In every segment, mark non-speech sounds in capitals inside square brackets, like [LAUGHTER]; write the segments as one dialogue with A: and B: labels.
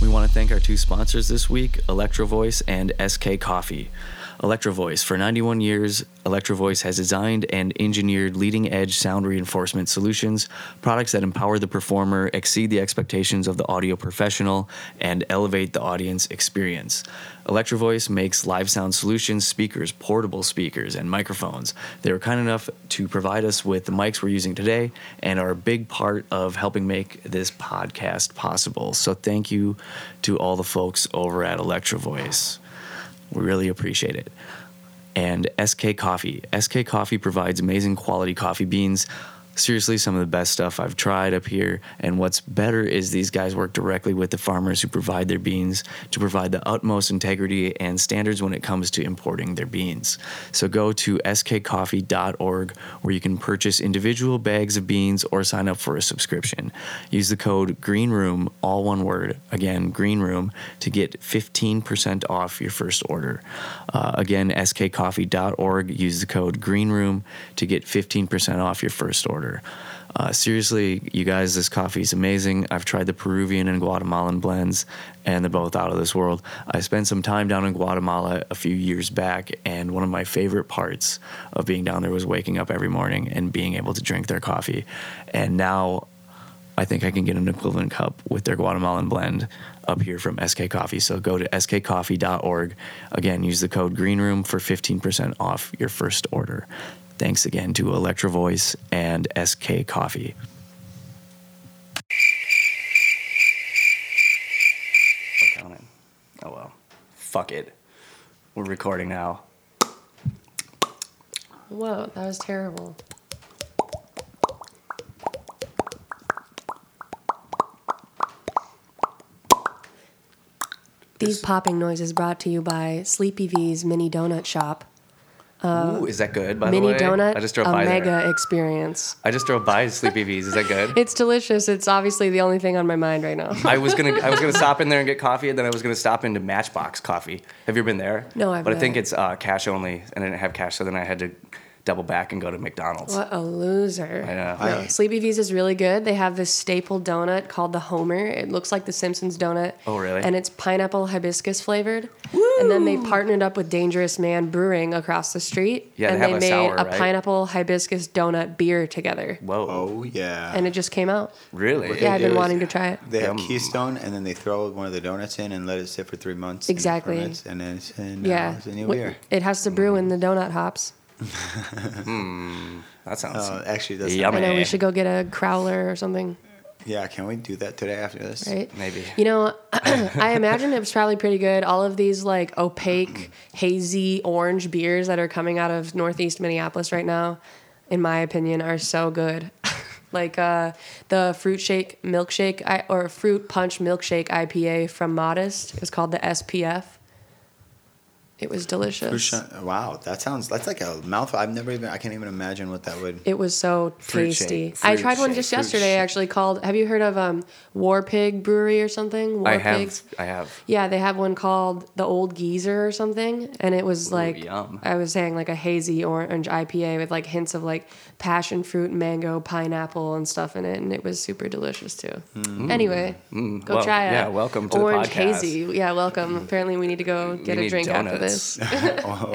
A: We want to thank our two sponsors this week, Electrovoice and SK Coffee. Electrovoice, for 91 years, Electrovoice has designed and engineered leading edge sound reinforcement solutions, products that empower the performer, exceed the expectations of the audio professional, and elevate the audience experience. Electrovoice makes live sound solutions, speakers, portable speakers, and microphones. They were kind enough to provide us with the mics we're using today and are a big part of helping make this podcast possible. So thank you to all the folks over at Electrovoice. We really appreciate it. And SK Coffee. SK Coffee provides amazing quality coffee beans. Seriously, some of the best stuff I've tried up here. And what's better is these guys work directly with the farmers who provide their beans to provide the utmost integrity and standards when it comes to importing their beans. So go to skcoffee.org where you can purchase individual bags of beans or sign up for a subscription. Use the code GREENROOM, all one word, again, GREENROOM, to get 15% off your first order. Uh, again, skcoffee.org. Use the code GREENROOM to get 15% off your first order. Uh, seriously, you guys, this coffee is amazing. I've tried the Peruvian and Guatemalan blends, and they're both out of this world. I spent some time down in Guatemala a few years back, and one of my favorite parts of being down there was waking up every morning and being able to drink their coffee. And now I think I can get an equivalent cup with their Guatemalan blend up here from SK Coffee. So go to skcoffee.org. Again, use the code GREENROOM for 15% off your first order. Thanks again to Electrovoice and SK Coffee. Click on it. Oh well. Fuck it. We're recording now.
B: Whoa, that was terrible. These popping noises brought to you by Sleepy V's Mini Donut Shop.
A: Ooh, is that good? By the
B: Uh, Mini
A: way,
B: donut,
A: I just drove
B: a
A: by there.
B: mega experience.
A: I just drove by Sleepy V's. Is that
B: [LAUGHS]
A: good?
B: It's delicious. It's obviously the only thing on my mind right now.
A: I was gonna I was gonna stop in there and get coffee, and then I was gonna stop into Matchbox Coffee. Have you been there?
B: No, I've
A: But I
B: not.
A: think it's uh, cash only, and I didn't have cash, so then I had to double back and go to McDonald's.
B: What a loser.
A: I know.
B: No,
A: I-
B: Sleepy V's is really good. They have this staple donut called the Homer. It looks like the Simpsons donut.
A: Oh, really?
B: And it's pineapple hibiscus flavored. And then they partnered up with Dangerous Man Brewing across the street.
A: Yeah, they
B: and
A: have a
B: made
A: sour,
B: a
A: right?
B: pineapple hibiscus donut beer together.
A: Whoa,
C: Oh yeah.
B: And it just came out.
A: really?
B: Yeah,
C: They
B: I've been
C: do is-
B: wanting to try it.
C: they have
A: Yum.
C: Keystone, and then they throw one of the donuts in and let it sit for three months. and it
B: Exactly.
C: ferments, And, then it's, and, uh,
B: Yeah.
C: it's a new
B: Wh-
C: beer.
B: It has to brew
A: Mm.
B: in the donut hops.
A: That sounds.
C: Uh, actually, that's
A: Yum.
B: I know
A: Eh.
B: we should go get a crowler or something,
C: yeah. Can we do that today after this?
B: right?
A: Maybe.
B: You know, [CLEARS THROAT] I imagine it was probably pretty good. All of these like opaque, hazy orange beers that are coming out of Northeast Minneapolis right now, in my opinion, are so good. [LAUGHS] like uh, the fruit shake milkshake I, or fruit punch milkshake IPA from Modest. It was called the SPF. It was delicious.
C: Fuchsia- Wow, that sounds that's like a mouthful. I've never even I can't even imagine what that would.
B: It was so
A: Fruit shake,
B: tasty.
A: fruit
B: I tried one
A: shake,
B: just
A: fruit
B: yesterday,
A: shake.
B: actually called. Have you heard of um, War Pig Brewery or something? War
A: I have.
B: Pigs.
A: I have.
B: Yeah, they have one called the Old Geezer or something, and it was like
A: yum.
B: I was saying, like a hazy orange IPA with like hints of like passion fruit, mango, pineapple, and stuff in it, and it was super delicious too. Anyway, go
A: Well,
B: try it.
A: yeah, welcome to the
B: orange
A: podcast.
B: hazy. Yeah, welcome. Apparently, we need to go get a
A: need
B: drink after
A: donuts.
B: this
C: Or-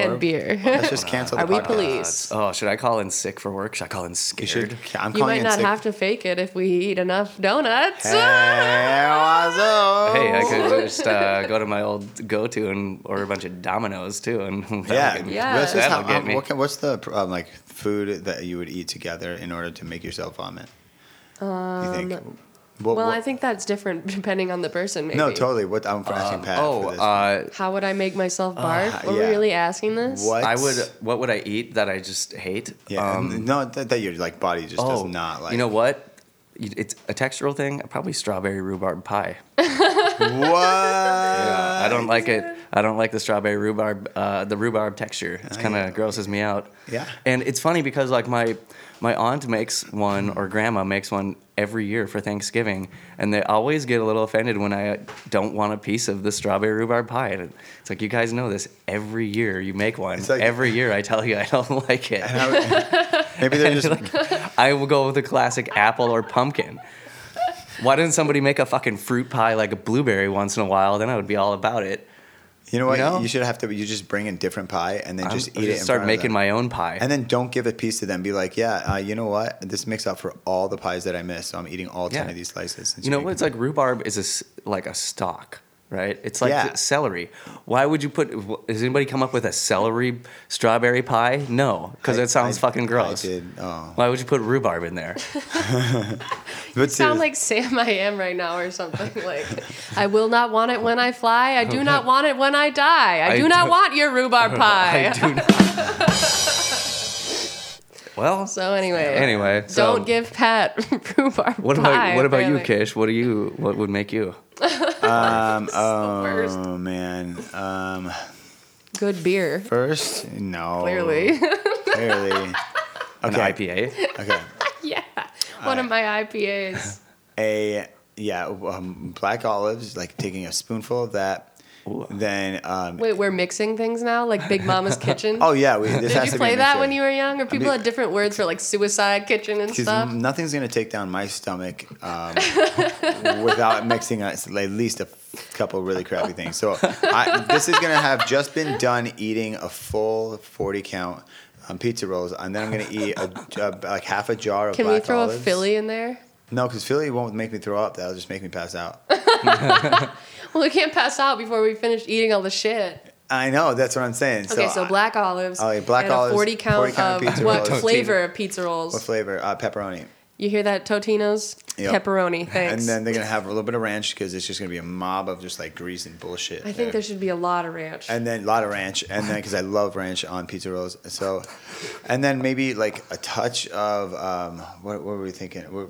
B: [LAUGHS] and beer.
C: Let's
B: [LAUGHS]
C: just cancel. The
B: Are we
C: podcast.
B: police?
A: Oh, should I call in sick for work? Should I call in
C: You
A: scared?
C: should. I'm
B: You
C: calling
B: might
C: in
B: not
C: sick.
B: have to fake it if we eat enough donuts.
C: Hey, what's up?
A: Hey, I
B: Oh.
A: could just uh, go to my old go-to and order a bunch of Dominoes too, and [LAUGHS] that'll
C: Yeah,
A: get me.
B: Yeah.
C: This is
A: That'll
C: how,
A: get
C: um,
A: me.
C: what can, what's the um, like food that you would eat together in order to make yourself vomit? you think? What-
B: [LAUGHS] Um, Well,
C: what-
B: I think that's different [LAUGHS] depending on the person. Maybe.
C: no, totally. What I'm asking Pat.
A: Oh,
C: for this.
A: uh,
B: How would I make myself barf? Were we
C: yeah.
B: really asking this?
C: what?
A: I would. What would I eat that I just hate?
C: Yeah,
A: Um,
C: no, that, that your like body just
A: Oh,
C: does not like. [LAUGHS]
A: You know what? You- It's a textural thing. Probably strawberry rhubarb pie. Uh,
C: what?
A: I don't like it. I don't like the strawberry rhubarb, uh, the rhubarb texture. It's kind
C: Oh, yeah.
A: of grosses me out.
C: Yeah.
A: And it's funny because like my my aunt makes one or grandma makes one every year for Thanksgiving, and they always get a little offended when I don't want a piece of the strawberry rhubarb pie. And it's like you guys know this every year. You make one
C: like-
A: every year. I tell you I don't [LAUGHS] like it.
C: And I- [LAUGHS] maybe
A: [LAUGHS]
C: they're just
A: I will go with the classic apple or pumpkin. Why didn't somebody make a fucking fruit pie like a blueberry once in a while? Then I would be all about it.
C: You know what?
A: You know?
C: You should have to. You just bring a different pie and then just
A: I'm- I'll
C: eat it. in
A: start
C: front of
A: making
C: them.
A: my own pie.
C: And then don't give a piece to them. Be like, yeah, uh, you know what? This makes up for all the pies that I missed. So I'm eating all ten
A: Yeah.
C: of these slices. And
A: you know
C: she-
A: what? It's like rhubarb is a s like a stalk, right? It's like
C: Yeah.
A: celery. Why would you put? Has anybody come up with a celery strawberry pie? No, because
C: I-
A: it sounds
C: I-
A: fucking gross.
C: I did. Oh,
A: Why would you put rhubarb in there?
C: but
B: Sound
C: seriously-
B: like Sam I am right now or something. Like, I will not want it when I fly. I do not want it when I die. I,
A: I
B: do not
A: do-
B: want your rhubarb
A: [LAUGHS]
B: pie.
A: I do not. well,
B: [LAUGHS] So anyway,
A: anyway, so
B: don't give Pat [LAUGHS] rhubarb
A: What about
B: pie.
A: what about you,
B: apparently.
A: Kish? What do you? What would make you?
C: um,
B: worst.
C: oh man. Um,
B: Good beer,
C: first, no.
B: clearly.
C: Clearly.
A: [LAUGHS] An
C: Okay.
A: IPA.
C: Okay.
B: [LAUGHS] yeah, one of my IPAs.
C: a yeah um, black olives like taking a spoonful of that
A: Ooh.
C: then um
B: Wait, we're mixing things now, like Big Mama's Kitchen.
C: oh yeah we, this
B: Did
C: has
B: you
C: to
B: play
C: be
B: that
C: mentioned.
B: when you were young, or people
C: mean-
B: had different words for like suicide kitchen and
C: 'Cause
B: stuff?
C: nothing's gonna take down my stomach
B: [LAUGHS]
C: um, without mixing us at least a couple really crappy things. So I, this is gonna have just been done eating a full forty count um, pizza rolls, and then I'm gonna eat a, a- like half a jar of
B: Can we
C: black
B: throw
C: olives.
B: a Philly in there?
C: No, because Philly won't make me throw up. That'll just make me pass out.
B: Well, [LAUGHS] we can't pass out before we finish eating all the shit.
C: I know that's what I'm saying.
B: Okay, so,
C: I-
B: black olives.
C: Oh, yeah, black
B: and
C: olives,
B: A 40 count,
C: 40
B: of
C: count pizza
B: what
C: rolls.
B: flavor of pizza rolls?
C: what flavor? Uh, pepperoni.
B: you hear that, Totino's?
C: Yep.
B: Pepperoni, thanks.
C: And then they're gonna have a little bit of ranch because it's just gonna be a mob of just like grease and bullshit.
B: I think there should be a lot of ranch.
C: And then a lot of ranch, and then because I love ranch on pizza rolls, so, and then maybe like a touch of um, what, what were we thinking? We're-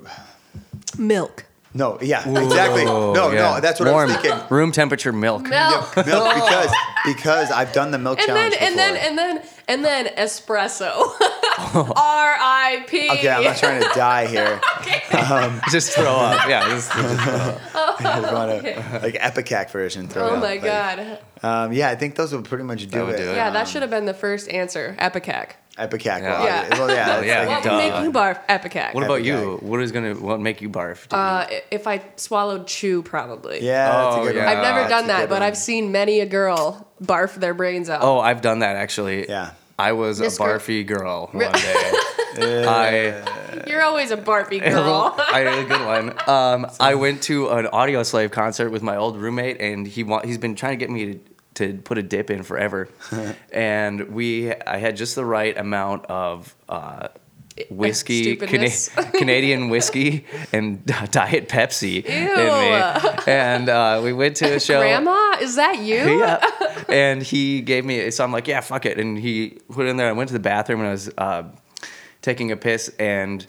B: Milk.
C: no, yeah, exactly. No,
A: Oh, yeah.
C: no, that's what
A: Warm,
C: I was thinking.
A: [LAUGHS] Room temperature milk.
B: Milk.
C: Milk because because I've done the milk
B: And then,
C: challenge
B: and
C: before.
B: then, and then, and then
C: [LAUGHS]
B: espresso. [LAUGHS] R.I.P.
C: okay,
B: [LAUGHS]
C: I'm not Uh-huh. trying to die here.
A: [LAUGHS]
C: [LAUGHS]
A: Just throw up. Yeah. just-
C: I
B: [LAUGHS]
C: just wanna- Like Epicac version. Throw
B: Oh
C: it out.
B: my
C: Like,
B: god.
C: Um, yeah, I think those would pretty much do
A: would
C: it. Um,
A: do it.
B: Yeah, that should have been the first answer. Epicac.
C: Epicac.
A: Yeah.
C: Well,
B: Yeah.
C: yeah. Well, yeah.
A: No,
C: it's
A: yeah,
C: like-
B: What
A: duh.
B: would make you barf? Epicac.
A: What about you?
C: Epic.
A: What is gonna what make you barf?
B: uh, i- if I swallowed chew, probably.
C: Yeah, that's a
A: Oh,
C: good
A: yeah.
C: one.
B: I've never
C: That's
B: done
C: a
B: that,
C: good
B: but
C: one.
B: I've seen many a girl barf their brains out.
A: oh, I've done that actually.
C: Yeah.
A: I was
B: This
A: a
B: girl-
A: barfy girl one
B: [LAUGHS]
A: day. I
B: You're always
A: [LAUGHS]
B: a barfy girl.
A: I had a good
B: [LAUGHS]
A: one. Um, I went to an Audio Slave concert with my old roommate, and he wa- he's been trying to get me to, to put a dip in
B: [LAUGHS]
A: forever. and we, I had just the right amount of uh, whiskey, Cana-
B: E-, Stupidness.
A: [LAUGHS] Canadian whiskey, and [LAUGHS] Diet Pepsi in
B: Ew.
A: me. And uh, we went to a show.
B: Grandma, is that
A: [LAUGHS]
B: you?
A: Yeah. And he gave me, so I'm like, yeah, fuck it. And he put it in there. I went to the bathroom and I was uh, taking a piss and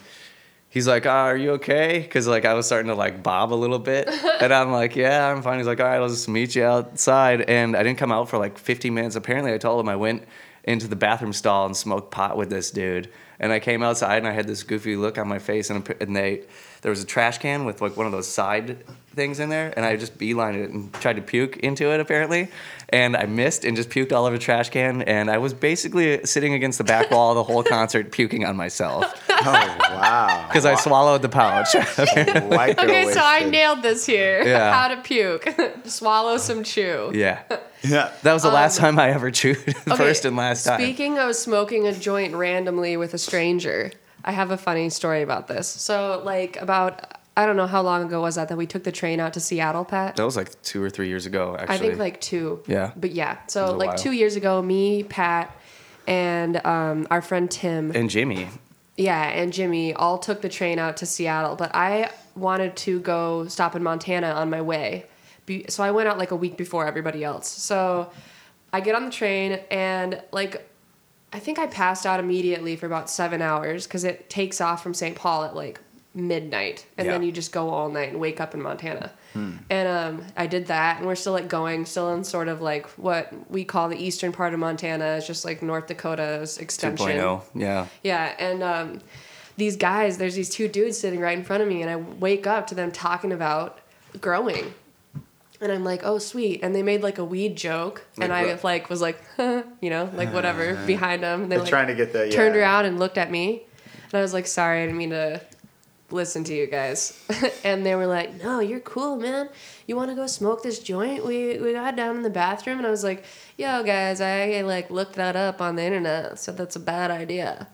A: he's like, ah, are you okay? Because like I was starting to like bob a little bit. And I'm like, yeah, I'm fine. He's like, all right, I'll just meet you outside. And I didn't come out for like 15 minutes. Apparently, I told him I went into the bathroom stall and smoked pot with this dude. And I came outside and I had this goofy look on my face, and, and they, there was a trash can with like one of those side things in there, and I just beelined it and tried to puke into it apparently, and I missed and just puked all over the trash can, and I was basically sitting against the back wall the whole concert puking on myself
C: Oh
B: [LAUGHS]
C: wow!
A: because I swallowed the pouch.
C: White girl
B: Okay, so I
C: wasted.
B: nailed this here. [LAUGHS]
A: Yeah.
B: How to puke. [LAUGHS] Swallow some chew.
A: yeah,
C: Yeah.
B: [LAUGHS]
A: that was the last time I ever chewed, [LAUGHS] first and last time.
B: Speaking of smoking a joint randomly with a stranger, I have a funny story about this. So, like, about, I don't know how long ago was that that we took the train out to Seattle, Pat?
A: that was like two or three years ago, actually.
B: I think like two.
A: Yeah.
B: But yeah.
A: was
B: So,
A: a
B: like,
A: while.
B: two years ago, me, Pat, and um, our friend Tim.
A: and Jimmy,
B: Yeah, and Jimmy all took the train out to Seattle, but I wanted to go stop in Montana on my way. Be- So I went out like a week before everybody else. So I get on the train and like I think I passed out immediately for about 7 hours cuz it takes off from St. Paul at like midnight and
A: Yeah.
B: then you just go all night and wake up in Montana. And um, I did that and we're still like going, still in sort of like what we call the eastern part of Montana. It's just like North Dakota's extension.
A: 2.0. oh. Yeah.
B: Yeah, and um, these guys, there's these two dudes sitting right in front of me, and I wake up to them talking about growing, and I'm like, oh sweet, and they made like a weed joke, and
A: Like
B: I
A: what?
B: like was like, [LAUGHS] you know, like whatever behind them. And they
C: Uh-huh. They're
B: like,
C: trying to get the-
B: turned
C: yeah.
B: around and looked at me, and I was like, sorry, I didn't mean to listen to you guys. [LAUGHS] and they were like, no, you're cool, man. You want to go smoke this joint we, we got down in the bathroom? And I was like, yo, guys, I like looked that up on the internet. So that's a bad idea.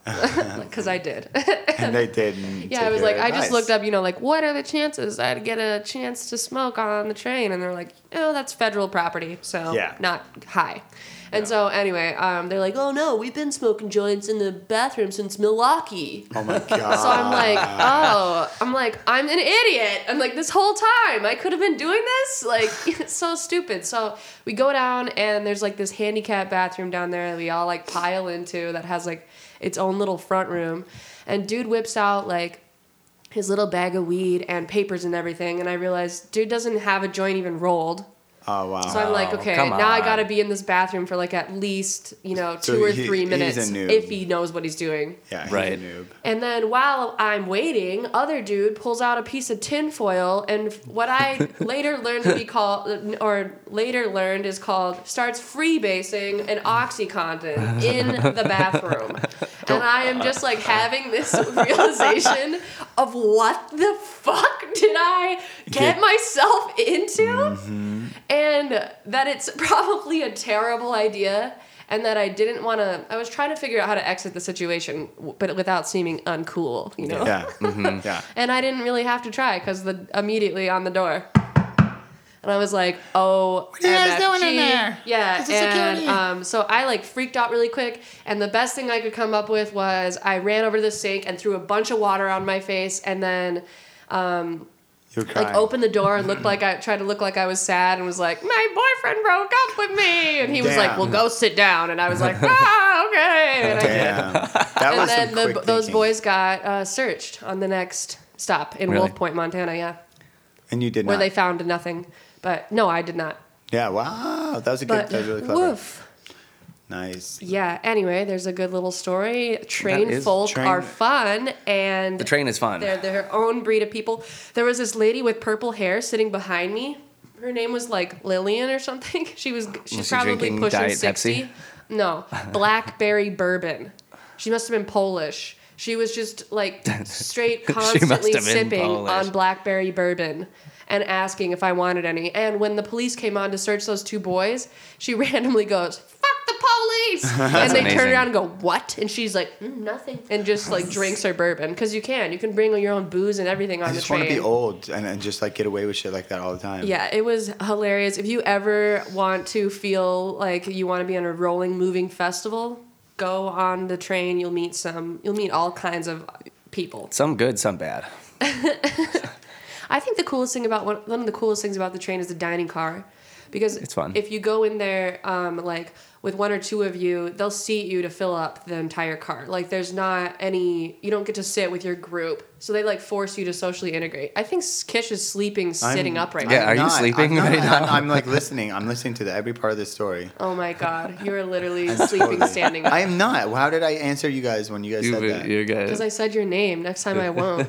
B: Because I did. [LAUGHS]
C: and they didn't.
B: yeah, I was like, I just looked up, you know, like, what are the chances I'd get a chance to smoke on the train? And they're like, oh, that's federal property. So
C: Yeah.
B: not high. And so anyway, um, they're like, oh, no, we've been smoking joints in the bathroom since Milwaukee.
C: Oh my
B: [LAUGHS]
C: god.
B: So
C: [LAUGHS]
B: I'm like, oh, I'm like, I'm an idiot. I'm like, this whole time I could have been doing this. Like, [LAUGHS] it's so stupid. So we go down, and there's like this handicap bathroom down there that we all like pile into that has like its own little front room. And dude whips out like his little bag of weed and papers and everything. And I realize dude doesn't have a joint even rolled.
C: oh wow.
B: So I'm like,
A: Oh,
B: okay,
A: come
B: now I
A: on.
B: gotta be in this bathroom for like at least, you know,
C: So
B: two or
C: he-
B: three
C: he's a
B: minutes
C: noob.
B: if he knows what he's doing.
C: yeah, he's
A: Right.
C: a noob.
B: And then while I'm waiting, other dude pulls out a piece of tinfoil, and what I later learned to be called, or later learned is called, starts freebasing an OxyContin in the bathroom. and I am just like having this [LAUGHS] realization of what the fuck did I get myself into? and that it's [LAUGHS] probably a terrible idea and that I didn't want to I was trying to figure out how to exit the situation w- but without seeming uncool, you know.
C: Yeah. mhm, [LAUGHS] Yeah.
B: And I didn't really have to try cuz the immediately on the door. And I was like, "Oh, what
D: you guys doing in there?
B: Yeah,
D: This is
B: and
D: security.
B: um, so I like freaked out really quick. And the best thing I could come up with was I ran over to the sink and threw a bunch of water on my face, and then
C: You're crying.
B: like opened the door and
C: Mm-hmm.
B: looked like I tried to look like I was sad and was like, my boyfriend broke up with me, and he was like,
C: Damn.
B: well, go sit down, and I was
C: [LAUGHS]
B: like, ah, okay, and I did.
C: Damn. That
B: And
C: was
B: then
C: some
B: the,
C: quick
B: those
C: thinking.
B: boys got uh, searched on the next stop in
A: Really?
B: Wolf Point, Montana, yeah,
C: And you did
B: where
C: not.
B: they found nothing, but no, I did not.
C: yeah. Wow. That was a good.
B: But
C: That was really clever.
B: woof.
C: Nice.
B: Yeah. Anyway, there's a good little story. Train
A: is-
B: folk
C: train-
B: are fun, and
A: The train is fun.
B: They're their own breed of people. There was this lady with purple hair sitting behind me. Her name was like Lillian or something. [LAUGHS] She was she's
A: Was she
B: probably
A: drinking
B: pushing
A: Diet
B: sixty.
A: Pepsi?
B: No, blackberry bourbon. She must have been Polish. She was just
A: [LAUGHS]
B: like straight
A: must
B: constantly
A: have been
B: sipping
A: Polish.
B: on blackberry bourbon and asking if I wanted any. And when the police came on to search those two boys, she [LAUGHS] randomly goes, "Fuck the
A: [LAUGHS]
B: police!" and they turn
A: amazing.
B: around and go, "What?" And she's like, "Mm, "Nothing," and just
C: [LAUGHS]
B: like drinks her bourbon because you can. You can bring your own booze and everything on
C: I
B: the
C: just
B: train.
C: want to be old and, and just like get away with shit like that all the time.
B: Yeah, it was hilarious. If you ever want to feel like you want to be on a rolling, moving festival, go on the train. You'll meet some. You'll meet all kinds of people.
A: Some good, some bad.
B: I think the coolest thing about one, one of the coolest things about the train is the dining car, because
A: It's fun.
B: If you go in there, um, like with one or two of you, they'll seat you to fill up the entire car. Like there's not any, you don't get to sit with your group, so they like force you to socially integrate. I think Kish is sleeping
C: I'm-
B: sitting up right
A: Yeah,
B: now.
A: are you
C: not-
A: sleeping
C: I'm not-
A: right
C: I'm,
A: now?
C: I'm, like listening. I'm listening to the, every part of the story.
B: Oh my god, you are literally [LAUGHS]
C: [LAUGHS]
B: sleeping standing up.
C: I am not. How did I answer you guys when you guys said that?
A: You, are good.
B: Because I said your name. Next time I
C: [LAUGHS]
B: won't.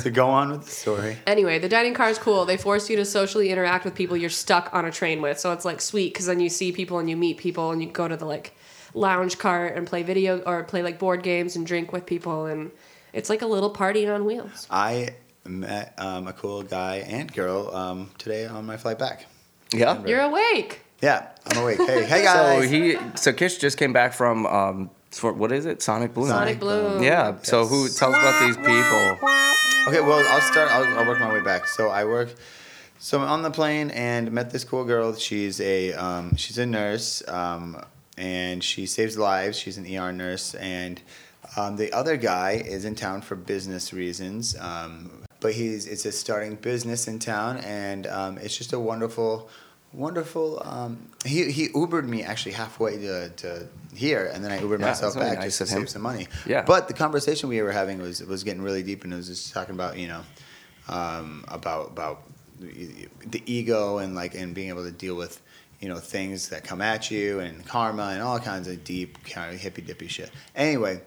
C: So go on with the story.
B: anyway, the dining car is cool. They force you to socially interact with people you're stuck on a train with. So it's like sweet because then you see people and you meet people and you go to the like lounge cart and play video or play like board games and drink with people. And it's like a little party on wheels.
C: I met um, a cool guy and girl um, today on my flight back.
A: yeah.
B: You're awake.
C: Yeah, I'm awake. Hey, hey
A: So
C: guys.
A: he, so Kish just came back from um, for, what is it? Sonic Bloom.
C: um,
B: Sonic Bloom.
A: Yeah. So who? Tell us about these people.
C: Okay, well, I'll start. I'll, I'll work my way back. So I work. So I'm on the plane and met this cool girl. She's a um, she's a nurse, um, and she saves lives. She's an ER nurse, and um, the other guy is in town for business reasons. Um, but he's it's a starting business in town, and um, it's just a wonderful, wonderful. Um, he he Ubered me actually halfway to, to here, and then I Ubered
A: Yeah,
C: myself
A: that's really
C: back
A: nice
C: just to
A: of him.
C: save some money.
A: Yeah.
C: But the conversation we were having was was getting really deep, and it was just talking about you know um, about about the ego and like and being able to deal with you know things that come at you and karma and all kinds of deep kind of hippy dippy shit. Anyway.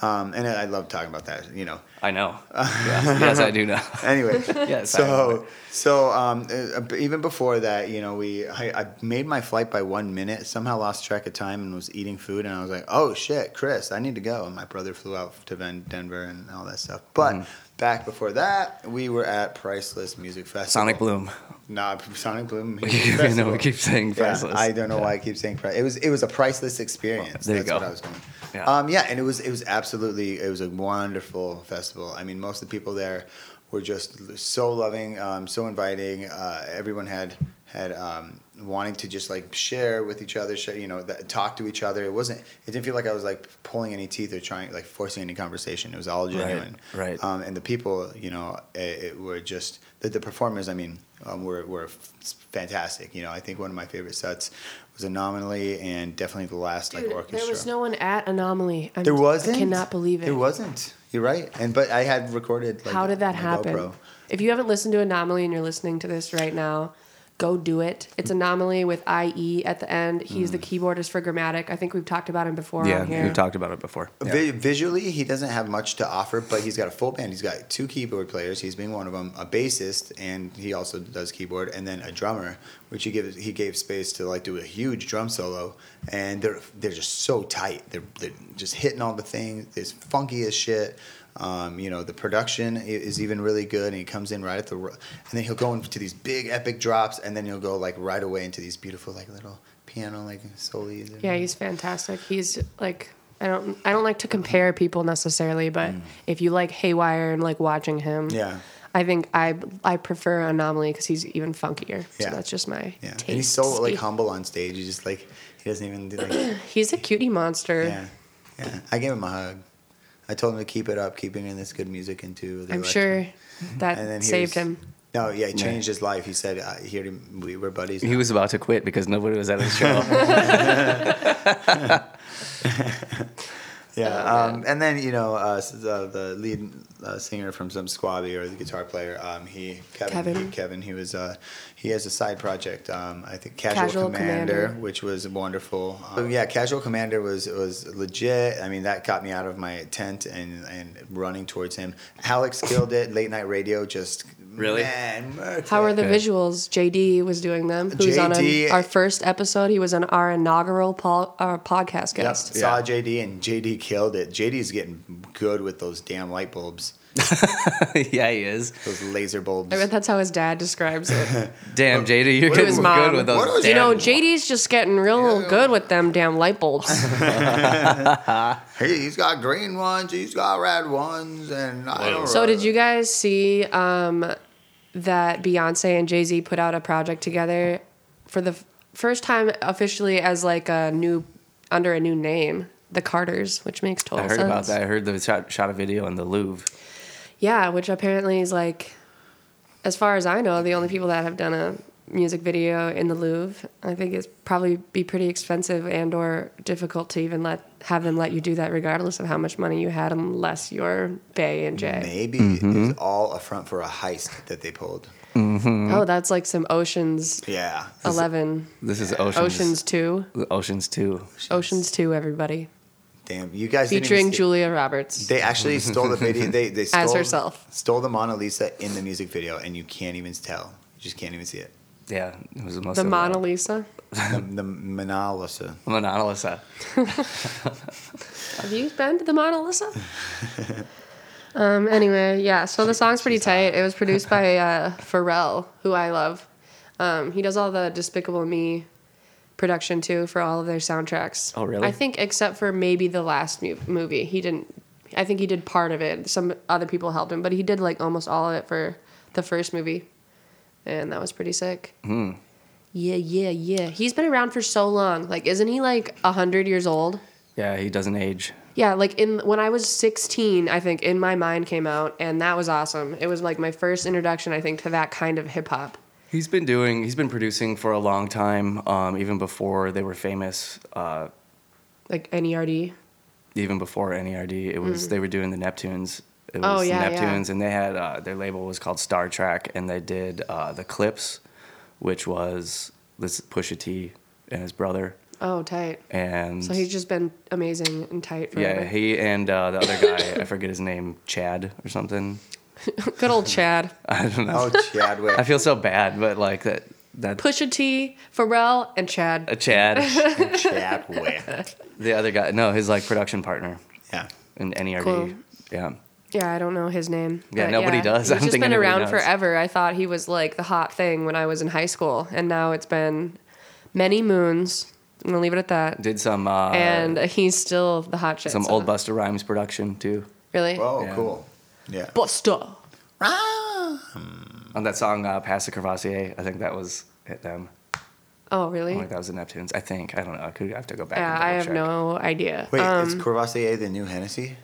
C: Um, and I I love talking about that, you know.
A: I know. Yeah. [LAUGHS] yes, I do know.
C: Anyway,
A: Yes. I know.
C: so so um, uh, even before that, you know, we I, I made my flight by one minute. Somehow lost track of time and was eating food, and I was like, "Oh shit, Chris, I need to go." And my brother flew out to Ven- Denver and all that stuff. But back before that, we were at Priceless Music Festival.
A: Sonic Bloom. [LAUGHS]
C: Nah, [LAUGHS] Sonic Bloom.
A: I know we keep saying
C: Yeah,
A: priceless.
C: I don't know why I keep saying priceless. It was it was a priceless experience.
A: There you
C: That's
A: go.
C: what I was going.
A: Yeah.
C: Yeah. Um, yeah, and it was it was absolutely it was a wonderful festival. I mean, most of the people there were just so loving, um, so inviting. Uh, everyone had had um, wanting to just like share with each other, share, you know, that, talk to each other. It wasn't. It didn't feel like I was like pulling any teeth or trying like forcing any conversation. It was all genuine.
A: right.
C: Um, and the people, you know, it, it were just the, the performers. I mean, um, were were f- fantastic. You know, I think one of my favorite sets was Anomaly, and definitely the last like
B: Dude,
C: orchestra.
B: there was no one at Anomaly. I'm,
C: There wasn't.
B: I cannot believe it.
C: There wasn't. You're right. And but I had recorded. Like,
B: How did that
C: my
B: happen?
C: GoPro.
B: If you haven't listened to Anomaly and you're listening to this right now, go do it. It's Anomaly with IE at the end. He's the
C: Mm.
B: keyboardist for Grammatic. I think we've talked about him before
A: yeah,
B: on here.
A: we've talked about it before. Yeah.
C: Vi- visually, he doesn't have much to offer, but he's got a full band. He's got two keyboard players. He's being one of them, a bassist, and he also does keyboard, and then a drummer, which he gives he gave space to like do a huge drum solo. And they're they're just so tight. They're they're just hitting all the things. It's funky as shit. Um, you know the production i- is even really good, and he comes in right at the, r- and then he'll go into these big epic drops, and then he'll go like right away into these beautiful like little piano like solos. and-
B: Yeah, he's fantastic. He's like I don't I don't like to compare people necessarily, but if you like Haywire and like watching him,
C: Mm. Yeah.
B: I think I I prefer Anomaly because he's even funkier.
C: Yeah.
B: So that's just my
C: Yeah,
B: taste.
C: and he's so like humble on stage. He just like he doesn't even do
B: [CLEARS THROAT]
C: like
B: He's a cutie monster.
C: yeah, yeah. I gave him a hug. I told him to keep it up, keep bringing this good music into. The
B: I'm
C: election.
B: sure that
C: And then he
B: saved
C: was-
B: him.
C: No, yeah, it changed his life. He said, "I hear him. We were buddies."
A: He was about to quit because nobody was at his show.
C: yeah,
B: Oh,
C: um, and then you know uh, s- the, the lead uh, singer from some squabby or the guitar player. Um, he Kevin,
B: Kevin.
C: He, Kevin. He was uh, he has a side project. Um, I think Casual,
B: Casual
C: Commander,
B: Commander.
C: which was wonderful. Um, yeah, Casual Commander was was legit. I mean, that got me out of my tent and and running towards him. Alex killed it. Late night radio just
A: Really?
C: Man, murked
B: How
C: it.
B: were the
A: Okay.
B: visuals? JD was doing them. Who's on
C: JD
B: our first episode? He was on our inaugural pol- our podcast
C: Yep,
B: guest.
C: saw JD and JD killed it. JD's getting good with those damn light bulbs,
A: [LAUGHS] yeah, he is.
C: those laser bulbs.
B: I bet that's how his dad
A: [LAUGHS]
B: describes it.
A: Damn, JD, you're
B: his
A: getting
B: mom.
A: good with
C: What
A: those.
C: was-
B: you know,
A: damn-
B: JD's just getting real
C: Yeah.
B: good with them damn
A: [LAUGHS]
B: light bulbs.
C: Hey, he's got green ones, he's got red ones, and I don't
B: so, did you guys see um, that Beyonce and Jay Z put out a project together for the f- first time officially as like a new under a new name, the Carters, which makes total
A: I heard
B: sense.
A: about that. I heard the shot, shot a video in the Louvre.
B: Yeah, which apparently is like, as far as I know, the only people that have done a music video in the Louvre. I think it's probably be pretty expensive and or difficult to even let have them let you do that, regardless of how much money you had, unless you're Bay and Jay.
C: Maybe it's all a front for a heist that they pulled.
B: Oh, that's like some Ocean's
C: Yeah.
B: Oh. Eleven,
A: This is Oceans.
B: Ocean's Two,
A: Oceans 2.
B: Ocean's Two. Everybody
C: Damn, you guys didn't even
B: featuring
C: see-
B: Julia Roberts.
C: They actually stole the video. They
B: [LAUGHS]
C: they stole,
B: herself.
C: Stole the Mona Lisa in the music video, and you can't even tell. You just can't even see it.
A: Yeah, it was the most.
B: The Mona Lisa.
C: The, the Mona Lisa.
A: Mona Lisa.
B: Have you been to the Mona Lisa?
A: [LAUGHS]
B: um, anyway, yeah. So the song's pretty tight. It was produced
A: [LAUGHS]
B: by uh, Pharrell, who I love. Um, he does all the Despicable Me production too for all of their soundtracks.
A: Oh, really?
B: I think except for maybe the last mu- movie, he didn't. I think he did part of it. Some other people helped him, but he did like almost all of it for the first movie, and that was pretty sick.
A: Hmm.
B: Yeah, yeah, yeah. He's been around for so long. Like, isn't he like hundred years old?
A: Yeah, he doesn't age.
B: Yeah, like in when I was 16, I think In My Mind came out and that was awesome. It was like my first introduction I think to that kind of hip hop.
A: He's been doing. He's been producing for a long time, um, even before they were famous. Uh,
B: Like E NERD.
A: even before NERD, it was they were doing the Neptunes. It was
B: Mm-hmm. Oh, yeah, yeah.
A: Neptunes, and they had uh, their label was called Star Trek, and they did uh, the Clips, which was this Pusha T and his brother,
B: Oh, tight.
A: and
B: So he's just been amazing and tight forever.
A: yeah, he and uh, the other guy, I forget his name, Chad or something.
B: Good old Chad.
C: Oh,
A: [LAUGHS]
C: Chadwick.
A: I feel so bad, but like that that
B: [LAUGHS] Pusha T, Pharrell, and Chad.
A: uh, Chad,
C: Chadwick.
A: the other guy, no, his like production partner
C: Yeah.
A: in NERD,
B: Cool.
A: yeah.
B: Yeah, I don't know his name.
A: Yeah, nobody does. I
B: He's
A: don't
B: just
A: think
B: been
A: anybody
B: around
A: knows.
B: forever. I thought he was like the hot thing when I was in high school, and now it's been many moons. I'm gonna leave it at that.
A: Did some uh,
B: and he's still the hot shit.
A: some
B: so-
A: old Buster Rhymes production too.
B: Really?
C: Oh,
A: Yeah.
C: cool. Yeah.
B: Buster.
A: on that song uh, "Pass the Crevassier." I think that was hit them.
B: Oh,
A: I
B: really?
A: think that was the Neptunes. I think I don't know. I could I have to go back.
B: yeah,
A: and
B: I
A: double
B: have
A: check.
B: no idea.
C: Wait,
B: Um,
C: [LAUGHS] is Courvoisier the new Hennessy?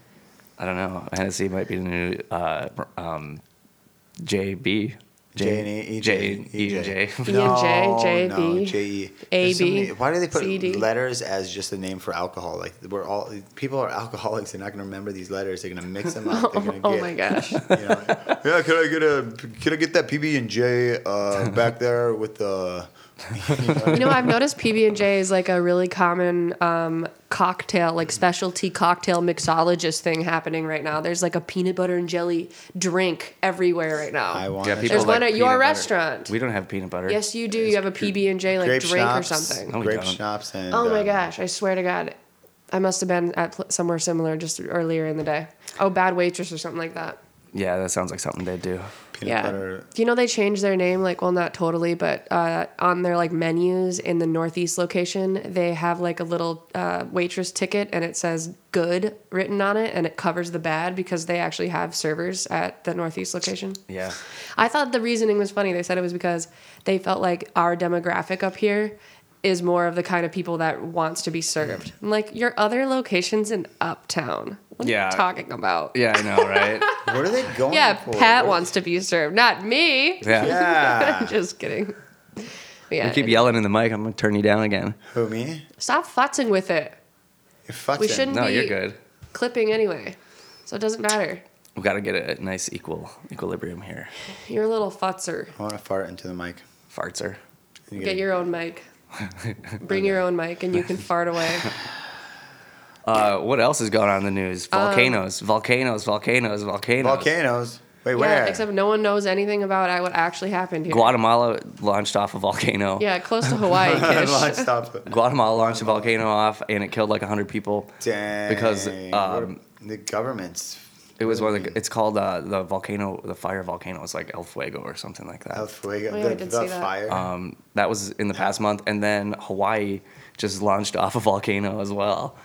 A: I don't know. Hennessy might be the new uh, um, JB.
C: J and E- E-
A: J
C: J-
A: E and J. [LAUGHS]
B: E and J, J,
C: no,
B: B,
C: J E.
B: A,
C: There's so
B: B,
C: many- Why do they put
B: C, D.
C: letters as just a name for alcohol? Like we're all people are alcoholics. They're not going to remember these letters. They're going to mix them up. They're going
B: [LAUGHS]
C: to
B: oh
C: get.
B: my
C: [LAUGHS]
B: gosh.
C: You know, yeah, could I get a could I get that PB and J
B: [LAUGHS]
C: uh, back there with the?
B: You know, I've noticed PB and J is like a really common um, cocktail, like specialty cocktail mixologist thing happening right now. There's like a peanut butter and jelly drink everywhere right now.
C: I want.
A: Yeah,
C: a
A: people
B: There's
C: Coke.
B: one
A: like
B: at your
A: peanut butter.
B: restaurant.
A: We don't have peanut butter.
B: yes, you do. You have a PB and J like
C: grape
B: drink
C: schnapps,
B: or something.
A: No, we
C: grape
A: don't.
C: schnapps and.
B: Oh my
C: um,
B: gosh! I swear to God, I must have been at pl- somewhere similar just earlier in the day. Oh, bad waitress or something like that.
A: Yeah, that sounds like something they do.
C: Peanut
B: yeah.
C: butter.
B: Do you know they changed their name? Like, well, not totally, but uh, on their like menus in the Northeast location, they have like a little uh, waitress ticket, and it says "good" written on it, and it covers the bad because they actually have servers at the Northeast location.
A: Yeah.
B: I thought the reasoning was funny. They said it was because they felt like our demographic up here is more of the kind of people that wants to be served. I'm like your other locations in Uptown. What are
A: Yeah.
B: you talking about?
A: Yeah, I know,
B: [LAUGHS]
A: right?
C: What are they going
B: Yeah,
C: for?
B: Pat
C: What-
B: wants to be served, not me.
A: Yeah.
B: [LAUGHS]
C: Yeah.
B: Just kidding. Yeah.
A: You keep yelling in the mic. I'm gonna turn you down again.
C: Who me?
B: Stop futzing with it.
C: It fucks
B: We
C: him.
B: shouldn't
A: No,
B: be
A: you're good.
B: clipping anyway. So it doesn't matter.
A: We gotta get a nice equal equilibrium here.
B: You're a little futzer.
C: I want to fart into the mic.
A: Fartser.
C: You
B: Get your own mic. Bring your own mic and you can fart away.
A: Uh, what else is going on in the news?
B: Um,
A: Volcanoes, volcanoes, volcanoes, volcanoes.
C: volcanoes. Wait,
B: Yeah,
C: where?
B: except no one knows anything about uh, what actually happened here.
A: Guatemala launched off a volcano.
B: Yeah, close to Hawaii.
C: [LAUGHS] Lunch
B: Kish.
C: stop.
A: Guatemala launched a volcano off, and it killed like hundred people.
C: Dang.
A: Because,
C: what
A: um,
C: a- the government's
A: It was one of the. It's called uh, the volcano, the fire volcano. It's like El Fuego or something like that.
C: El Fuego,
B: Oh, yeah, I
C: the,
B: did
C: the
B: see that.
C: fire.
A: Um, that was in the past month, and then Hawaii just launched off a volcano as well.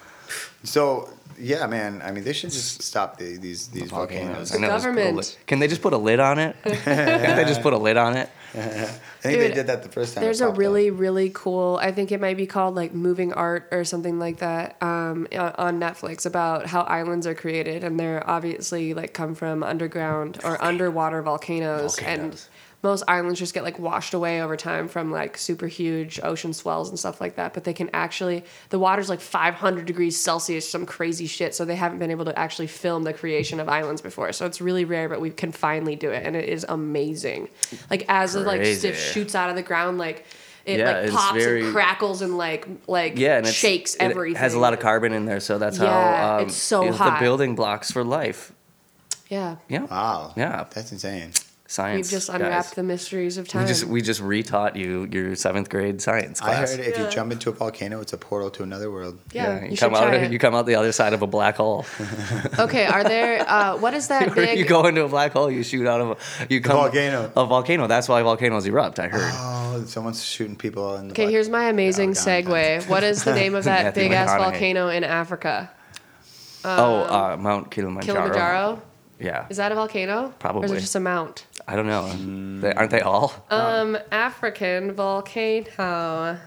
C: so yeah, man. I mean, they should just stop the, these these volcanoes.
A: I know, just put a
B: government.
A: lid- Can they just put a lid on
B: [LAUGHS]
A: it? Can they just put a lid on it?
C: I think they
B: Dude,
C: did that the first time. it
B: There's a
C: popped up.
B: really, really cool, I think it might be called like moving art or something like that um, uh, on Netflix about how islands are created. And they're obviously like come from underground or underwater volcanoes. And
A: Volcanoes.
B: most islands just get like washed away over time from like super huge ocean swells and stuff like that. But they can actually, the water's like 500 degrees Celsius, some crazy shit. So they haven't been able to actually film the creation of islands before. So it's really rare, but we can finally do it. And it is amazing. Like as the like stiff
A: Crazy.
B: shoots out of the ground, like it
A: Yeah,
B: like
A: it's
B: pops
A: very-
B: and crackles and like like
A: Yeah, and it's,
B: shakes
A: it
B: everything.
A: Has a lot of carbon in there, so that's
B: Yeah,
A: how um,
B: it's so
A: the
B: hot.
A: building blocks for life.
B: yeah.
A: Yeah,
C: wow.
A: Yeah.
C: that's insane.
A: science.
B: We've just
A: guys.
B: unwrapped the mysteries of time.
A: We just we just retaught you your seventh grade science
C: I
A: class.
C: heard if you
B: Yeah.
C: jump into a volcano, it's a portal to another world.
B: yeah, you,
A: you
B: should
A: come out.
B: try it.
A: You come out the other side of a black hole.
B: okay, are
A: [LAUGHS]
B: there? Uh, what is [LAUGHS] that
A: Or
B: big?
A: you go into a black hole. You shoot out of a you come
C: volcano.
A: A volcano. That's why volcanoes erupt. I
C: [LAUGHS]
A: heard.
C: Oh, someone's shooting people. In the
B: okay,
C: vol-
B: here's my amazing
C: Oh, God.
B: segue. [LAUGHS] What is the
A: [LAUGHS]
B: name of that
A: Matthew
B: big ass
A: McConaughey.
B: volcano in Africa?
A: oh, uh, Mount Kilimanjaro.
B: Um, Kilimanjaro.
A: Yeah,
B: Is that a volcano? Or is
A: Probably.
B: it just a mount?
A: I don't know. They, aren't they
B: [LAUGHS]
A: all?
B: Um, African volcano.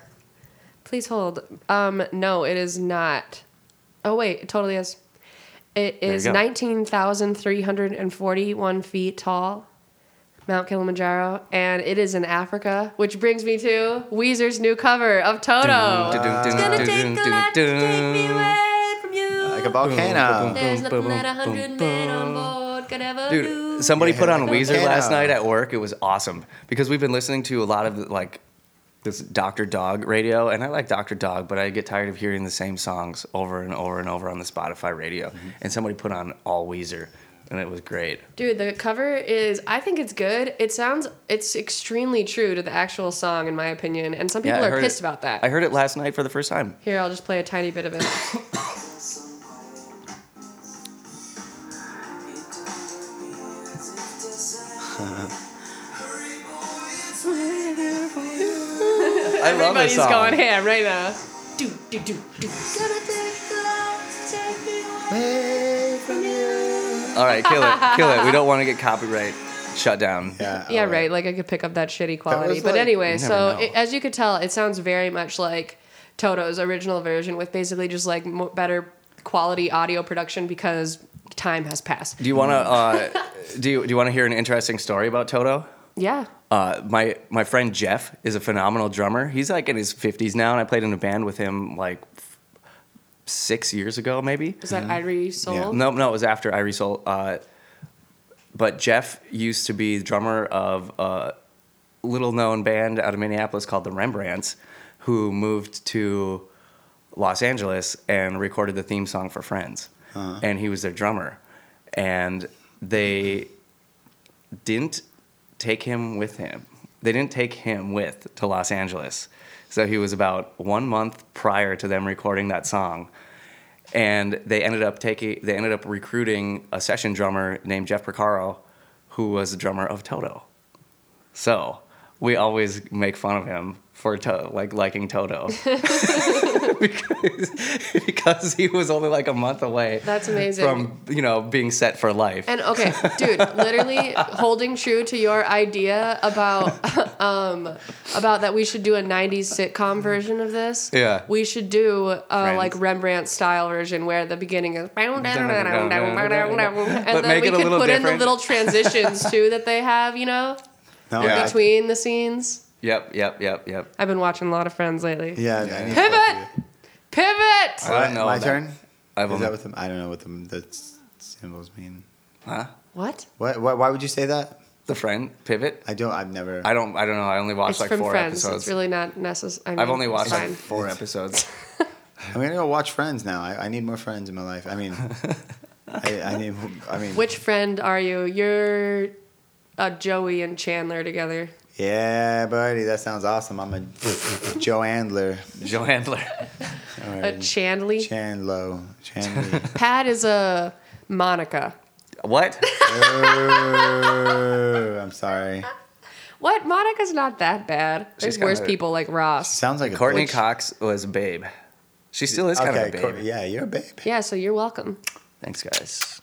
B: Please hold. Um, no, it is not. Oh wait, it totally is. It
A: you
B: is
A: go.
B: nineteen thousand three hundred and forty-one feet tall, Mount Kilimanjaro, and it is in Africa, which brings me to Weezer's new cover of Toto. It's gonna take a lot to take me away from you.
C: Like a volcano.
B: There's nothing that a hundred men on board could ever do.
A: Dude, somebody put on
C: Yeah.
A: Weezer last
C: Volcano.
A: night at work. It was awesome because we've been listening to a lot of like this Dr. Dog radio, and I like Dr. Dog, but I get tired of hearing the same songs over and over and over on the Spotify radio. And somebody put on all Weezer, and it was great.
B: Dude, the cover is I think it's good. It sounds it's extremely true to the actual song in my opinion, and some people
A: I
B: are
A: heard
B: pissed
A: it-
B: about that.
A: I heard it last night for the first time.
B: Here, I'll just play a tiny bit of it.
A: I love this
B: Everybody's
A: song.
B: going ham right now. Do, do, do, do.
A: All right, kill it, kill it. We don't want to get copyright shut down.
C: Yeah,
B: Yeah,
C: all
B: right. Like I could pick up that shitty quality.
C: was
B: but
C: like-
B: anyway,
A: You never
B: so
A: know.
B: it, as you could tell, it sounds very much like Toto's original version with basically just like mo better quality audio production because time has passed.
A: Do you want to? Uh, do you do you want to hear an interesting story about Toto?
B: Yeah.
A: Uh, my my friend Jeff is a phenomenal drummer. He's like in his fifties now, and I played in a band with him like f- six years ago, maybe.
B: Is that Irie Soul?
A: No, no, it was after I Soul. Uh, but Jeff used to be the drummer of a little known band out of Minneapolis called the Rembrandts, who moved to Los Angeles and recorded the theme song for Friends. And he was their drummer. And they didn't take him with him. They didn't take him with to Los Angeles. So he was about one month prior to them recording that song. And they ended up taking they ended up recruiting a session drummer named Jeff Percaro, who was the drummer of Toto. So we always make fun of him for to- like liking
B: [LAUGHS]
A: Toto [LAUGHS] because, because he was only like a month away
B: That's amazing.
A: from you know being set for life.
B: And okay, dude, literally holding true to your idea about [LAUGHS] um about that we should do a 90s sitcom version of this.
A: Yeah.
B: We should do a
A: Friends.
B: like Rembrandt style version where the beginning
A: [LAUGHS]
B: is and
A: But
B: then
A: make
B: we
A: it a
B: could
A: little
B: put in the
A: different.
B: little transitions too that they have, you know,
C: No,
A: Yeah.
C: I-
B: between the scenes.
A: Yep, yep, yep, yep.
B: I've been watching a lot of Friends lately.
C: Yeah. I need to
B: Pivot!
C: talk to you.
B: Pivot!
A: I don't know
C: My
A: that.
C: turn.
A: I've
C: Is
A: only-
C: that what the, I don't know what the, the s- symbols mean.
A: Huh?
B: What?
C: What, why, why would you say that?
A: The friend pivot.
C: I don't. I've never.
A: I don't. I don't know. I only watched
B: It's
A: like
B: from
A: four
B: Friends.
A: episodes.
B: It's really not necessary. I mean,
A: I've only
B: it's
A: watched like
B: fine. [LAUGHS]
A: four episodes.
C: I'm gonna go watch Friends now. I, I need more friends in my life.
A: [LAUGHS]
C: I mean, I, I need. I mean,
B: Which friend are you? You're uh, Joey and Chandler together.
C: yeah, buddy, that sounds awesome. I'm a Joe Andler,
A: Joe
B: [LAUGHS]
A: Handler.
C: or
B: A Chandley.
C: Chandlo,
A: [LAUGHS]
C: Chandler.
B: Pat is a Monica.
A: What?
C: Oh, I'm sorry.
B: What? Monica's not that bad. There's
A: She's kinda-
B: worse people like Ross.
C: Sounds like
A: Courtney
C: a butch-
A: Cox was a babe. She still is kind
C: okay,
A: of a babe.
C: Courtney- yeah, you're a babe.
B: Yeah, so you're welcome.
A: Thanks, guys.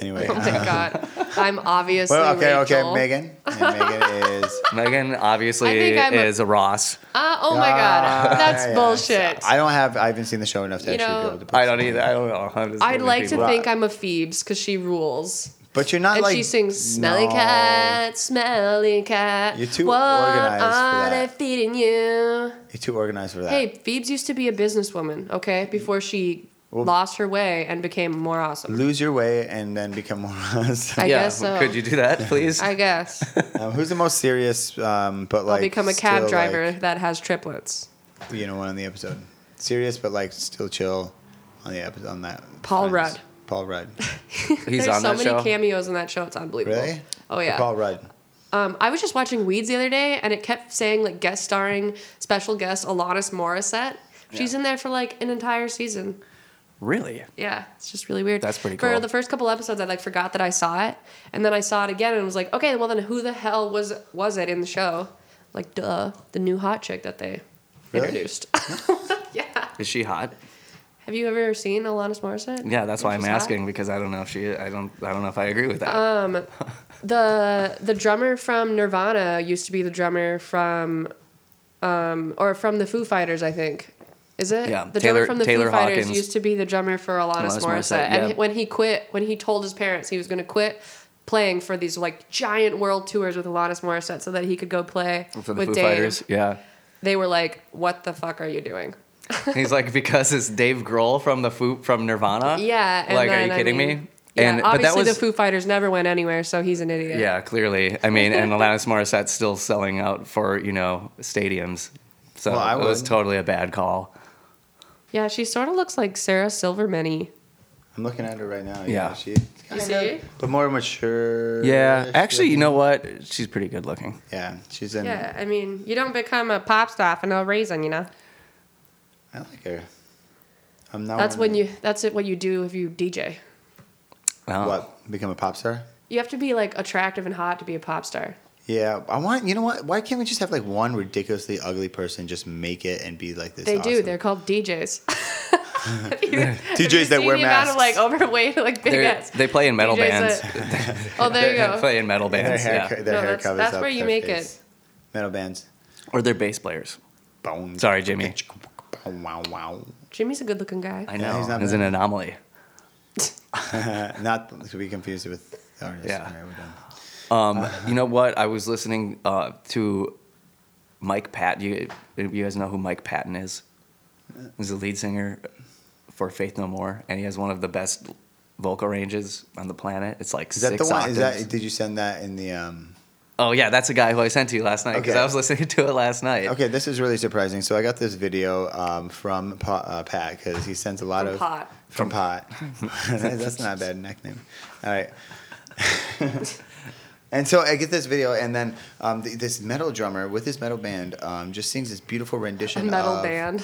C: Anyway,
B: [LAUGHS] Oh my
C: [LAUGHS] uh,
B: god, I'm obviously
C: well, okay,
B: Rachel.
C: okay, Megan. And
B: [LAUGHS]
C: Megan is.
A: Megan obviously
B: I think I'm a-
A: is a Ross.
B: Uh, oh my god, [LAUGHS] that's
C: Ah, yes.
B: bullshit.
C: I don't have. I haven't seen the show enough to
B: You
C: actually
B: know-
C: be able to. put
A: I don't either. I don't know. I'm just
B: I'd
A: naming
B: like to
A: people.
B: think I'm a Phoebes because she rules.
C: But you're not
B: And
C: like
B: she sings "Smelly
C: No.
B: Cat, Smelly Cat."
C: You're too
B: what
C: organized for
B: are
C: that.
B: they feeding you?
C: You're too organized for that. Mm-hmm.
B: Hey, Phoebes used to be a businesswoman, okay? Before she
C: Well-
B: lost her way and became more awesome.
C: Lose your way and then become more honest. [LAUGHS]
B: I
A: yeah.
B: guess so.
A: Could you do that, please?
B: I guess.
C: Um, who's the most serious? Um, but like
B: I'll become a cab
C: still,
B: driver
C: like,
B: that has triplets.
C: you know, one on the episode. Serious, but like still chill on the episode on that.
B: Paul
C: Friends.
B: Rudd.
C: Paul Rudd.
A: He's
B: There's
A: on
B: so
A: that
B: many
A: show.
B: cameos in that show. It's unbelievable.
C: Really?
B: [LAUGHS] Oh yeah.
C: Paul Rudd.
B: Um, I was just watching Weeds the other day, and it kept saying like guest starring special guest Alanis Morissette. She's in there for like an entire season.
A: really?
B: Yeah, it's just really weird.
A: That's pretty
B: For
A: cool.
B: the first couple episodes, I like forgot that I saw it, and then I saw it again, and was like, okay, well then who the hell was was it in the show? Like, duh, the new hot chick that they
C: Really?
B: introduced. [LAUGHS] yeah.
A: Is she hot?
B: Have you ever seen Alanis Morissette?
A: Yeah, that's why I'm
B: She's hot. Oh,
A: asking because I don't know if she. I don't. I don't know if I agree with that.
B: the the drummer from Nirvana used to be the drummer from um or from the Foo Fighters, I think. Is it?
A: Yeah,
B: The drummer
A: Taylor-
B: from the
A: Taylor
B: Foo Fighters
A: Hawkins.
B: used to be the drummer for Alanis,
A: Alanis
B: Morissette.
A: Morissette,
B: And
A: yeah.
B: when he quit, when he told his parents he was going to quit, playing for these like giant world tours with Alanis Morissette so that he could go play
A: for the
B: with
A: Foo
B: Dave.
A: Fighters. Yeah.
B: They were like, "What the fuck are you doing?"
A: He's like, because it's Dave Grohl from the Foo from Nirvana.
B: Yeah. And
A: like,
B: then,
A: are
B: I
A: you kidding
B: mean,
A: me?
B: Yeah,
A: and
B: obviously
A: but that was
B: the Foo Fighters never went anywhere, so he's an idiot.
A: yeah, clearly. I mean, and Alanis Morissette's still selling out for you know stadiums, so
C: Well, I
A: it was
C: would.
A: totally a bad call.
B: Yeah, she sort of looks like Sarah Silverman.
C: I'm looking at her right now.
A: Yeah.
C: Yeah, she,
B: You see?
C: but more mature.
A: Yeah, actually, you know what? She's pretty good looking.
C: Yeah, she's in.
B: Yeah, I mean, you don't become a pop star for no reason, you know.
C: I like her. I'm not.
B: That's
C: one
B: when you. That's it. What you do if you DJ.
A: Well,
C: What become a pop star?
B: You have to be like attractive and hot to be a pop star.
C: Yeah, I want. You know what? Why can't we just have like one ridiculously ugly person just make it and be like this?
B: They do.
C: awesome?
B: They're called DJs. [LAUGHS] You- have you
C: DJs that
B: seen
C: wear
B: the amount of like
C: masks.
B: overweight, like big
A: They're-
B: ass.
A: they play in metal
B: DJs
A: bands.
B: that- oh, there
A: [LAUGHS]
B: you
A: They
B: go.
A: play in metal
C: And their
A: bands,
C: hair,
A: yeah.
C: co- their
B: No,
C: hair
B: that's-
C: covers
B: that's
C: up
B: where you
C: their
B: make
C: face. Metal bands.
A: or they're bass players.
C: Boom.
A: Sorry, Jimmy.
C: Wow, wow.
B: Jimmy's a good-looking guy.
A: I
C: Yeah,
A: know.
C: he's not
A: It's an
C: bad.
A: anomaly.
C: Not to be confused with the artist.
A: Yeah.
C: All right, we're done.
A: Um,
C: Uh-huh.
A: you know what? I was listening uh, to Mike Patton. You, you guys know who Mike Patton is?
C: Uh-huh.
A: He's the lead singer for Faith No More, and he has one of the best vocal ranges on the planet. It's like
C: Is that
A: six
C: the one?
A: octaves.
C: Is that? Did you send that in the? um
A: oh yeah, that's a guy who I sent to you last night because
C: Okay.
A: I was listening [LAUGHS] to it last night.
C: Okay, this is really surprising. So I got this video um, from pa- uh, Pat because he sends a lot
B: From
C: of
B: Pot.
C: from Pot. [LAUGHS] That's not a bad nickname. All right. [LAUGHS] And so I get this video, and then um, th- this metal drummer with his metal band um, just sings this beautiful
B: A
C: rendition.
B: metal
C: of, [LAUGHS]
B: band.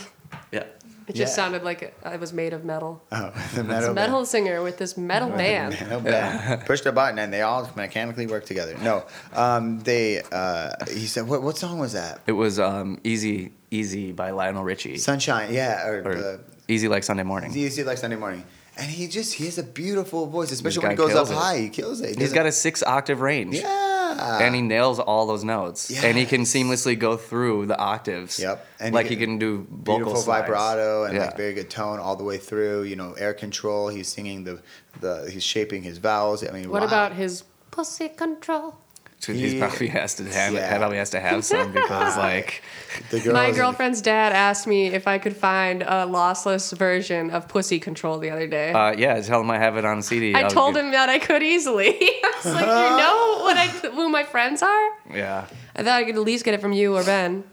A: Yeah.
B: It just
C: Yeah.
B: sounded like it, it was made of metal.
C: Oh, the metal, band.
B: metal singer with this metal band.
C: [LAUGHS] Metal band. Pushed a button, and they all mechanically work together. No, um, they. Uh, he said, "What what song was that?
A: It was um, "Easy Easy" by Lionel Richie,
C: Sunshine, yeah, or,
A: or
C: the
A: "Easy Like Sunday Morning."
C: He used to like Sunday morning. And he just he has a beautiful voice, especially
A: guy
C: when he goes up
A: kills it.
C: high. He kills it. He
A: He's
C: doesn't-
A: got a six octave range.
C: yeah.
A: and he nails all those notes, and he can
C: Ah. Yes.
A: seamlessly go through the octaves.
C: Yep. And
A: like
C: he
A: he
C: can-
A: can do vocal
C: beautiful
A: slides.
C: vibrato and
A: Yeah.
C: like very good tone all the way through. You know, air control. He's singing the the he's shaping his vowels. I mean,
B: What
C: wow.
B: about his pussy control?
A: So He
C: he-
A: probably has to have
C: Yeah.
A: probably has to have
C: [LAUGHS]
A: some because like
C: the girls?
B: My girlfriend's dad asked me if I could find a lossless version of Pussy Control the other day.
A: uh, yeah, tell him I have it on CD.
B: I
A: I'll
B: told
A: get-
B: him that I could easily. [LAUGHS] I was like, you know what I, who my friends are?
A: Yeah,
B: I thought I could at least get it from you or Ben.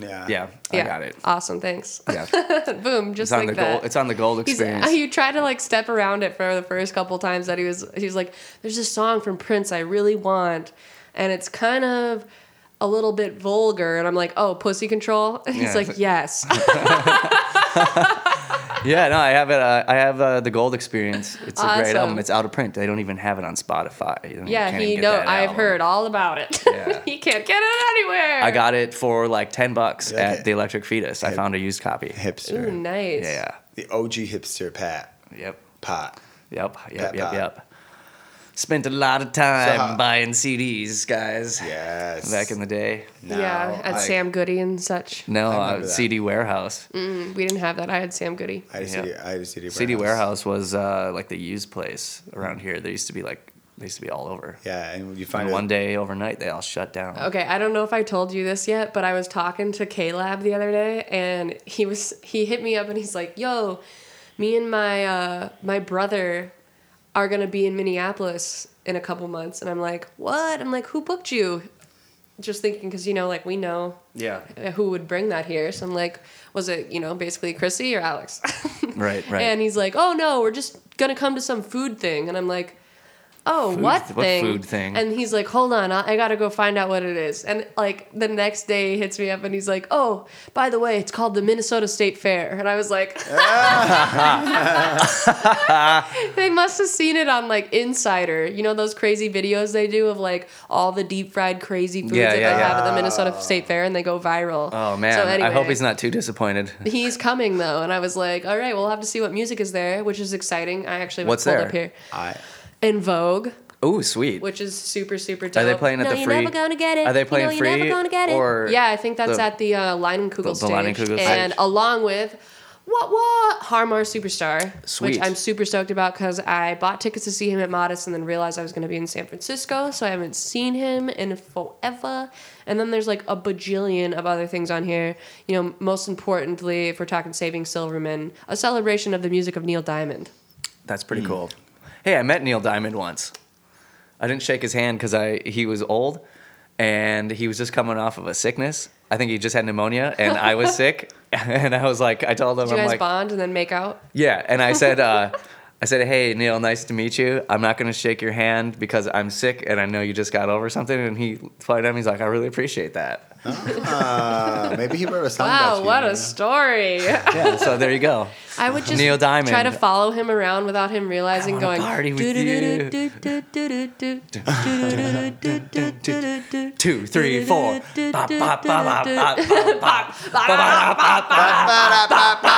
C: Yeah.
A: yeah,
B: Yeah,
A: I got
B: [LAUGHS]
A: it.
B: Awesome, thanks.
A: Yeah,
B: Boom,
A: it's
B: just
A: on
B: like
A: the
B: that.
A: gold. It's on the gold
B: He's, [LAUGHS]
A: experience.
B: he tried to like step around it for the first couple times that he was he was like there's this song from prince i really want and it's kind of a little bit vulgar and i'm like oh pussy control [LAUGHS] and he's
A: Yeah.
B: like
A: [LAUGHS]
B: yes
A: yeah, no, I have it. Uh, I have uh, the gold experience. It's a great
B: Awesome.
A: album. It's out of print. They don't even have it on Spotify. You know, you
B: yeah
A: can't
B: he
A: even get
B: know
A: that
B: i've
A: album.
B: heard all about it
A: Yeah.
B: [LAUGHS] he can't get it anywhere
A: I got it for like ten bucks
C: Yeah,
A: at
C: yeah.
A: the Electric Fetus. I found a used copy.
C: hipster.
B: Ooh, nice
A: Yeah.
C: The OG hipster Pat
A: Yep.
C: Pot.
A: Yep, yep,
C: Pep
A: yep,
C: Pop.
A: yep. Spent a lot of time
C: So how-
A: buying CDs, guys.
C: Yes.
A: Back in the day.
B: yeah
C: Now,
B: at
C: I-
B: sam goody and such
A: No,
C: I
A: uh,
C: remember that.
A: CD Warehouse.
B: we didn't have that i had sam goody
C: I had a
A: Yeah.
C: CD. I had a CD.
A: CD Warehouse was uh, like the used place around here. They used to be like, they used to be all over.
C: Yeah, and you find
A: And
C: a-
A: one day overnight, they all shut down.
B: Okay, I don't know if I told you this yet, but I was talking to K-Lab the other day and he was he hit me up and he's like, "Yo, me and my uh my brother are going to be in Minneapolis in a couple months." And I'm like, "What?" I'm like, "Who booked you?" Just thinking cuz you know like we know
A: Yeah.
B: who would bring that here. So I'm like, "Was it, you know, basically Chrissy or Alex?"
A: Right, right.
B: And he's like, "Oh no, we're just gonna come to some food thing." And I'm like, "Oh,
A: Food-
B: what
A: what
B: thing?"
A: food thing?
B: And he's like, "Hold on, I, I gotta go find out what it is." And like the next day, he hits me up and he's like, "Oh, by the way, it's called the Minnesota State Fair." And I was
A: [LAUGHS]
B: like, [LAUGHS] "They must have seen it on like Insider, you know those crazy videos they do of like all the deep fried crazy foods
A: Yeah,
B: that
A: yeah,
B: they
A: yeah.
B: have at the Minnesota State Fair, and they go viral."
A: Oh, man.
B: So
A: I hope
B: anyway.
A: he's not too
B: [LAUGHS]
A: disappointed.
B: He's coming though, and I was like, "All right, we'll have to see what music is there," which is exciting. I actually have it
A: What's
B: pulled
A: there?
B: up here
C: I
B: in Vogue,
A: Ooh, sweet.
B: which is super super dope.
A: Are they playing at
B: no,
A: the
B: you're
A: free?
B: Never gonna get it.
A: Are they
B: You know
A: playing
B: you're
A: free?
B: never gonna get it.
A: Or
B: Yeah, I think that's
A: the-
B: at the uh, Leinenkugel
A: The- the
B: stage,
A: Leinenkugel stage.
B: and along with what what Harmar Superstar,
A: Sweet.
B: which I'm super stoked about because I bought tickets to see him at Modest and then realized I was going to be in San Francisco, so I haven't seen him in forever. And then there's like a bajillion of other things on here. You know, most importantly, if we're talking Saving Silverman, a celebration of the music of Neil Diamond.
A: That's pretty cool. Hey, I met Neil Diamond once. I didn't shake his hand because I he was old, and he was just coming off of a sickness. I think he just had pneumonia, and I was sick. And I was like, I told him,
B: Did you
A: I'm
B: guys
A: like,
B: bond and then make out?
A: yeah. And I said, uh, I said, hey Neil, nice to meet you. I'm not gonna shake your hand because I'm sick, and I know you just got over something. And he played him. He's like, I really appreciate that.
C: Uh, maybe he wrote a song about
B: Wow,
C: you.
B: what
C: you
B: a
C: know?
B: story! [LAUGHS]
A: Yeah. So there you go.
B: I would just
A: Neil Diamond.
B: try to follow him around without him realizing.
A: I wanna
B: going
A: party with you." Two, three, four. Bop, bop, bop, bop, bop, bop, bop, bop, bop, bop, bop.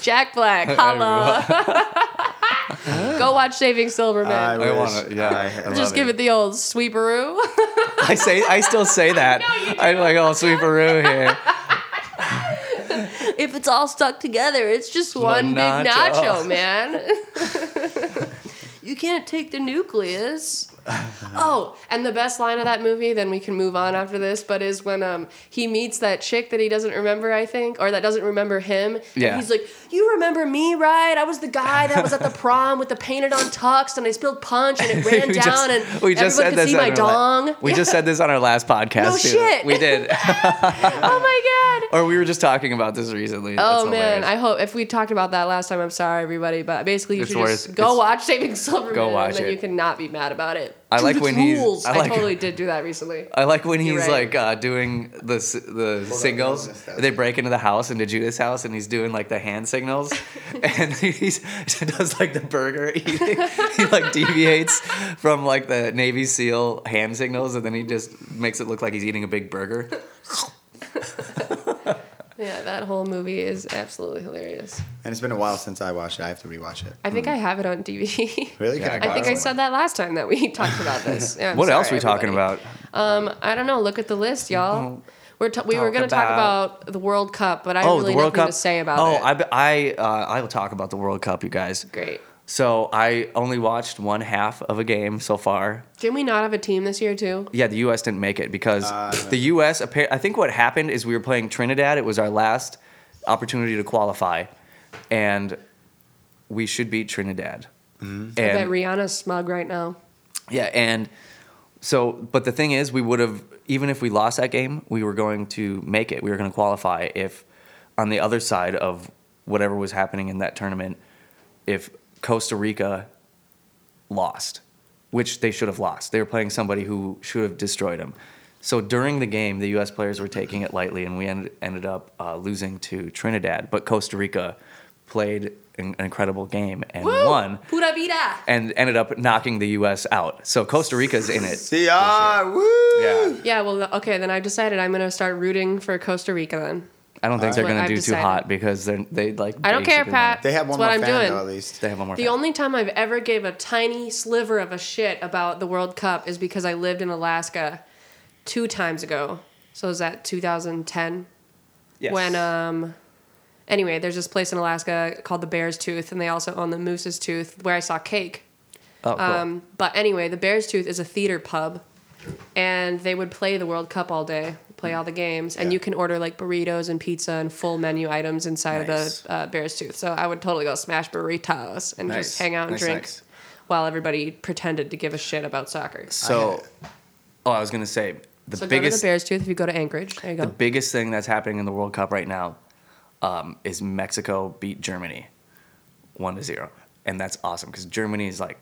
B: Jack Black, hello. Go watch Saving Silverman.
C: I,
A: I
C: wish
A: wanna- yeah,
C: I
A: I
C: had-
B: just
A: love
B: give
A: it.
B: it the old sweeperoo.
A: [LAUGHS] I say I still
B: [LAUGHS]
A: say that. I'm like, oh, sweeperoo here.
B: if it's all stuck together, it's just one,
A: One
B: big nacho,
A: nacho.
B: man.
A: [LAUGHS]
B: you can't take the nucleus. oh, and the best line of that movie, then we can move on after this, but is when um he meets that chick that he doesn't remember, I think, or that doesn't remember him.
A: Yeah.
B: And he's like, You remember me, right? I was the guy that was at the prom with the painted on tux and I spilled punch and it
A: [LAUGHS]
B: [LAUGHS] ran
A: We
B: down
A: just-
B: and
A: we just
B: everyone
A: said
B: could
A: this
B: see
A: on
B: my
A: our
B: dong.
A: la- we just said this on our last podcast.
B: No
A: too.
B: shit.
A: We did, [LAUGHS]
B: [LAUGHS] oh my god.
A: or we were just talking about this recently. That's
B: Oh man,
A: hilarious.
B: I hope if we talked about that last time, I'm sorry everybody, but basically you
A: It's
B: should
A: worth-
B: just go
A: it's-
B: watch Saving Silverman
A: go watch
B: and then
A: it.
B: you cannot be mad about it.
A: I like
B: it's
A: when he's-
B: rules.
A: I
B: I,
A: like-
B: totally did do that recently.
A: I like when he's
B: You're right.
A: like uh, doing the s- the singles.
C: business stuff.
A: They break into the house into Judith's house, and he's doing like the hand
B: [LAUGHS]
A: signals, and [LAUGHS] he's does like the burger eating. [LAUGHS] he like deviates from like the Navy SEAL hand signals, and then he just makes it look like he's eating a big burger.
B: Yeah, that whole movie is absolutely hilarious.
C: And it's been a while since I watched it. I have to rewatch it.
B: I
A: Hmm.
B: think I have it on [LAUGHS] DVD.
C: Really?
A: Yeah,
C: Can
B: I think
C: borrow
B: I
C: it?
B: said that last time that we [LAUGHS] talked about this. Yeah, I'm
A: what else are
B: sorry,
A: we talking
B: everybody.
A: about?
B: Um, I don't know. Look at the list, y'all. We're t- we were
A: Talk
B: going to talk
A: about-
B: about the World Cup, but I have
A: Oh,
B: really
A: the World
B: nothing
A: Cup.
B: to say about
A: oh,
B: it.
A: I be- I uh, I will talk about the World Cup, you guys.
B: Great.
A: So I only watched one half of a game so far.
B: Didn't we not have a team this year too?
A: Yeah, the U.S. didn't make it because
C: Ah, I know.
A: the U.S. appa- I think what happened is we were playing Trinidad. It was our last opportunity to qualify, and we should beat Trinidad.
B: I bet
A: And
B: Rihanna's smug right now.
A: yeah, and so, but the thing is, we would have even if we lost that game, we were going to make it. We were going to qualify if on the other side of whatever was happening in that tournament, if Costa Rica lost, which they should have lost. They were playing somebody who should have destroyed them. So during the game, the U.S. players were taking it lightly, and we ended, ended up uh, losing to Trinidad. But Costa Rica played an, an incredible game and
B: Woo!
A: won
B: Pura vida.
A: and ended up knocking the U.S. out. So Costa Rica's in it.
C: CR, woo!
A: Yeah,
B: Yeah, well, th- okay, then I've decided I'm going to start rooting for Costa Rica then.
A: I don't think they're
B: That's what
A: gonna
B: I've
A: do
B: decided.
A: too hot because they're they like.
B: I don't care,
A: basically
B: Pat.
C: They have
B: That's
C: one
B: what
C: more
B: I'm
C: fan,
B: doing.
C: though, at
A: won.
C: least.
A: They have one more.
B: The
A: fan.
B: only time I've ever gave a tiny sliver of a shit about the World Cup is because I lived in Alaska two times ago. So is that 2010?
A: Yes.
B: When um anyway, there's this place in Alaska called the Bear's Tooth and they also own the Moose's Tooth where I saw cake.
A: oh, cool.
B: Um but anyway, the Bear's Tooth is a theater pub and they would play the World Cup all day, play all the games, and
C: Yeah.
B: you can order like burritos and pizza and full menu items inside
A: Nice.
B: of the uh, Bear's Tooth. So I would totally go smash burritos and
A: Nice.
B: just hang out and
C: Nice,
B: drink
C: nice.
B: while everybody pretended to give a shit about soccer. So
A: so, oh, I was gonna say the
B: go to
A: biggest
B: the Bear's Tooth if you go to Anchorage. There you
A: the
B: go.
A: biggest thing that's happening in the World Cup right now um, is Mexico beat Germany one to zero, and that's awesome because Germany is like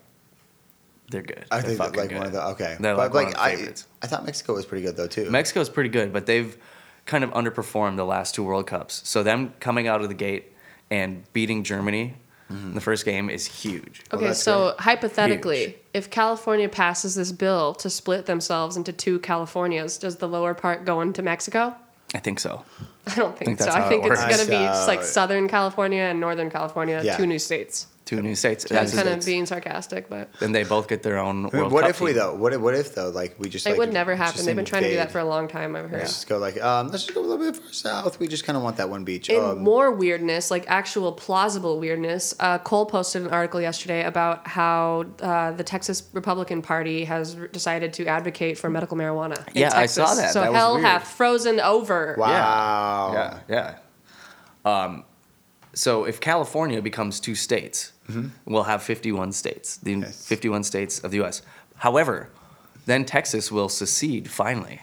A: they're good.
C: I
A: They're
C: think that,
A: fucking
C: like one
A: good.
C: of the okay.
A: They're like,
C: but
A: one
C: like
A: of the
C: I,
A: favorites.
C: I thought Mexico was pretty good though too.
A: Mexico's pretty good, but they've kind of underperformed the last two World Cups. So them coming out of the gate and beating Germany in the first game is huge.
B: Okay,
C: that's
B: so hypothetically,
A: oh, Huge.
B: if California passes this bill to split themselves into two Californias, does the lower part go into Mexico?
A: I think so.
B: I don't think,
A: Think
B: so.
A: that's how
B: I
A: it
B: think it's
A: works.
B: going to be
C: Nice.
B: like Southern California and Northern California,
C: Yeah.
B: two new states.
A: two new states.
B: I was
A: That's-
B: kind of being sarcastic, but
A: and they both get their own
C: I mean,
A: World
C: what
A: Cup
C: if we
A: team.
C: though? What if, what if though? Like we just
B: it
C: like,
B: would never
C: just
B: happen. They've been trying to do that
C: invade.
B: for a long time. I've heard.
C: Let's just go like um, let's just go a little bit further south. We just kind of want that one beach.
B: In
C: um,
B: more weirdness, like actual plausible weirdness, uh, Cole posted an article yesterday about how uh, the Texas Republican Party has r- decided to advocate for medical marijuana. in
A: Yeah, I
B: Texas.
A: saw that.
B: So
A: That was
B: hell
A: weird.
B: hath frozen over.
C: wow.
A: Yeah, yeah. Um, so if California becomes two states, we'll have 51 states, the
C: Mm-hmm. Yes.
A: 51 states of the U.S. However, then Texas will secede finally,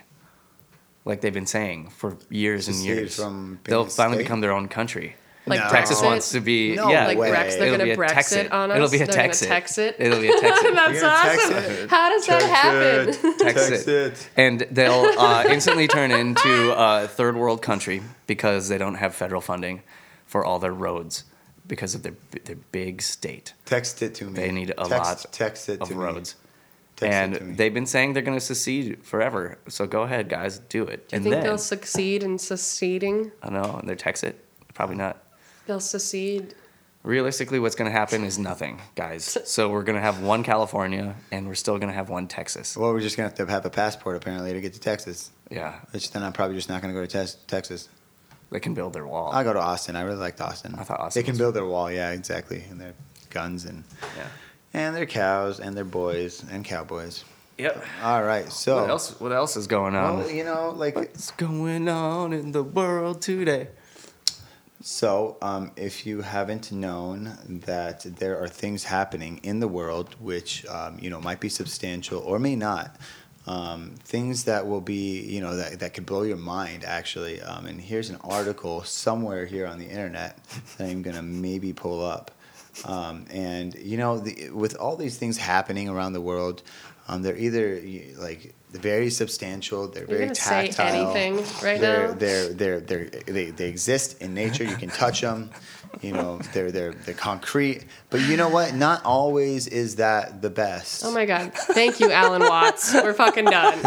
A: like they've been saying for years and
C: Secede
A: years.
C: from being
A: They'll
C: a
A: finally
C: state?
A: become their own country.
B: Like
C: No.
A: Texas
B: Brexit,
A: wants to be
C: No
A: yeah.
B: Like
C: way.
B: Brex, they're
A: It'll
B: gonna
A: be a
B: Brexit
A: Texit.
B: on us.
A: It'll be a
B: they're
A: Texit.
B: gonna Texit.
A: [LAUGHS] It'll be
B: [LAUGHS]
A: a Texit.
B: That's
C: You're gonna
B: awesome.
C: Texit?
B: How does that happen? [LAUGHS]
A: Texas. And
C: [LAUGHS]
A: they'll uh, instantly turn into a third world country because they don't have federal funding for all their roads because of their, their big state
C: Text it to me.
A: They need a
C: text,
A: lot
C: Text it
A: of
C: to
A: roads.
C: Me. Text it to me.
A: and they've been saying they're going to secede forever. So go ahead, guys, do it.
B: I
A: and
B: think
A: then,
B: they'll succeed in seceding.
A: I know, and they're Texit. Probably not.
B: They'll secede.
A: Realistically, what's going to happen is nothing, guys. So we're going to have one California and we're still going to have one Texas.
C: Well, we're just gonna have to have a passport apparently to get to Texas.
A: Yeah.
C: Which then I'm probably just not gonna go to Tex Texas.
A: They can build their wall.
C: I'll go to Austin. I really liked Austin.
A: I thought Austin
C: They can
A: was-
C: build their wall. Yeah, exactly. And their guns and
A: Yeah.
C: and their cows and their boys and cowboys.
A: Yep.
C: All right. So
A: What else? What else is going on?
C: Well, you know, like
A: What's going on in the world today?
C: So, um, if you haven't known that there are things happening in the world which um, you know might be substantial or may not, um, things that will be you know that that could blow your mind actually. Um, and here's an article somewhere here on the internet that I'm gonna maybe pull up. Um, and you know, the, with all these things happening around the world, um, they're either y- like very substantial, they're
B: You're
C: very
B: gonna say
C: tactile
B: anything right
C: they're,
B: now?
C: They're, they're, they're, they they exist in nature. You can touch them. You know, they're they're they're concrete. But you know what? Not always is that the best.
B: Oh my god. Thank you, Alan Watts. We're fucking done.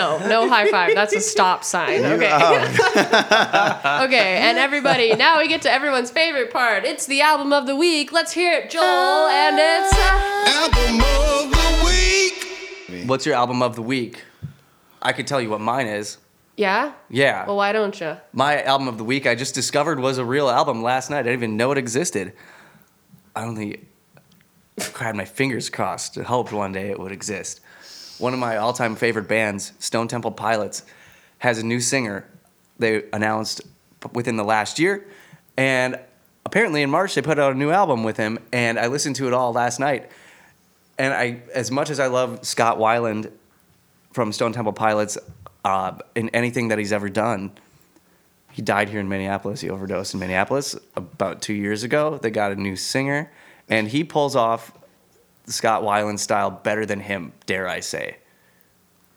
B: No, no high five. That's a stop sign. Okay.
C: um,
B: [LAUGHS] okay, and everybody, now we get to everyone's favorite part. It's the album of the week. Let's hear it, Joel. And it's
A: Ah.
B: uh,
D: Album of the week.
A: What's your album of the week? I could tell you what mine is.
B: Yeah?
A: Yeah.
B: Well, why don't you?
A: My album of the week I just discovered was a real album last night. I didn't even know it existed. I only had my fingers crossed and hoped one day it would exist. One of my all time favorite bands, Stone Temple Pilots, has a new singer they announced p- within the last year. And apparently in March they put out a new album with him. And I listened to it all last night. And I, as much as I love Scott Weiland from Stone Temple Pilots uh, in anything that he's ever done, he died here in Minneapolis. He overdosed in Minneapolis about two years ago. They got a new singer, and he pulls off Scott Weiland style better than him, dare I say.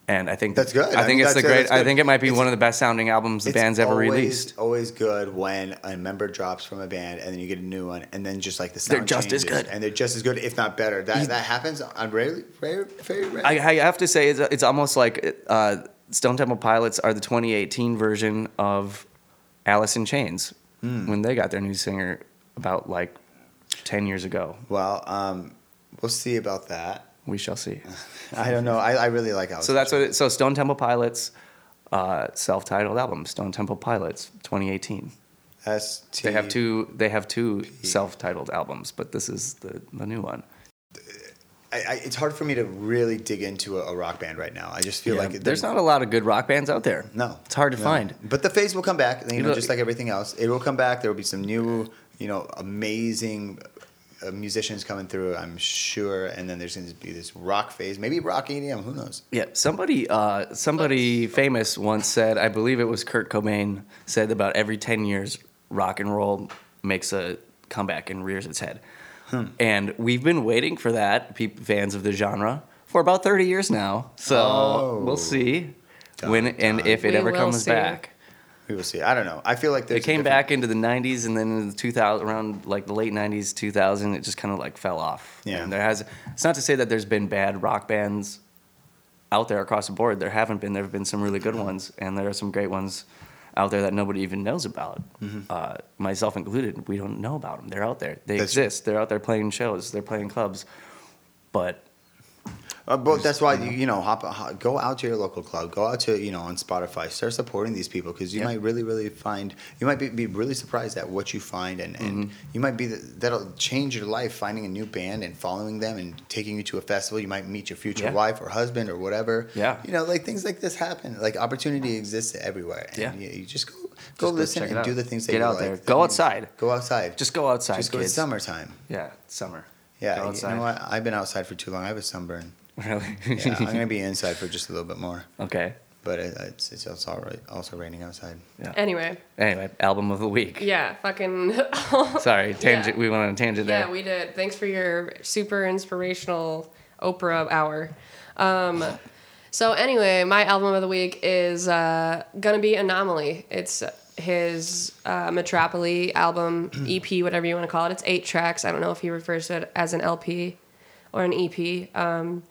A: And I think
C: That's good.
A: I
C: I
A: think
C: mean,
A: it's the
C: that's-
A: great.
C: that's
A: I
C: good.
A: think it might be
C: It's-
A: one of the best sounding albums the
C: It's
A: band's ever
C: always,
A: released.
C: Always good when a member drops from a band and then you get a new one, and then just like the sound
A: They're just as
C: changes,
A: good.
C: and they're just as good, if not better. That that happens on rarely, rare, very rare.
A: I, I have to say, it's, it's almost like uh, Stone Temple Pilots are the 2018 version of Alice in Chains
C: Hmm.
A: when they got their new singer about like 10 years ago.
C: well, um, we'll see about that.
A: We shall see.
C: I don't know. I, I really like Alex.
A: So that's what. It, so Stone Temple Pilots, uh, self-titled album, Stone Temple Pilots, 2018.
C: S T.
A: They have two. They have two self-titled albums, but this is the, the new one.
C: I, I, it's hard for me to really dig into a, a rock band right now. I just feel
A: Yeah,
C: like
A: there's not a lot of good rock bands out there.
C: No,
A: it's hard to
C: no.
A: find.
C: But the phase will come back, you know,
A: It'll-
C: just like everything else. It will come back. There will be some new, you know, amazing uh, musicians coming through. I'm sure. And then there's going to be this rock phase, maybe rock EDM. Who knows?
A: Yeah, somebody, uh, somebody famous once said, I believe it was Kurt Cobain, said about every ten years, rock and roll makes a comeback and rears its head. And we've been waiting for that, peop fans of the genre, for about thirty years now. So we'll see when and if it
B: We
A: ever
B: will
A: comes
B: see.
A: back.
C: We will see. I don't know. I feel like there's
A: It
C: a
A: came
C: different-
A: back into the '90s, and then in the 2000 around like the late '90s, 2000, it just kind of like fell off.
C: Yeah.
A: And there has. It's not to say that there's been bad rock bands
C: Mm-hmm.
A: out there across the board. There haven't been. There have been some really good ones, and there are some great ones out there that nobody even knows about,
C: Mm-hmm.
A: uh, myself included. We don't know about them. They're out there. They
C: That's-
A: exist. They're out there playing shows. They're playing clubs, but
C: Uh, but that's why you, you know hop, hop, go out to your local club, go out to you know on Spotify, start supporting these people because you
A: Yeah.
C: might really really find you might be, be really surprised at what you find and, and
A: Mm-hmm.
C: you might be the, that'll change your life finding a new band and following them and taking you to a festival. You might meet your future
A: Yeah.
C: wife or husband or whatever.
A: Yeah.
C: you know like things like this happen. Like opportunity exists everywhere. And
A: Yeah.
C: you, you just go go
A: go
C: listen
A: check it
C: and do
A: out.
C: the things that
A: Get
C: you
A: out
C: like.
A: there.
C: I
A: Go
C: mean,
A: outside.
C: Go outside.
A: Just go outside,
C: Just go.
A: kids.
C: It's summertime.
A: yeah, it's summer.
C: Yeah,
A: Go
C: you know what? I've been outside for too long. I have a sunburn.
A: [LAUGHS] Really?
C: Yeah, I'm gonna be inside for just a little bit more.
A: okay.
C: But it, it's it's also all right, also raining outside.
A: Yeah.
B: Anyway,
A: Anyway, album of the week.
B: yeah, fucking. [LAUGHS]
A: Sorry, tangent. We went on a tangent there.
B: yeah, we did. Thanks for your super inspirational Oprah hour. Um, so anyway, my album of the week is uh, gonna be Anomaly. It's his uh, Metropolis album EP, whatever you want to call it. It's eight tracks. I don't know if he refers to it as an LP or an EP. Um,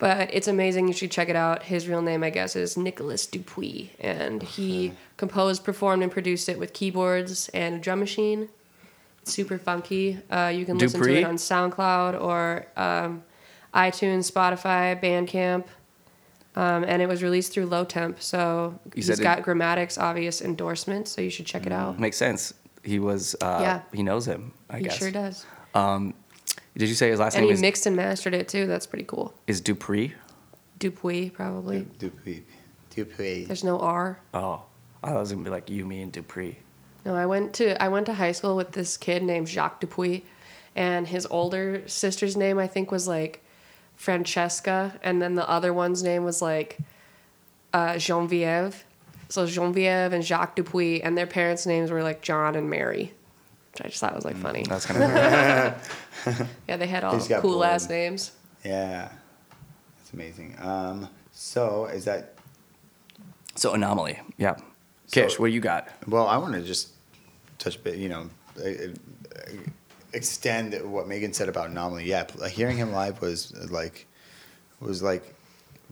B: but it's amazing. You should check it out. His real name, I guess, is Nicholas Dupuis, and he composed, performed, and produced it with keyboards and a drum machine. It's super funky. Uh, you can listen to
A: Dupree?
B: it on SoundCloud or um, iTunes, Spotify, Bandcamp, um, and it was released through Low Temp. So
A: You
B: he's
A: said it- Mm,
B: got Grammatics obvious endorsement. So you should check it out.
A: Makes sense. He was. Uh,
B: Yeah.
A: He knows him. I
B: He
A: guess.
B: sure does.
A: Did you say his last
B: And
A: name
B: he
A: is
B: mixed and mastered it too. That's pretty cool.
A: is Dupree?
B: Dupuis probably.
C: Dupuy, Dupuy.
B: There's no R.
A: Oh, I was gonna be like you, me, and Dupree.
B: No, I went to I went to high school with this kid named Jacques Dupuis, and his older sister's name I think was like Francesca, and then the other one's name was like uh, Genevieve. So Genevieve and Jacques Dupuis, and their parents' names were like John and Mary, which I just thought was like funny.
A: That's
B: [LAUGHS]
A: kind of
B: Yeah, they had all
C: He's got
B: cool
C: bored.
B: last names.
C: Yeah, that's amazing. Um, so is that
A: so anomaly. Yeah. Kish, what you got?
C: well? I want to just touch, bit, you know, uh, uh, extend what Megan said about anomaly. Yeah, pl- hearing him live was uh, like was like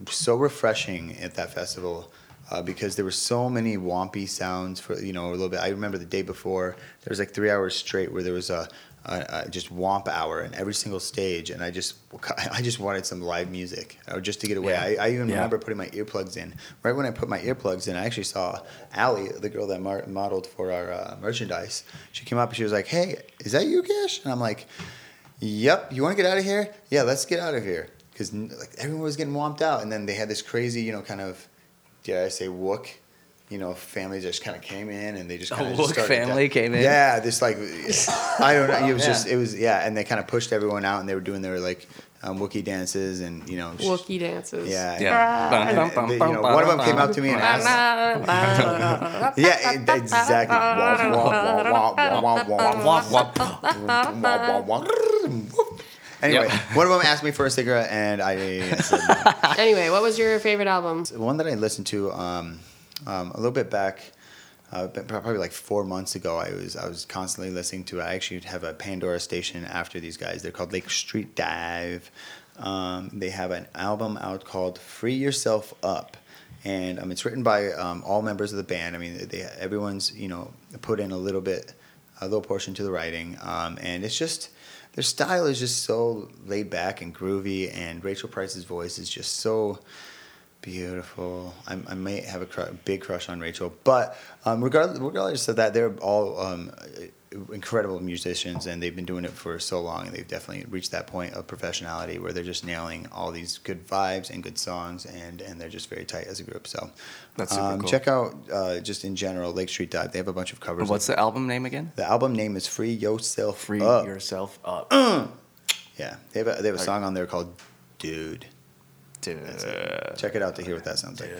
C: so refreshing at that festival uh, because there were so many wompy sounds for you know a little bit. I remember the day before there was like three hours straight where there was a, a, a just womp hour in every single stage, and I just [LAUGHS] I just wanted some live music or just to get away.
A: Yeah.
C: I, I even
A: Yeah.
C: remember putting my earplugs in. Right when I put my earplugs in, I actually saw Allie, the girl that mar- modeled for our uh, merchandise. She came up and she was like, "Hey, is that you, Cash?" And I'm like. Yep. You want to get out of here? Yeah, let's get out of here. Because like everyone was getting womped out, and then they had this crazy, you know, kind of, dare I say, wook, you know, family just kind of came in and they just
A: A
C: kind of
A: wook family came in? Oh,
C: Yeah, this like, I don't know. It
A: [LAUGHS]
C: was
A: Yeah.
C: just it was yeah, and they kind of pushed everyone out, and they were doing their like um, Wookie dances and you know. sh-
B: Wookiee dances.
C: Yeah.
A: Yeah. Bum,
C: And,
A: bum,
C: and
A: bum,
C: they- you
A: bum,
C: know,
A: bum,
C: one of them
A: bum,
C: came
A: bum.
C: up to me and asked.
B: yeah.
C: Yeah, it- exactly. Wah, wah, wah, wah, wah, wah, wah, wah, wah, wah, wah. Anyway,
A: Yep.
C: one of them asked me for a cigarette, and I said no
B: [LAUGHS] Anyway, what was your favorite album?
C: the one that I listened to um, um, a little bit back, uh, but pro- probably like four months ago. I was I was constantly listening to. it. I actually have a Pandora station after these guys. They're called Lake Street Dive. Um, they have an album out called Free Yourself Up. And um, it's written by um, all members of the band. I mean, they, everyone's you know put in a little bit, a little portion to the writing, um, and it's just their style is just so laid back and groovy. And Rachel Price's voice is just so Beautiful. I, I may have a cru- big crush on Rachel, but um, regardless, regardless of that, they're all um, incredible musicians, and they've been doing it for so long, and they've definitely reached that point of professionality where they're just nailing all these good vibes and good songs, and and they're just very tight as a group. So, um,
A: That's super cool.
C: check out uh, just in general Lake Street Dive. They have a bunch of covers.
A: What's the album name again?
C: the album name is Free Yourself
A: Free
C: Up.
A: yourself up,
C: yeah, they have a, they have a song on there called Dude.
A: dude.
C: Check it out to hear what that sounds like.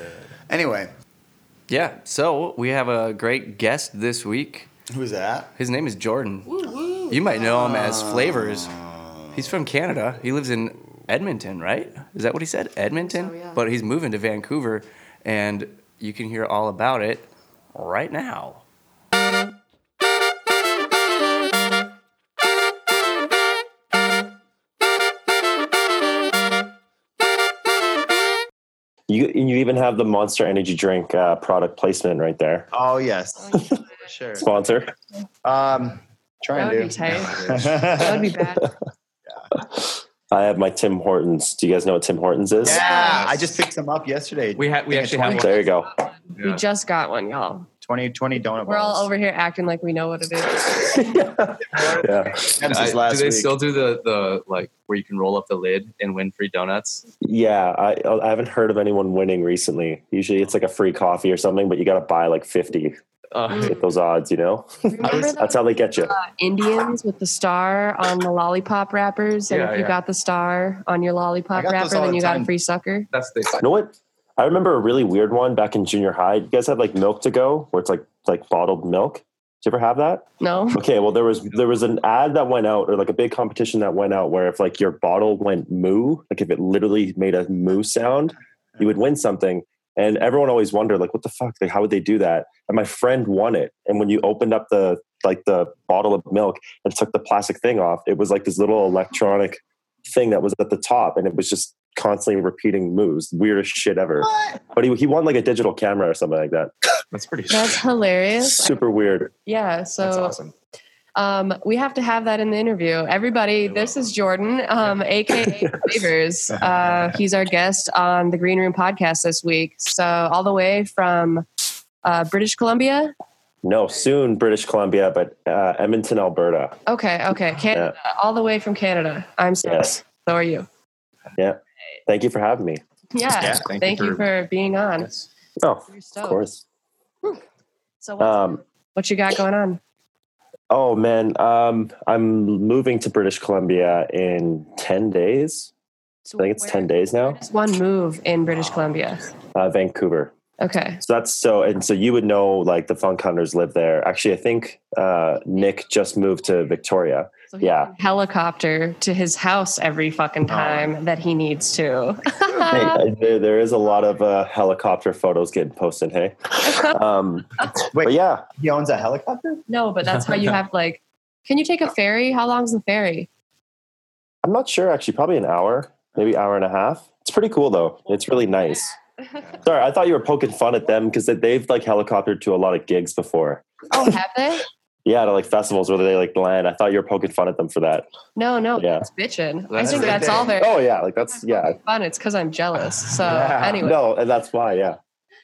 C: Anyway,
A: Yeah. So we have a great guest this week.
C: who's that?
A: His name is Jordan. You might know him as
C: Ah.
A: Flavors. He's from Canada. He lives in Edmonton, right? Is that what he said? Edmonton?
B: So, yeah.
A: But he's moving to Vancouver, and you can hear all about it right now.
E: You and you even have the Monster Energy drink uh, product placement right there.
C: Oh yes, sure.
E: Sponsor.
C: Um, trying
B: That would be
C: to. [LAUGHS]
B: tight. [LAUGHS] That would
C: yeah,
B: be bad.
E: I have my Tim Hortons. Do you guys know what Tim Hortons is?
C: I just picked them up yesterday.
A: We ha- we
C: Yeah,
A: actually have one.
E: There you go.
B: We just got one, y'all.
C: 20, 20 donut
B: We're all
C: balls.
B: over here acting like we know what it is.
E: Yeah.
C: Since
A: I-
C: last
A: do they
C: week.
A: still do the the like where you can roll up the lid and win free donuts?
E: Yeah, I I haven't heard of anyone winning recently. Usually it's like a free coffee or something, but you got to buy like 50 to
A: Uh,
E: get those odds, you know?
B: Remember those
E: That's how they get you.
B: uh, Indians with the star on the lollipop wrappers, and
A: Yeah,
B: if you
A: yeah.
B: got the star on your
C: I
B: lollipop
C: got those
B: wrapper,
C: all
B: then
C: the
B: you got a
C: time.
B: free sucker.
A: that's
E: You
A: the
E: know what? I remember a really weird one back in junior high. You guys had like milk to go where it's like like bottled milk. Did you ever have that?
B: No,
E: Okay, well there was there was an ad that went out or like a big competition that went out where if like your bottle went moo, like if it literally made a moo sound, you would win something. And everyone always wondered like what the fuck? Like how would they do that? And my friend won it. And when you opened up the like the bottle of milk and took the plastic thing off, it was like this little electronic thing that was at the top and it was just constantly repeating moves. Weirdest shit ever. But he he won like a digital camera or something like that.
A: that's pretty.
B: [LAUGHS] that's hilarious.
E: Super weird.
B: Yeah, so
A: That's awesome.
B: um, we have to have that in the interview. Everybody, this is Jordan, um, aka Flavors. Uh, he's our guest on the Green Room podcast this week. So all the way from uh, British Columbia.
E: No, soon British Columbia, but uh, Edmonton, Alberta.
B: Okay, okay, Canada. All the way from Canada. I'm sorry.
E: Yes.
B: So are you?
E: Thank you for having me.
B: Yeah.
C: Yeah,
B: thank you, for, being on.
A: Yes.
E: Oh,
B: You're
E: of
B: stoked.
E: course.
B: So what's,
E: Um,
B: what you got going on?
E: oh man, um, I'm moving to British Columbia in ten days.
B: So
E: I think it's
B: where-
E: ten days
B: where
E: now.
B: does one move in British Columbia.
E: Uh, Vancouver.
B: Okay.
E: So that's so, and so you would know like the Funk Hunters live there. Actually, I think uh, Nick just moved to Victoria.
B: So he
E: Yeah.
B: can helicopter to his house every fucking time that he needs to.
E: Hey, uh, there, there is a lot of uh, helicopter photos getting posted. Hey, [LAUGHS] um, but
C: Wait,
E: yeah,
C: he owns a helicopter?
B: [LAUGHS] no, but that's how you
E: [LAUGHS]
B: have like. Can you take a ferry? How long's the ferry?
E: I'm not sure actually. Probably an hour, maybe hour and a half. It's pretty cool though. It's
B: [LAUGHS]
E: really nice. Sorry, I thought you were poking fun at them because they've like helicoptered to a lot of gigs before.
B: Oh, have they?
E: Yeah, to like festivals where they like land. I thought you were poking fun at them for that.
B: No, no,
E: Yeah.
B: that's bitching. I
A: That's
B: think
C: the
B: that's
C: thing.
B: all there.
E: Oh yeah, like that's yeah.
B: Fun. It's because I'm jealous. [LAUGHS] So
C: Yeah.
B: anyway,
E: No, and that's why. Yeah,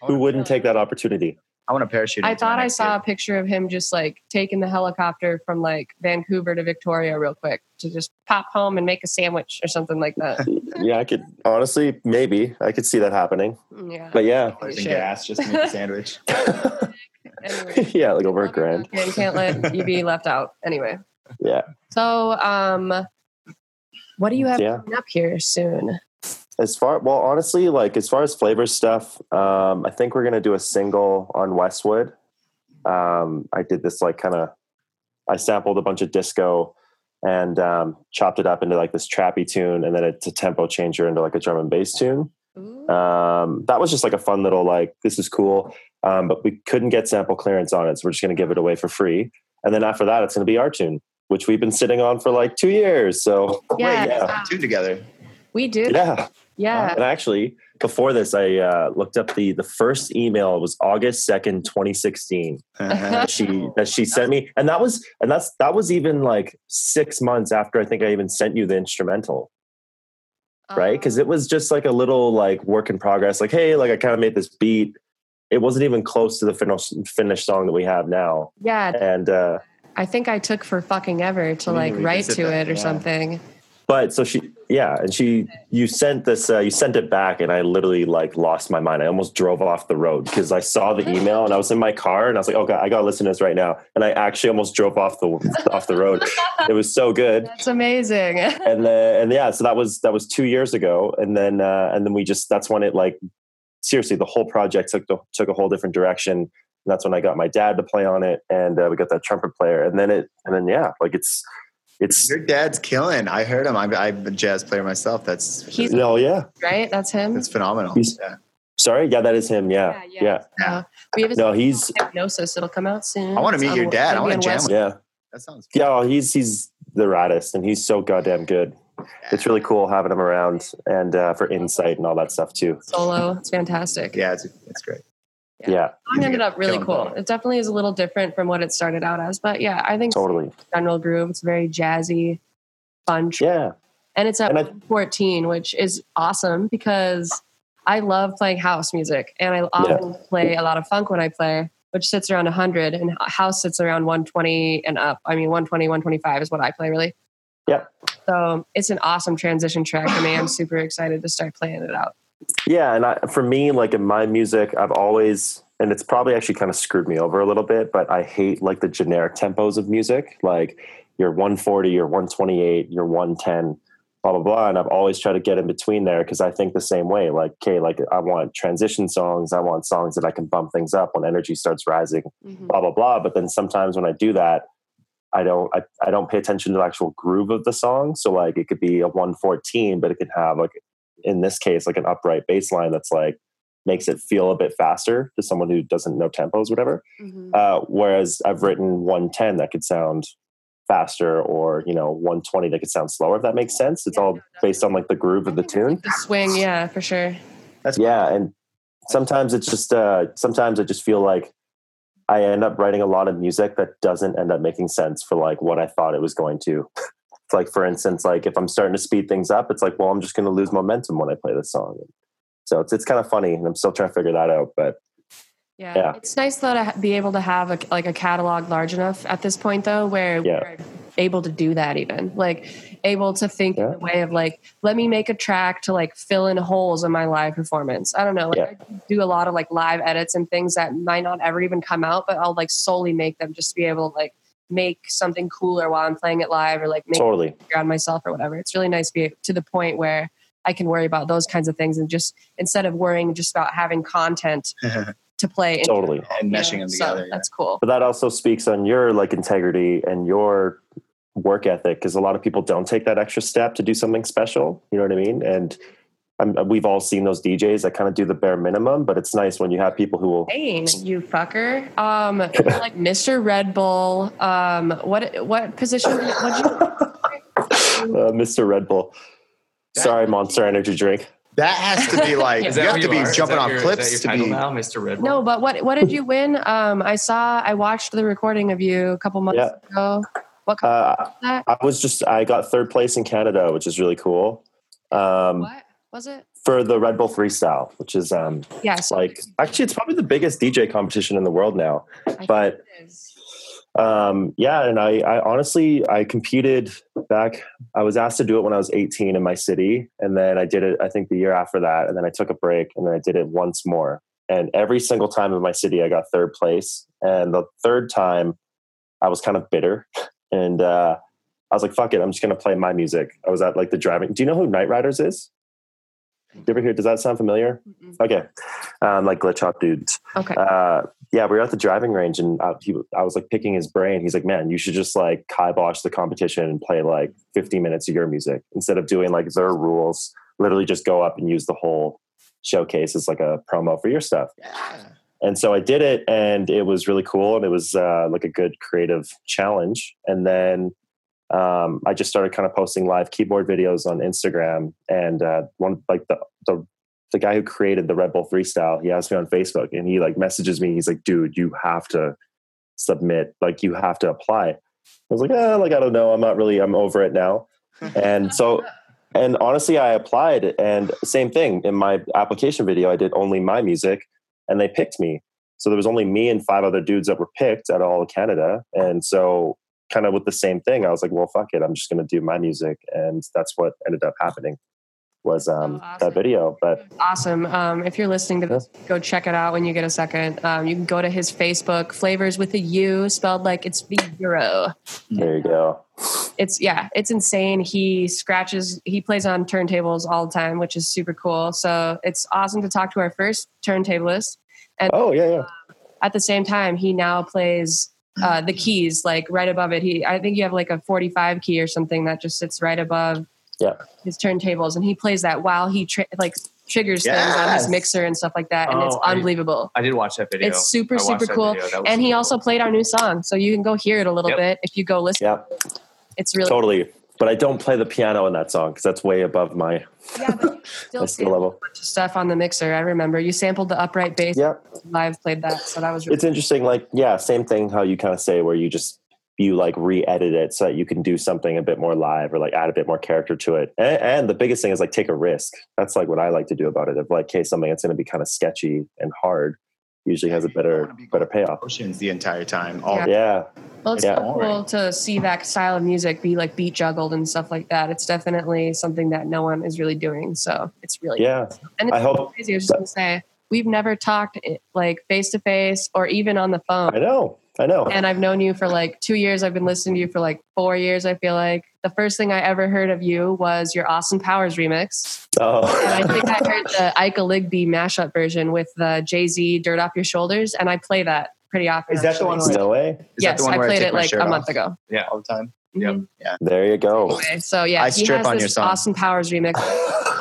E: who wouldn't take that opportunity?
C: I want a parachute.
B: I
C: into my
B: thought I
C: next
B: saw a
C: gig.
B: picture of him just like taking the helicopter from like Vancouver to Victoria real quick to just pop home and make a sandwich or something like
E: [LAUGHS]
B: that.
E: Yeah, I could honestly, maybe I could see that happening.
B: yeah.
E: But yeah, [LAUGHS]
C: Dollars in
B: Shit.
C: gas just to make
B: [LAUGHS]
C: a sandwich.
B: Anyway.
E: yeah, [LAUGHS] like over a grand.
B: Okay, you can't let you be left out. Anyway.
E: Yeah.
B: So, um, what do you have
E: Yeah.
B: coming up here soon?
E: As far well, honestly, like as far as flavor stuff, um, I think we're gonna do a single on Westwood. Um, I did this like kind of, I sampled a bunch of disco and um, chopped it up into like this trappy tune, and then it's a tempo changer into like a drum and bass tune. Um, that was just like a fun little like this is cool, um, but we couldn't get sample clearance on it, so we're just gonna give it away for free. And then after that, it's gonna be our tune, which we've been sitting on for like two years. So
B: yeah,
C: Wait, you guys
B: yeah.
C: put
B: [LAUGHS]
C: two together. [LAUGHS]
B: we do. Yeah.
E: yeah. And actually, before this, I uh, looked up the the first email. It was August second, twenty sixteen. That she that she sent me, and that was and that's that was even like six months after I think I even sent you the instrumental, Uh,
B: Um,
E: right?
B: Oh.
E: Because it was just like a little like work in progress. Like, hey, like I kind of made this beat. It wasn't even close to the finished finished song that we have now,
B: yeah,
E: and uh,
B: I think I took for fucking ever to
C: We need
B: like
C: to
B: write
C: revisit
B: to
C: that,
B: it or
C: yeah.
B: something.
E: but so she yeah and she you sent this uh, you sent it back and i literally like lost my mind i almost drove off the road because i saw the email and i was in my car and i was like okay i gotta listen to this right now and i actually almost drove off the off the road it was so good
B: That's amazing. [LAUGHS]
E: and then and yeah so that was that was two years ago and then uh, and then we just that's when it like seriously the whole project took the, took a whole different direction and that's when i got my dad to play on it and uh, we got that trumpet player and then it and then yeah like it's it's
C: Your dad's killing. I heard him. I'm, I'm a jazz player myself. That's
B: He's-
E: you know, yeah
B: right? That's him.
C: that's phenomenal.
E: He's-
C: Yeah.
E: sorry yeah that is him yeah,
B: Yeah, yeah.
E: yeah.
B: we have his
E: No, he's
B: hypnosis. It'll come out soon.
C: I wanna
B: It's
C: meet
B: on-
C: your dad. I
B: it'll be
C: wanna
B: on
C: jam
B: West-
C: with
E: yeah,
C: That sounds.
E: yeah. well, he's he's the raddest, and he's so goddamn good. it's really cool having them around and uh, for insight and all that stuff too.
B: solo. It's fantastic.
C: Yeah, it's, it's great.
E: Yeah,
B: Song ended up really
C: Killing
B: cool.
C: Bone.
B: It definitely is a little different from what it started out as, but yeah, I think
E: totally.
B: general groove. It's very jazzy, fun, tr-
E: Yeah,
B: and it's at
E: And I-
B: 14, which is awesome because I love playing house music, and I often play a lot of funk when I play, which sits around 100, and h- house sits around 120 and up. I mean, 120, 125 is what I play really.
E: Yep.
B: So it's an awesome transition track for me. I'm super excited to start playing it out.
E: yeah. And I, for me, like in my music, I've always and it's probably actually kind of screwed me over a little bit, but I hate like the generic tempos of music, like your 140, your 128, your 110, blah blah blah. And I've always tried to get in between there because I think the same way. Like, okay, like I want transition songs, I want songs that I can bump things up when energy starts rising. blah blah blah but then sometimes when i do that i don't I, I don't pay attention to the actual groove of the song so like it could be a 114 but it could have like in this case like an upright bass line that's like makes it feel a bit faster to someone who doesn't know tempos whatever uh, whereas i've written 110 that could sound faster or you know 120 that could sound slower if that makes sense it's
B: Yeah,
E: all
B: no,
E: based on like the groove of the tune
B: The swing, yeah, for sure.
E: yeah and sometimes it's just uh sometimes i just feel like i end up writing a lot of music that doesn't end up making sense for like what i thought it was going to [LAUGHS] It's like for instance like if i'm starting to speed things up it's like well i'm just going to lose momentum when i play this song so it's it's kind of funny and i'm still trying to figure that out but
B: Yeah.
E: Yeah.
B: It's nice though to ha- be able to have a, like a catalog large enough at this point though, where
E: Yeah.
B: we're able to do that even like able to think in
E: Yeah.
B: the way of like, let me make a track to like fill in holes in my live performance. I don't know. Like I do a lot of like live edits and things that might not ever even come out, but I'll like solely make them just to be able to like make something cooler while I'm playing it live or like make
E: totally
B: ground myself or whatever. It's really nice to be to the point where I can worry about those kinds of things and just instead of worrying just about having
E: [LAUGHS]
B: content to play. into
E: totally
C: And
B: you
C: meshing
B: know,
C: them
B: so
C: together. yeah.
B: That's cool.
E: but that also speaks on your like integrity and your work ethic because a lot of people don't take that extra step to do something special you know what i mean and I'm, uh, we've all seen those djs that kind of do the bare minimum but it's nice when you have people who will
B: Dang, you fucker.
E: [LAUGHS]
B: Um, like Mr. Red Bull. Um, what what position? What
E: uh, mr red bull sorry monster energy drink
C: That has to
B: [LAUGHS]
C: be like
B: Is
C: you have
A: who
C: to be
A: are? Is
C: jumping
A: that
C: off
A: your- is that
C: cliffs
A: your
C: to
A: title
C: be.
A: now, Mr. Red.
B: you? No, but what what did you win? Um, I saw I watched the recording of you a couple months
E: Yeah.
B: ago. What company
E: uh,
B: was that?
E: i was just i got third place in canada which is really cool um,
B: What was it?
E: for the red bull freestyle which is um,
B: Yeah,
E: it's
B: so
E: like actually it's probably the biggest dj competition in the world now
B: I think
E: but
B: it is.
E: um, yeah and I, I honestly i competed back i was asked to do it when i was 18 in my city and then i did it i think the year after that and then i took a break and then i did it once more and every single time in my city i got third place and the third time i was kind of bitter [LAUGHS] and uh, i was like fuck it i'm just going to play my music i was at like the driving do you know who night riders is you ever hear does that sound familiar
B: Mm-mm.
E: okay um, like glitch hop dudes
B: okay.
E: uh, yeah, we were at the driving range, and uh, he, I was like picking his brain. He's like, "Man, you should just like kibosh the competition and play like 50 minutes of your music instead of doing like their rules. Literally, just go up and use the whole showcase as like a promo for your stuff." And so I did it, and it was really cool, and it was uh, like a good creative challenge. And then um, I just started kind of posting live keyboard videos on Instagram, and uh, one like the the the guy who created the Red Bull Freestyle, he asked me on Facebook, and he like messages me. He's like, "Dude, you have to submit. Like, you have to apply." I was like, "Ah, like I don't know. I'm not really. I'm over it now." and
B: [LAUGHS]
E: so, and honestly, I applied, and same thing in my application video. I did only my music, and they picked me. So there was only me and five other dudes that were picked at all of Canada, and so kind of with the same thing. I was like, well, fuck it. I'm just going to do my music. And that's what ended up happening was um,
B: Oh, awesome.
E: that video. But
B: awesome. Um, if you're listening to this, go check it out when you get a second. Um, you can go to his Facebook, Flavors with a U, spelled like it's V zero.
E: there you go.
B: It's yeah, it's insane. He scratches. He plays on turntables all the time, which is super cool. So it's awesome to talk to our first turntablist.
E: Oh, yeah, yeah.
B: At the same time, he now plays. Uh, the keys, like right above it. He, I think you have like a 45 key or something that just sits right above
E: Yeah.
B: his turntables, and he plays that while he tri- like triggers things on his
C: Yes.
B: mixer and stuff like that, and it's
A: Oh, I-
B: unbelievable.
A: I did watch that video.
B: It's
A: I
B: super,
A: watched
B: super
A: that
B: cool.
A: video. That was
B: And he
A: cool.
B: also played our new song. So you can go hear it a little
A: Yep.
B: bit if you go listen.
E: Yeah,
B: It's really
E: totally. but I don't play the piano in that song because that's way above my
B: Yeah, but you
E: my
B: still
E: skill
B: sampled
E: level.
B: a bunch of stuff on the mixer. I remember you sampled the upright bass.
E: Yeah,
B: Live played that, so that was really
E: it's interesting. Like, yeah, same thing. How you kind of say where you just you like re-edit it so that you can do something a bit more live or like add a bit more character to it. And, and the biggest thing is like take a risk. That's like what I like to do about it. Of like, hey, something that's going to be kind of sketchy and hard usually has a better better payoff.
C: Oceans the entire time. All
B: Yeah.
E: Yeah,
B: Well, it's
E: Yeah.
B: so cool to see that style of music be like beat juggled and stuff like that. It's definitely something that no one is really doing. So it's really
E: yeah.
B: And it's
E: I hope-
B: crazy. I was just gonna say we've never talked eh, like face to face or even on the
E: I
B: phone.
E: know. I know.
B: And I've known you for like two years. I've been listening to you for like four years. I feel like the first thing I ever heard of you was your Austin Powers remix, and I
E: Oh,
B: think I heard the Ike Oligby mashup version with the Jay Z "Dirt Off Your Shoulders," and I play that pretty often.
C: Is that the
B: actually.
C: one where-
E: [LAUGHS] no way.
C: Is that
B: yes,
C: the one
B: I
C: where
B: played
C: take
B: it
C: my
B: like
C: shirt
B: a month
C: off?
B: ago.
C: Yeah, all the time.
B: Mhm.
E: There you go.
B: Anyway, so yeah,
C: I
B: he
C: strip
B: has
C: on
B: this
C: your song.
B: Austin Powers remix,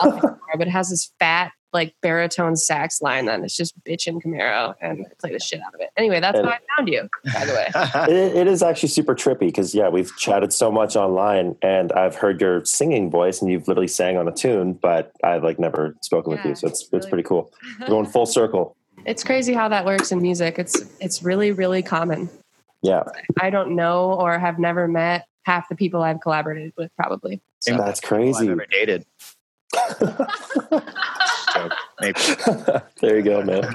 B: but it has this fat like baritone sax line on. It's just bitchin' Camaro, and I play the shit out of it. Anyway, that's
E: And-
B: how I found you, by the way.
E: it, it is actually super trippy because yeah, we've chatted so much online, and I've heard your singing voice, and you've literally sang on a tune, but I've like never spoken with
B: Yeah,
E: you, so it's
B: it's
E: it's
B: really-
E: pretty cool. We're [LAUGHS] going full circle.
B: [LAUGHS] It's crazy how that works in music. It's it's really really common.
E: Yeah,
B: I don't know or have never met half the people I've collaborated with. Probably
C: Yeah.
E: that's
C: I've
E: crazy.
C: ever
E: [LAUGHS]
C: dated. Just joke. Maybe.
E: [LAUGHS] there you go, man.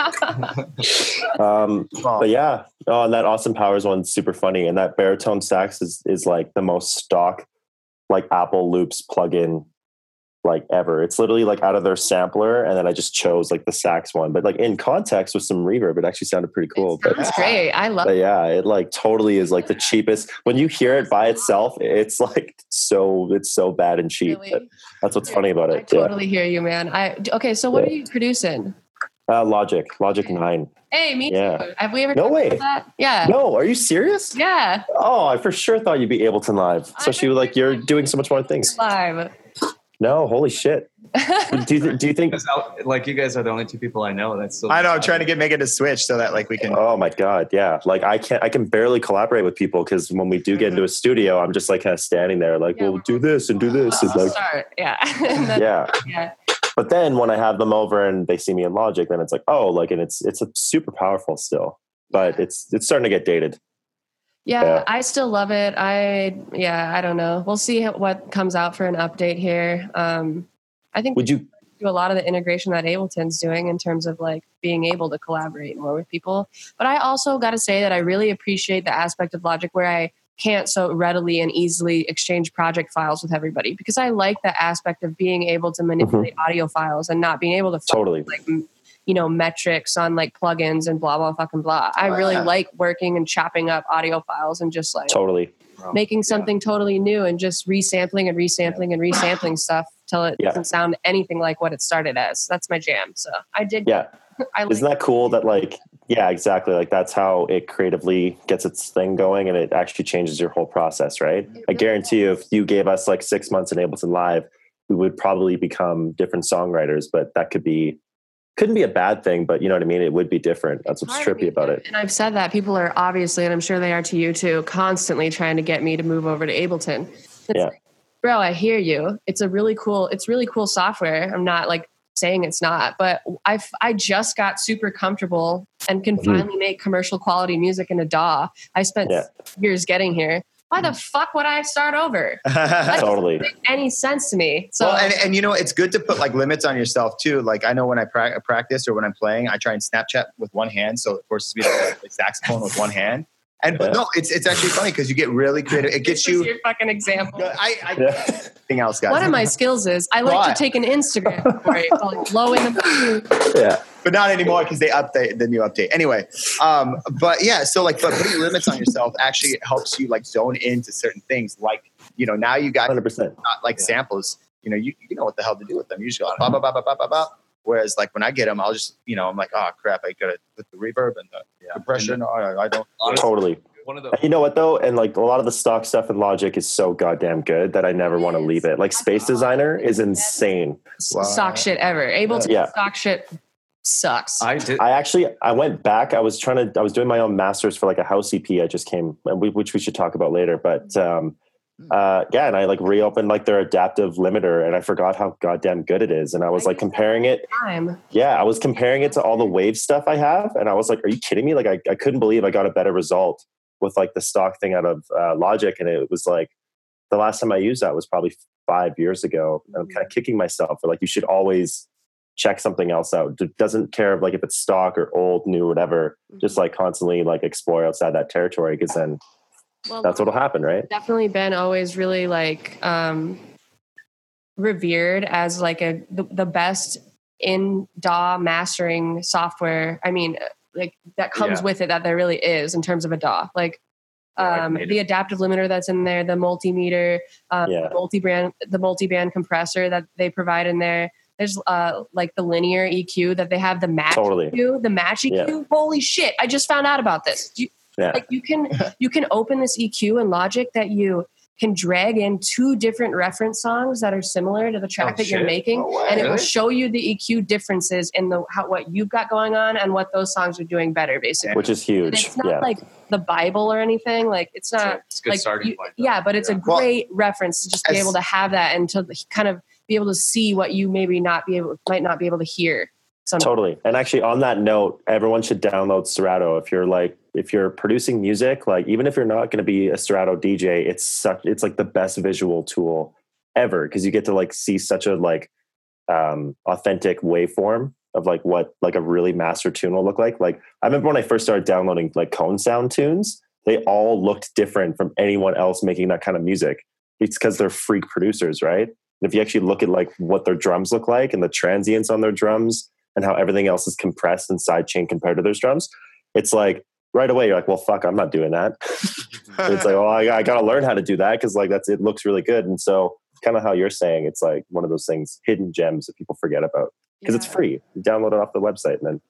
E: um,
C: Well,
E: but yeah, oh, and that Austin Powers one's super funny, and that baritone sax is is like the most stock, like Apple Loops plugin, like ever. It's literally like out of their sampler, and then I just chose like the sax one, but like in context with some reverb, it actually sounded pretty cool.
B: it
E: But,
B: sounds great. I love.
E: but
B: it.
E: yeah, it like totally is like the cheapest. When you hear it by itself, it's like so it's so bad and cheap.
B: Really.
E: but That's what's funny about
B: I
E: it. Yeah.
B: totally hear you, man. I okay. So what are you producing?
E: Uh, Logic, Logic Nine.
B: Hey, me
E: Yeah.
B: too. Have we ever?
E: No
B: talked
E: way.
B: About that? Yeah.
E: No, are you serious?
B: Yeah.
E: Oh, I for sure thought you'd be Ableton Live.
B: I
E: So she was like, "You're doing so much more things."
B: Live.
E: No, holy shit. Do you, th- do
A: [LAUGHS]
E: you think?
F: Because I- like you guys are the only two people I know that's still.
C: I know. I'm trying to get make it a switch so that like we can.
E: Oh my god, yeah. Like I can't. I can barely collaborate with people because when we do get into a studio, I'm just like kind of standing there, like,
B: Mm-hmm. Yeah,
E: "Well,
B: we're
E: do this and do this," and
B: [LAUGHS] I'll
E: like,
B: start. Yeah. And then-
E: yeah.
B: yeah.
E: But then when I have them over and they see me in Logic, then it's like, oh, like, and it's it's a super powerful still, but it's it's starting to get dated.
B: Yeah,
E: Yeah.
B: I still love it. I yeah, I don't know. We'll see what comes out for an update here. Um, I think
E: Would you?
B: we do a lot of the integration that Ableton's doing in terms of like being able to collaborate more with people. But I also got to say that I really appreciate the aspect of Logic where I can't so readily and easily exchange project files with everybody because I like the aspect of being able
C: Mm-hmm.
B: to manipulate audio files and not being able to
E: Totally.
B: like m- you know metrics on like plugins and blah blah fucking blah. I
C: Oh,
B: really
C: yeah.
B: like working and chopping up audio files and just like
E: Totally.
B: making something totally new and just resampling and resampling and resampling stuff till it
E: Yeah.
B: doesn't sound anything like what it started as. That's my jam. So I dig.
E: Yeah.
B: I like.
E: Isn't that cool that like yeah, exactly. Like that's how it creatively gets its thing going and it actually changes your whole process, right? I
B: really
E: guarantee you if you gave us like six months in Ableton Live, we would probably become different songwriters, but that could be couldn't be a bad thing, but you know what I mean? It would be different. That's what's
B: hard to
E: trippy about
B: do.
E: it.
B: And I've said that people are obviously, and I'm sure they are to you too, constantly trying to get me to move over to Ableton. It's
E: Yeah.
B: like, bro, I hear you. It's a really cool, it's really cool software. I'm not like saying it's not, but I I just got super comfortable and can finally make commercial quality music in a DAW. I spent
E: Mm-hmm. Yeah.
B: years getting here. Why the fuck would I start
E: [LAUGHS]
B: over? That doesn't
E: Totally.
B: make any sense to me. So
C: well, and, and you know, it's good to put like limits on yourself too. Like I know when I pra- practice or when I'm playing, I try and Snapchat with one hand, so it forces me to play saxophone with one hand. And but
E: Yeah.
C: no, it's it's actually funny because you get really creative. It
B: this
C: gets
B: is
C: you.
B: your fucking example.
C: No, I, I
E: Yeah.
C: nothing else, guys.
B: One of my skills is I like
C: Why?
B: to take an Instagram story, like low in
C: [LAUGHS]
B: the
E: yeah.
C: [LAUGHS] but not anymore because they update the new update anyway um, but yeah so like but putting limits on yourself actually helps you like zone into certain things like you know now you got
E: Hundred percent.
C: not like samples you know you, you know what the hell to do with them you just go bah, bah, bah, bah, bah, bah, bah. whereas like when i get them i'll just you know i'm like oh crap i gotta put the reverb and the compression oh, I, I don't
E: Totally.
F: One of the
E: And you know what though? And like a lot of the stock stuff in Logic is so goddamn good that I never
B: It
E: want to
B: is.
E: leave it. Like Space Designer is insane.
C: Wow.
B: stock shit ever. Able to
E: Yeah.
B: stock shit sucks.
F: I did.
E: I actually I went back. I was E trying to I was doing my own masters for like a house EP. I just came, and we, which we should talk about later. But um, uh, yeah, and I like reopened like their adaptive limiter, and I forgot how goddamn good it is. And I was
B: I
E: like
B: use that
E: comparing it.
B: Time.
E: Yeah, I was comparing it to all the wave stuff I have, and I was like, "Are you kidding me?" Like, I, I couldn't believe I got a better result with like the stock thing out of uh, Logic, and it was like the last time I used that was probably five years ago. And I'm kind
B: Mm-hmm.
E: of kicking myself for like you should always check something else out. It doesn't care like if it's stock or old, new, whatever.
B: Mm-hmm.
E: Just like constantly like explore outside that territory because then
B: Well,
E: that's what'll happen, right?
B: definitely been always really like um revered as like a the, the best in DAW mastering software. I mean, like that comes
F: Yeah.
B: with it that there really is in terms of a DAW. Like
F: Yeah, like
B: um,
F: native.
B: the adaptive limiter that's in there, the multimeter, um,
E: Yeah.
B: the multi-brand, the multi-band compressor that they provide in there. There's uh, like the linear EQ that they have, the match
E: Totally.
B: EQ, the match EQ. Holy shit! I just found out about this. You-
E: Yeah.
B: Like you can you can open this EQ in Logic that you can drag in two different reference songs that are similar to the track
F: Oh,
B: that you're
F: shit.
B: making,
F: No way.
B: and it will
F: Really?
B: show you the EQ differences in the how what you've got going on and what those songs are doing better, basically.
E: Which is
B: And
E: huge.
B: it's not
E: Yeah.
B: like the Bible or anything. Like
F: It's
B: it's not
F: a- it's a good
B: like
F: starting
B: you-
F: point. though.
B: yeah, but it's a
C: Well,
B: great reference to just be
C: as-
B: able to have that and to kind of be able to see what you maybe not be able might not be able to hear. Some
E: Totally. And actually, on that note, everyone should download Serato. If you're like, if you're producing music, like even if you're not going to be a Serato DJ, it's such, it's like the best visual tool ever because you get to like see such a like um, authentic waveform of like what like a really master tune will look like. Like I remember when I first started downloading like cone sound tunes, they all looked different from anyone else making that kind of music. It's because they're freak producers, right? And if you actually look at like what their drums look like and the transients on their drums and how everything else is compressed and sidechain compared to those drums, it's like right away you're like, well, fuck, I'm not doing that. it's like, oh, I, I got to learn how to do that because like that's it looks really good. And so kind of how you're saying, it's like one of those things, hidden gems that people forget about because it's free. You download it off the website and then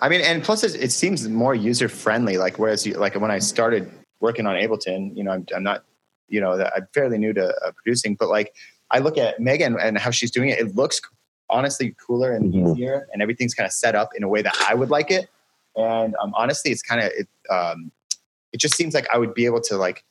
C: I mean, and plus it, it seems more user friendly. Like whereas, you, like when I started working on Ableton, you know, I'm, I'm not, you know, that- I'm fairly new to uh, producing, but like I look at Megan and how she's doing it, it looks honestly cooler and
E: Mhm.
C: easier, and everything's kind of set up in a way that I would like it. And um, honestly, it's kind of it. Um, it just seems like I would be able to like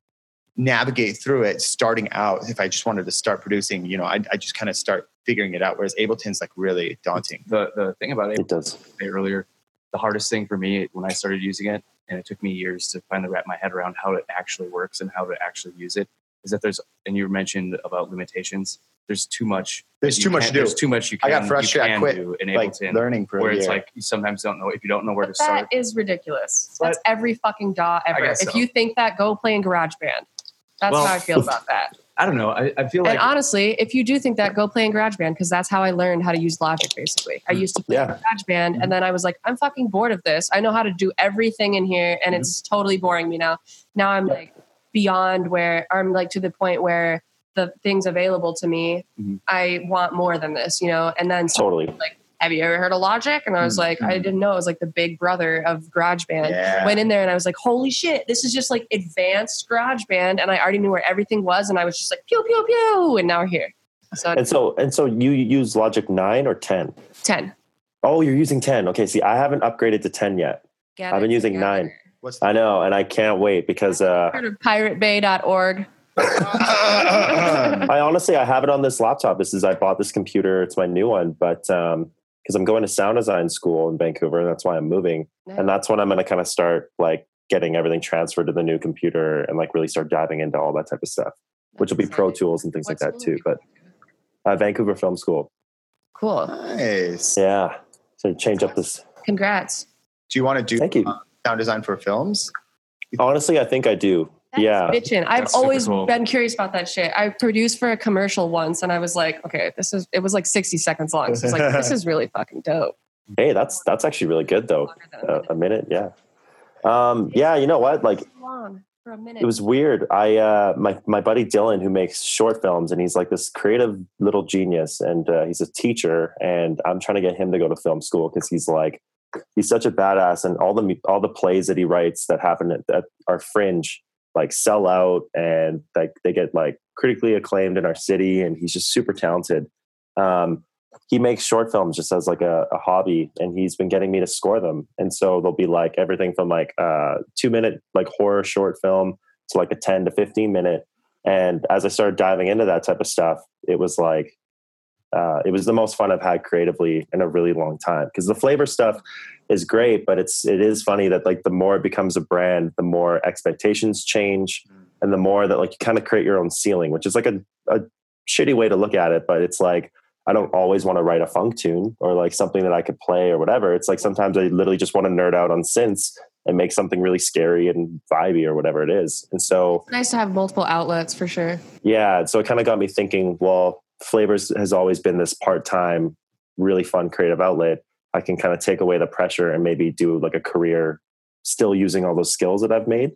C: navigate through it starting out if I just wanted to start producing. You know, I, I just kind of start figuring it out. Whereas Ableton's like really daunting.
F: The the thing about it
E: it does.
F: say earlier, the hardest thing for me when I started using it, and it took me years to finally wrap my head around how it actually works and how to actually use it, is that there's and you mentioned about limitations. There's too much.
C: There's
F: you
C: too much
F: can't-
C: to do.
F: There's too much you
C: I
F: can.
C: got frustrated. I
F: You can
C: quit,
F: do in
C: Like
F: Ableton,
C: learning for a
F: where it's
C: year.
F: like you sometimes don't know if you don't know where to
B: But
F: start.
B: that is ridiculous.
F: But-
B: That's every fucking DAW ever.
F: guess
B: If
F: so.
B: you think that, go play in GarageBand. That's
F: Well-
B: how I feel about that.
F: I don't know. I, I feel [LAUGHS] like
B: and honestly, if you do think that, go play in GarageBand because that's how I learned how to use Logic. Basically,
F: Hmm.
B: I used to play
E: Yeah.
B: in GarageBand, and then I was like, I'm fucking bored of this. I know how to do everything in here,
F: Hmm.
B: and it's totally boring me now. Now I'm like beyond where I'm like to the point where the things available to me,
F: Mhm.
B: I want more than this, you know. And then so
E: Totally.
B: have you ever heard of Logic? And I
E: Hmm,
B: was like, I didn't know. It was like the big brother of GarageBand.
C: Yeah.
B: Went in there and I was like, holy shit, this is just like advanced GarageBand. And I already knew where everything was. And I was just like, pew, pew, pew. And now we're here. So
E: And so, and so you use Logic 9 or 10?
B: 10.
E: Oh, you're using 10. Okay. See, I haven't upgraded to 10 yet.
B: Get
E: I've been
B: it
E: using
B: together.
E: nine.
C: What's the
E: I know. And I can't wait because, uh,
B: Heard of
E: [CLEARS THROAT]
B: piratebay.org.
E: I honestly, I have it on this laptop. This is I bought this computer. It's my new one, but um, because I'm going to sound design school in Vancouver, and that's why I'm moving. And that's when I'm going to kind of start like getting everything transferred to the new computer and like really start diving into all that type of stuff, which will be Pro Tools and things
B: What
E: like that
B: school
E: too.
B: did
E: But uh, Vancouver Film School,
B: Cool.
C: [LAUGHS] nice.
E: yeah. So change up this.
B: Congrats.
C: Do you want to do
E: Thank you.
C: uh, sound design for films?
E: Honestly, I think I do.
B: That's
E: yeah.
B: bitchin'. I've
F: That's super
B: always
F: cool.
B: been curious about that shit. I produced for a commercial once and I was like, okay, this is, it was like 60 seconds long. So I was like,
E: [LAUGHS]
B: this is really fucking dope.
E: Hey, that's that's actually really good though.
B: Longer than a
E: Uh,
B: minute.
E: a minute, yeah. Um, yeah, you know what? Like
B: long for a minute.
E: it was weird. I uh, my my buddy Dylan, who makes short films, and he's like this creative little genius, and uh, he's a teacher, and I'm trying to get him to go to film school because he's like he's such a badass, and all the mu- all the plays that he writes that happen at, that are fringe like sell out, and like they get like critically acclaimed in our city, and he's just super talented. Um, he makes short films just as like a, a hobby and he's been getting me to score them and so they'll be like everything from like uh two minute like horror short film to like a 10 to 15 minute And as I started diving into that type of stuff, it was like, uh, it was the most fun I've had creatively in a really long time. Because the flavor stuff is great, but it's it is funny that like the more it becomes a brand, the more expectations change, and the more that like you kind of create your own ceiling, which is like a, a shitty way to look at it. But it's like I don't always want to write a funk tune or like something that I could play or whatever. It's like sometimes I literally just want to nerd out on synths and make something really scary and vibey or whatever it is. And so
B: nice to have multiple outlets for sure.
E: yeah so it kind of got me thinking well flavors has always been this part-time really fun creative outlet i can kind of take away the pressure and maybe do like a career still using all those skills that i've made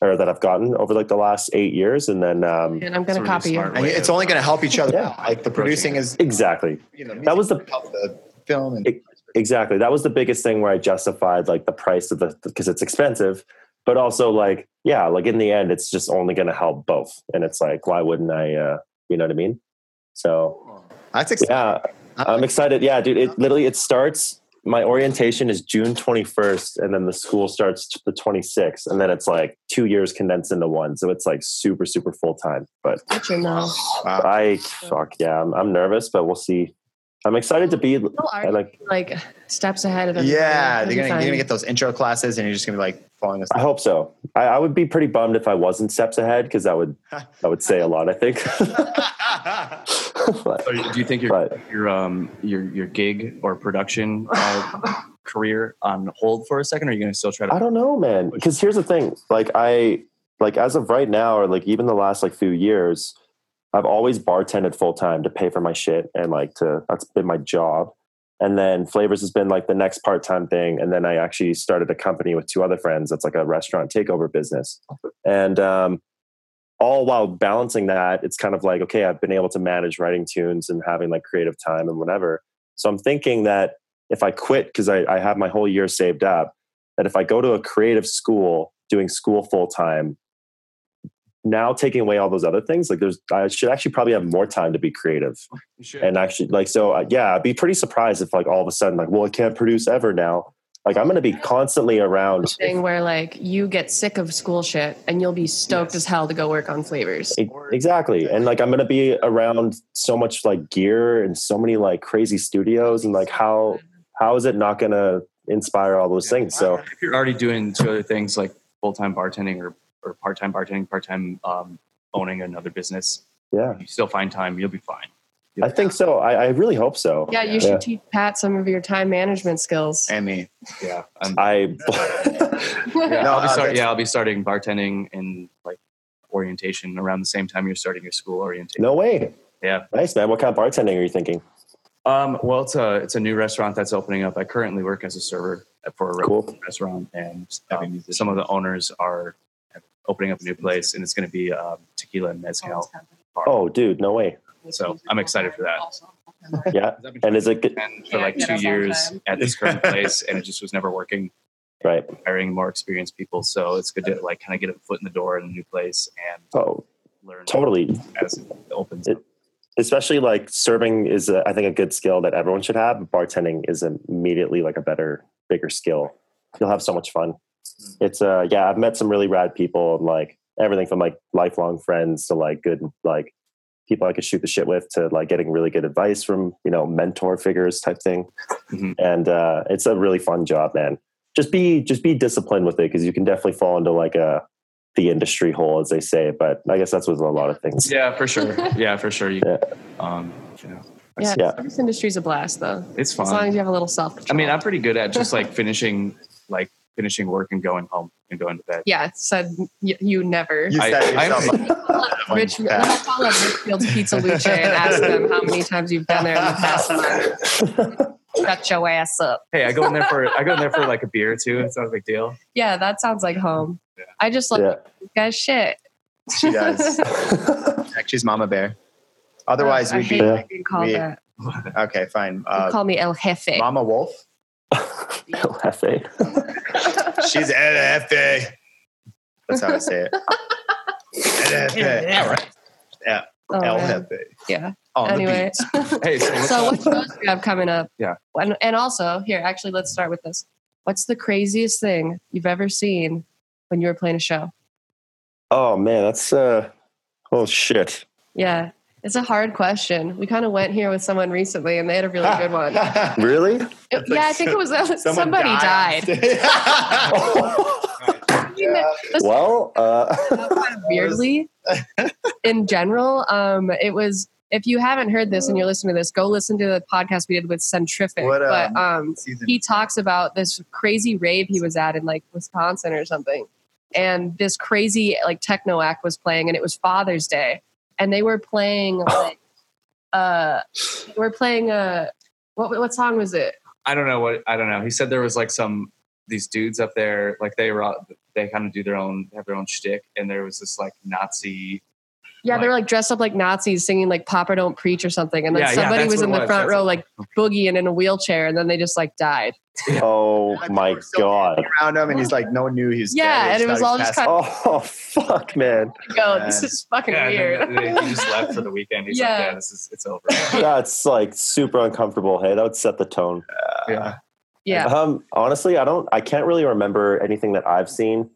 E: or that i've gotten over like the last eight years and then um
B: And I'm
A: It's
B: gonna
A: a really
B: copy you.
A: smart
C: And
A: way
C: it's
A: of-
C: only going to help each other.
E: Yeah.
C: out. Like the producing is,
E: exactly
C: you know,
E: That was the-
C: music helps the film and
E: exactly that was the biggest thing where i justified like the price of the because it's expensive but also like yeah like in the end it's just only going to help both and it's like why wouldn't i uh you know what i mean so
C: that's exciting.
E: yeah I'm excited. Yeah, dude. It literally it starts. My orientation is June 21st, and then the school starts t- the 26th, and then it's like two years condensed into one. So it's like super, super full time. But
B: Let you know.
C: Wow.
E: I fuck yeah, I'm, I'm nervous, but we'll see. I'm excited to be.
B: People are
E: I like.
B: like steps ahead of everybody.
C: Yeah,
B: It'll be
C: they're gonna, you're
B: fine.
C: gonna get those intro classes, and you're just gonna be like
F: [LAUGHS]
C: falling
E: I
C: asleep.
E: hope so. I, I would be pretty bummed if I wasn't steps ahead because that would that would say a lot. I think. [LAUGHS] But-
A: So do you think your
E: Right.
A: your um your your gig or production
B: [LAUGHS]
A: uh, career on hold for a second? Or are you going to still try to?
E: I don't know, man. Because here's the thing: like I, like as of right now, or like even the last like few years, I've always bartended full time to pay for my shit, and like to that's been my job. And then flavors has been like the next part time thing. And then I actually started a company with two other friends that's like a restaurant takeover business. And um, all while balancing that, it's kind of like okay, I've been able to manage writing tunes and having like creative time and whatever. So I'm thinking that if I quit because I, I have my whole year saved up that if I go to a creative school doing school full time, now taking away all those other things, like there's, I should actually probably have more time to be creative
A: You should.
E: and actually, like, so uh, yeah, I'd be pretty surprised if like all of a sudden, like, well, I can't produce ever now. Like, I'm going to be constantly around.
B: thing where like you get sick of school shit and you'll be stoked as hell to go work on flavors.
E: E- Exactly. And like, I'm going to be around so much like gear and so many like crazy studios and like, how, how is it not going to inspire all those things? So
A: if you're already doing two other things like full time bartending or or part time bartending, part time um, owning another business,
E: yeah,
A: you still find time. You'll be fine.
E: I think so. I, I really hope so.
B: Yeah, you
E: Yeah.
B: should teach Pat some of your time management skills.
C: and me.
A: Yeah. I'm,
E: I, [LAUGHS]
A: yeah,
C: No,
A: I'll be
C: uh,
A: start,
C: that's-
A: yeah, I'll be starting bartending and like orientation around the same time you're starting your school orientation.
E: No way.
A: Yeah.
E: Nice, man. What kind of bartending are you thinking?
A: Um, well, it's a it's a new restaurant that's opening up. I currently work as a server at- for a re-
E: Cool.
A: restaurant, and um, some of the owners are opening up a new place, and it's going to be um, tequila and mezcal. bar.
E: Oh, dude, no way.
A: So I'm excited for that.
E: Yeah.
A: I've been
E: And is it good?
A: trying for
B: Yeah,
A: like
B: yeah,
A: two
B: that's a long
A: years
B: time.
A: at this [LAUGHS] current place, and it just was never working.
E: Right.
A: Hiring more experienced people, so it's good to like kind of get a foot in the door in a new place and
E: Oh,
A: learn
E: totally.
A: as it opens.
E: It-
A: up.
E: Especially like serving is, a, I think, a good skill that everyone should have. Bartending is immediately like a better, bigger skill. You'll have so much fun. It's, uh, yeah, I've met some really rad people and like everything from like lifelong friends to like good, like people I could shoot the shit with to like getting really good advice from, you know, mentor figures type thing.
A: Mhm.
E: And uh, it's a really fun job, man. Just be just be disciplined with it because you can definitely fall into like a the industry hole, as they say. But I guess that's with a lot of things.
A: Yeah, for [LAUGHS] sure. Yeah, for sure. You,
E: Yeah.
A: um, you know,
B: Yeah,
E: Yeah.
B: this industry's a blast though.
A: it's fun.
B: As long as you have a little self
A: I
B: control.
A: mean, I'm pretty good at just
B: [LAUGHS]
A: like finishing, like finishing work and going home and going to bed.
B: yeah, it said y- you never.
C: You
A: I-
C: set
A: I-
F: [LAUGHS]
C: yourself up.
B: Rich,
C: Pat.
B: let's call up Richfield's Pizza Luce and ask them how many times you've been there in the past month.
C: [LAUGHS]
B: Shut your ass up.
A: Hey, I go in there for I go in there for like a beer or two. It's not a big deal.
B: Yeah, that sounds like home. I just love
E: Yeah. [LAUGHS]
B: you guys shit. [LAUGHS]
C: She does. She's Mama Bear. Otherwise,
B: I
C: we'd
B: hate
C: be
B: that being called
C: we-
B: that.
C: okay. Fine.
B: You
C: Uh,
B: call me El Jefe.
C: Mama Wolf.
E: Laugh, eh?
C: She's LFA. That's how I say it. LFA. Yeah, right.
B: Oh, man.
C: LFA.
B: yeah.
C: On
B: Anyway,
A: Hey, so, what's
B: so
A: up?
B: what shows do you have coming up?
A: Yeah.
B: And, and also, here, actually, let's start with this. What's the craziest thing you've ever seen when you were playing a show?
E: oh man, that's uh Oh shit.
B: Yeah. It's a hard question. We kind of went here with someone recently and they had a really good
C: [LAUGHS]
B: one. It-
E: Really?
B: yeah, I think it was uh, somebody died. something that- that's
E: [LAUGHS] Well, uh, [LAUGHS]
B: kind of
C: [LAUGHS]
B: weirdly in general. Um, it was if you haven't heard this and you're listening to this, go listen to the podcast we did with Centrific.
C: What, um,
B: but um,
C: season?
B: he talks about this crazy rave he was at in like Wisconsin or something, and this crazy like techno act was playing, and it was Father's Day, and they
F: [LAUGHS]
B: were playing like uh, they we're playing a what what song was it?
F: I don't know what I don't know. He said there was like some these dudes up there, like they were all- they kind of do their own have their own shtick, and there was this like Nazi.
B: Yeah, they
F: Like-
B: were like dressed up like Nazis singing like Papa Don't Preach or something. And then
F: Yeah, yeah,
B: somebody
F: that's
B: was
F: what it
B: in the
F: was.
B: front
F: That's
B: row
F: what-
B: like boogieing in a wheelchair and then they just like died.
E: oh my god.
C: around him, and he's like, no one knew he's
B: Yeah,
C: dead.
B: and it was all just kind
E: Oh [LAUGHS] fuck, man.
B: Yo,
C: Yeah.
B: this is fucking
F: Yeah,
B: weird.
F: and then they- he just left for the weekend. He's
B: Yeah.
F: like, yeah, this is it's over.
E: That's like super uncomfortable. Hey, that would set the tone.
F: yeah.
B: [LAUGHS] yeah.
E: Um, honestly, I don't. I can't really remember anything that I've seen.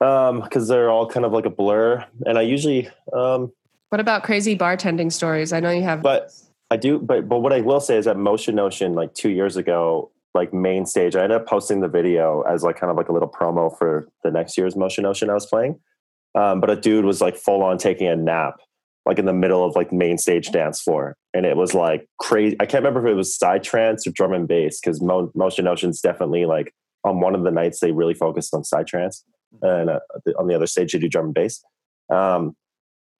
E: Um, because they're all kind of like a blur, and I usually um
B: What about crazy bartending stories? I know you have.
E: but I do, but but what I will say is that Motion Notion, like two years ago, like main stage, I ended up posting the video as like kind of like a little promo for the next year's Motion Notion I was playing. Um, but a dude was like full on taking a nap, like in the middle of like main stage dance floor, and it was like crazy. I can't remember if it was side trance or drum and bass because Mo- Motion Notion's definitely like on one of the nights they really focused on side trance, and uh, on the other stage they do drum and bass. Um,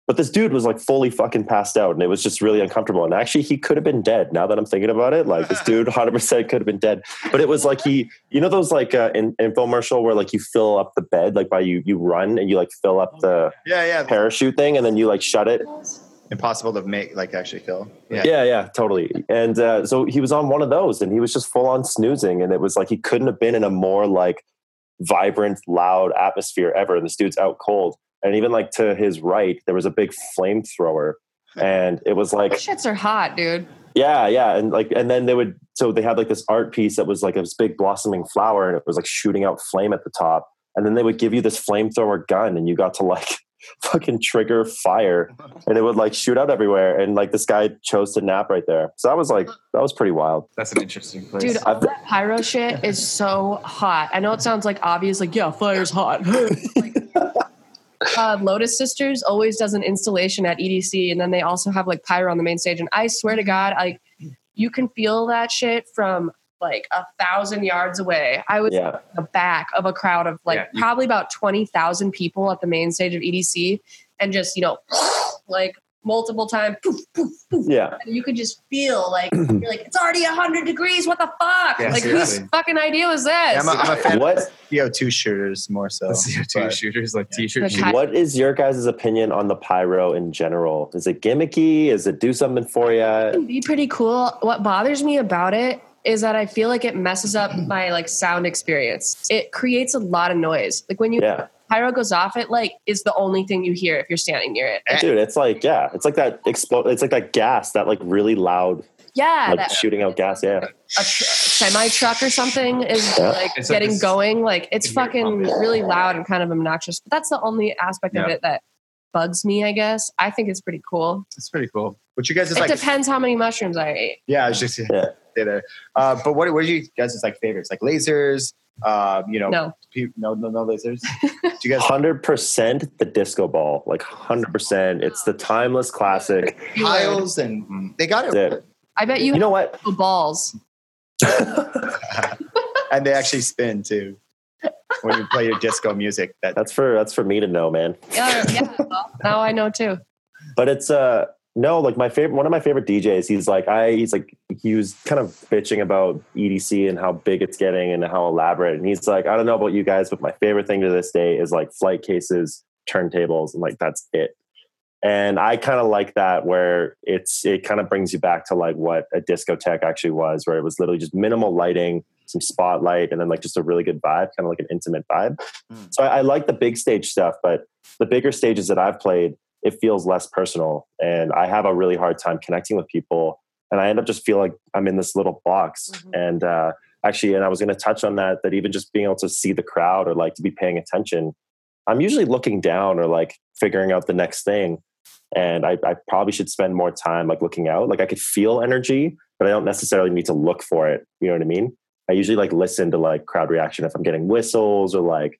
E: but this dude was like fully fucking passed out and it was just really uncomfortable. And actually, he could have been dead now that I'm thinking about it. Like, this dude 100% could have been dead. But it was like he, you know, those like uh, in, infomercial where like you fill up the bed, like by you, you run and you like fill up the
C: yeah, yeah.
E: parachute thing and then you like shut it.
C: Impossible to make, like, actually kill. Yeah.
E: Yeah, yeah, totally. And uh, so he was on one of those and he was just full on snoozing. And it was like he couldn't have been in a more like vibrant, loud atmosphere ever. And this dude's out cold. And even like to his right, there was a big flamethrower. And it was like
B: Those shits are hot, dude.
E: Yeah, yeah, and like, and then they would. So they had like this art piece that was like this big blossoming flower, and it was like shooting out flame at the top. And then they would give you this flamethrower gun, and you got to like [LAUGHS] fucking trigger fire, and it would like shoot out everywhere. And like this guy chose to nap right there, so that was like that was pretty wild.
F: That's an interesting place. [LAUGHS]
B: Dude, all
E: I've-
B: that pyro shit is so hot. I know it sounds like obvious, like, yeah, fire's hot. [LAUGHS] Like, uh, Lotus Sisters always does an installation at EDC, and then they also have like pyro on the main stage. And I swear to God, like, you can feel that shit from like a thousand yards away. I was
E: Yeah,
B: the back of a crowd of like
F: Yeah, you-
B: probably about 20,000 people at the main stage of EDC and just, you know, like multiple times. [LAUGHS]
E: yeah,
B: You could just feel
E: [CLEARS THROAT]
B: like, you're like, it's already 100 degrees. What the fuck?
F: Yeah,
B: like, whose
F: seriously.
B: fucking idea was this?
C: I'm, a, I'm a fan
E: What?
C: of CO2 shooters more so.
F: the CO2
C: but-
F: shooters, like t-shirt
B: The
F: shooters.
B: kind-
E: What is your guys' opinion on the pyro in general? Is it gimmicky? Is it do something for you?
B: can be pretty cool. What bothers me about it is that I feel like it messes up [CLEARS THROAT] my like sound experience. It creates a lot of noise. Like when you
E: Yeah,
B: pyro goes off, it like is the only thing you hear if you're standing near it.
E: dude, it's like yeah, it's like that explode. It's like that gas, that like really loud,
B: Yeah,
E: like
B: that
E: shooting out gas. Yeah.
B: a semi truck or something is
E: Yeah.
B: like
F: It's like
B: getting
F: this-
B: going. Like it's
F: you can hear it
B: fucking
F: pumping.
B: really loud and kind of obnoxious. But that's the only aspect of
F: Yeah.
B: it that bugs me. I guess I think it's pretty cool.
F: It's pretty cool.
C: What you guys is
B: it
C: like?
B: depends how many mushrooms I ate.
C: Yeah, I was just
E: Yeah.
C: say there. Uh, but what what are you guys is like favorites? Like lasers? Uh, you know,
B: No,
C: pe- no, no,
B: [LAUGHS]
C: no lasers. Do you guys?
E: hundred percent the disco ball, like hundred percent. It's the timeless classic.
B: you were-
C: Tiles and
E: Mm.
C: they got it,
E: That's
B: I bet you,
E: You know what?
B: have balls.
C: and they actually spin too when you play your disco music. That
E: That's for that's for me to know, man.
B: Yeah, yeah. well, now I know too.
E: But it's uh no, like my favorite one of my favorite DJs. He's like I he's like he was kind of bitching about EDC and how big it's getting and how elaborate. And he's like, I don't know about you guys, but my favorite thing to this day is like flight cases, turntables, and like that's it. And I kind of like that where it's it kind of brings you back to like what a discotheque actually was, where it was literally just minimal lighting, some spotlight, and then like just a really good vibe, kind of like an intimate vibe.
C: Mm.
E: So I, I like the big stage stuff, but the bigger stages that I've played, it feels less personal, and I have a really hard time connecting with people, and I end up just feel like I'm in this little box.
B: Mhm.
E: And uh, actually, and I was going to touch on that that even just being able to see the crowd or like to be paying attention I'm usually looking down or like figuring out the next thing. And I, I probably should spend more time like looking out. Like I could feel energy, but I don't necessarily need to look for it. You know what I mean? I usually like listen to like crowd reaction if I'm getting whistles or like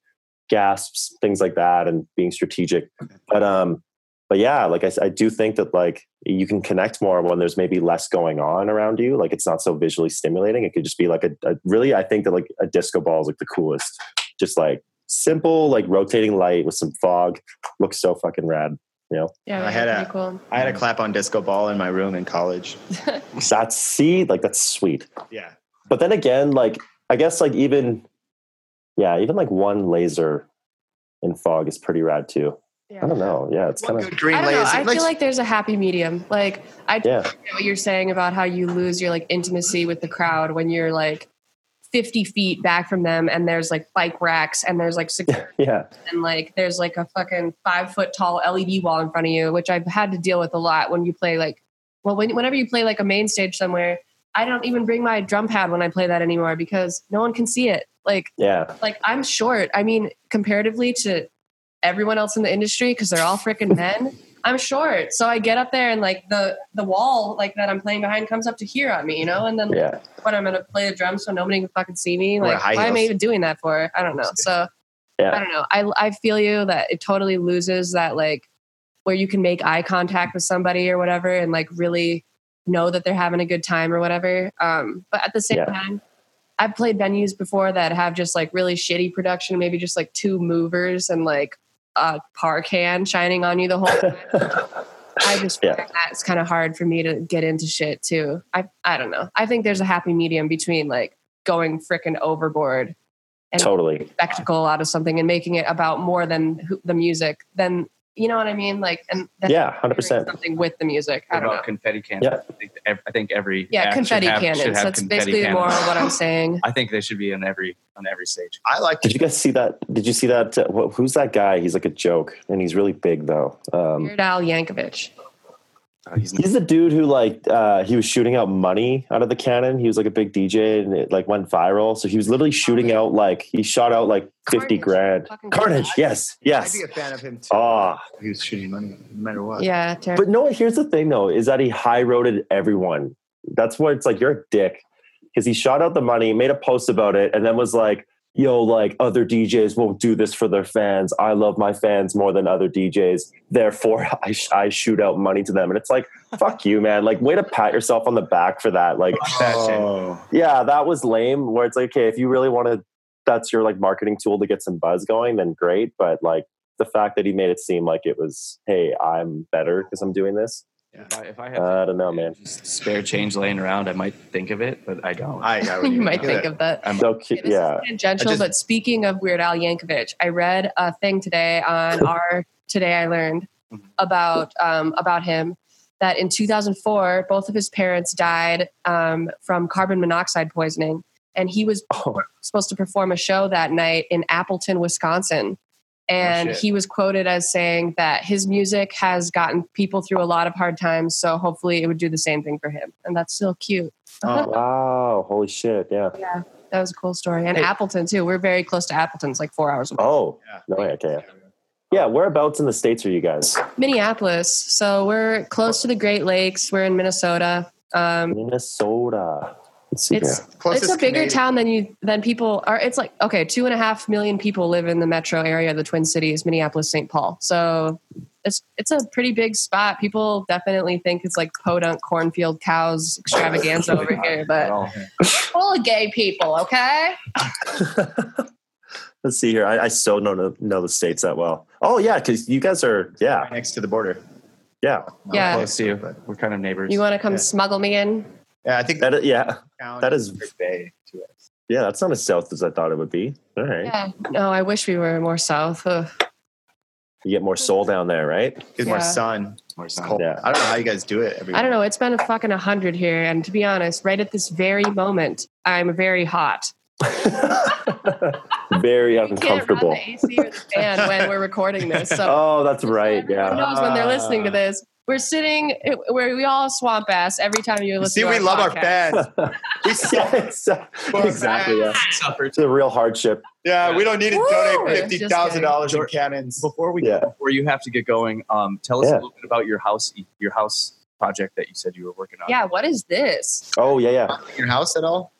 E: gasps, things like that, and being strategic. But um, but yeah, like I, s- I do think that like you can connect more when there's maybe less going on around you. Like it's not so visually stimulating. It could just be like a, a really. I think that like a disco ball is like the coolest. Just like simple, like rotating light with some fog looks so fucking rad.
B: Yeah,
C: I
B: that's
C: had a-
B: pretty cool.
C: I had a clap on disco ball in my room in college.
E: That's see, like that's sweet.
C: Yeah.
E: but then again like i guess like even yeah even like one laser in fog is pretty rad too
B: Yeah.
E: i don't know yeah it's kind
C: One
E: of
C: good green
B: I don't know.
C: laser.
B: I
C: Like,
B: feel like there's a happy medium. Like I
E: yeah
B: get what you're saying about how you lose your like intimacy with the crowd when you're like 50 feet back from them and there's like bike racks and there's like security
E: yeah
B: and like there's like a fucking five foot tall LED wall in front of you, which I've had to deal with a lot when you play like, well, when, whenever you play like a main stage somewhere, I don't even bring my drum pad when I play that anymore because no one can see it. Like,
E: yeah
B: like I'm short. I mean, comparatively to everyone else in the industry, because they're all freaking men. I'm short, so I get up there and like the the wall like that I'm playing behind comes up to here on me, you know. And then
E: yeah [LAUGHS]
B: when I'm gonna play the drums, so nobody can fucking see me.
C: Wear
B: Like,
C: high
B: why am I
C: heels.
B: even doing that for? I don't know. So I
E: yeah
B: don't know. I I feel you that it totally loses that like where you can make eye contact with somebody or whatever and like really know that they're having a good time or whatever. Um, but at the same
E: Yeah.
B: time, I've played venues before that have just like really shitty production, maybe just like two movers and like a par can shining on you the
C: [LAUGHS]
B: whole time. I just
E: Yeah.
B: find that's kind of hard for me to get into shit too. I I don't know. I think there's a happy medium between like going frickin' overboard
E: totally
B: spectacle out of something and making it about more than who, the music than you know what i mean like and that's
E: yeah 100%
B: something with the music i
F: What
B: don't know
F: about confetti cannons?
E: Yeah.
F: I think ev- I think every
B: yeah
F: act should
B: confetti
F: have- should have
B: cannons that's
F: confetti
B: basically the moral
F: cannons.
B: of what i'm saying
F: I think they should be on every on every stage.
C: I like
E: did you guys see that did you see that uh, wh- who's that guy he's like a joke and he's really big though um
B: Weird Al Yankovic.
F: Uh, he's
E: he's the dude who like uh he was shooting out money out of the cannon he was like a big dj and it like went viral so he was literally shooting out like he shot out like 50
B: Carnage.
E: grand
B: Fucking
E: carnage yes yes
C: I'd be a fan of him too.
E: ah
C: He was shooting money no matter what.
B: Yeah, terrible.
E: But no, here's the thing though, is that he high roaded everyone. That's where it's like you're a dick. Because he shot out the money, made a post about it, and then was like, yo, like other DJs won't do this for their fans. I love my fans more than other DJs. Therefore, [LAUGHS] I, sh- I shoot out money to them. And it's like, fuck you, man. Like, way to pat yourself on the back for that. Like,
C: Oh.
E: yeah, that was lame. Where it's like, okay, if you really want to, that's your like marketing tool to get some buzz going, then great. But like the fact that he made it seem like it was, hey, I'm better because I'm doing this.
F: if I, if I have
E: I don't know, man.
F: just spare change laying around, I might think of it, but I don't.
B: [LAUGHS]
C: I got what
B: you might
C: mean.
B: think of that.
E: So cu-
B: Okay, this
E: yeah,
B: is tangential,
C: I just-
B: but speaking of Weird Al Yankovic, I read a thing today on our Today I Learned about um, about him that in 2004 both of his parents died um, from carbon monoxide poisoning, and he was
E: Oh.
B: supposed to perform a show that night in Appleton, Wisconsin. And
F: shit.
B: he was quoted as saying that his music has gotten people through a lot of hard times, so hopefully it would do the same thing for him. And that's still cute.
C: Oh.
E: wow, holy shit, yeah.
B: That was a cool story. And
F: Hey.
B: Appleton too. We're very close to Appleton. It's like four hours away.
E: Oh, no, way, okay. Yeah, whereabouts in the states are you guys?
B: Minneapolis. So we're close to the Great Lakes. We're in Minnesota. Um,
E: Minnesota. Let's see
B: it's
E: here.
C: Closest
B: it's a bigger
C: Canadian-
B: town than you than people are. It's like okay, two and a half million people live in the metro area, of the Twin Cities, Minneapolis, St. Paul. So it's it's a pretty big spot. People definitely think it's like podunk cornfield cows extravaganza over here,
F: At
B: but
F: all.
B: full of gay people. Okay,
E: [LAUGHS] Let's see here. I, I still don't know, know the states that well. Oh yeah, because you guys are yeah
C: right next to the border.
E: yeah
C: Not
B: Yeah.
F: Close to you.
C: but-
F: We're kind of neighbors.
B: you want to come
C: Yeah.
B: smuggle me in?
C: yeah, I think
E: that yeah
C: town
E: that is
C: Bay to us.
E: yeah that's not as south as I thought it would be. All right,
B: Yeah. No, I wish we were more south. Ugh.
E: you get more soul down there, right?
C: It's more
B: Yeah.
C: sun.
F: More
C: It's
F: sound.
C: cold.
E: Yeah.
C: I don't know how you guys do it. Every
B: I don't know. It's been a fucking 100 here. And to be honest, right at this very moment, I'm very hot.
E: Very
B: We can't run
E: uncomfortable.
B: the AC or the fan when we're recording this. So
E: [LAUGHS] Oh, that's right.
B: Who
E: Yeah. Ah.
B: knows when they're listening to this? We're sitting it- where we all swamp ass every time you
C: You
B: listen.
C: see,
B: to
C: we love our
B: podcast.
C: fans. We suck.
E: [LAUGHS] yeah exa- exactly. Yeah.
F: Suffered.
E: It's a real hardship.
C: Yeah, we don't need to
B: Woo!
C: donate
B: Just
C: fifty thousand dollars in
F: kidding.
C: cannons.
F: Before we
E: Yeah.
F: before you have to get going, um, tell us
E: Yeah.
F: a little bit about your house your house project that you said you were working on.
A: [LAUGHS]
B: Yeah, what is this?
E: Oh yeah, yeah.
C: Your house at all?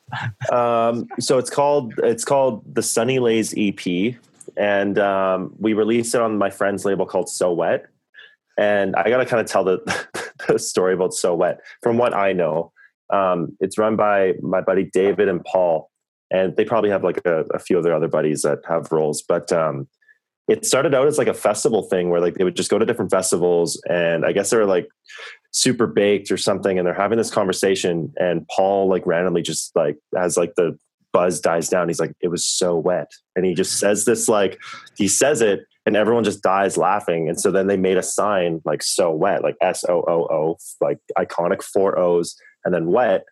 E: um, so it's called it's called the Sunny Lays EP, and um, we released it on my friend's label called So Wet. And I got to kind of tell the, [LAUGHS] the story about So Wet from what I know. Um, it's run by my buddy David and Paul, and they probably have like a, a few of their other buddies that have roles. But um, it started out as like a festival thing where like they would just go to different festivals, and I guess they were like super baked or something and they're having this conversation and paul like randomly just like as like the buzz dies down he's like it was so wet and he just says this like he says it and everyone just dies laughing and so then they made a sign like so wet like s-o-o-o like iconic four o's and then wet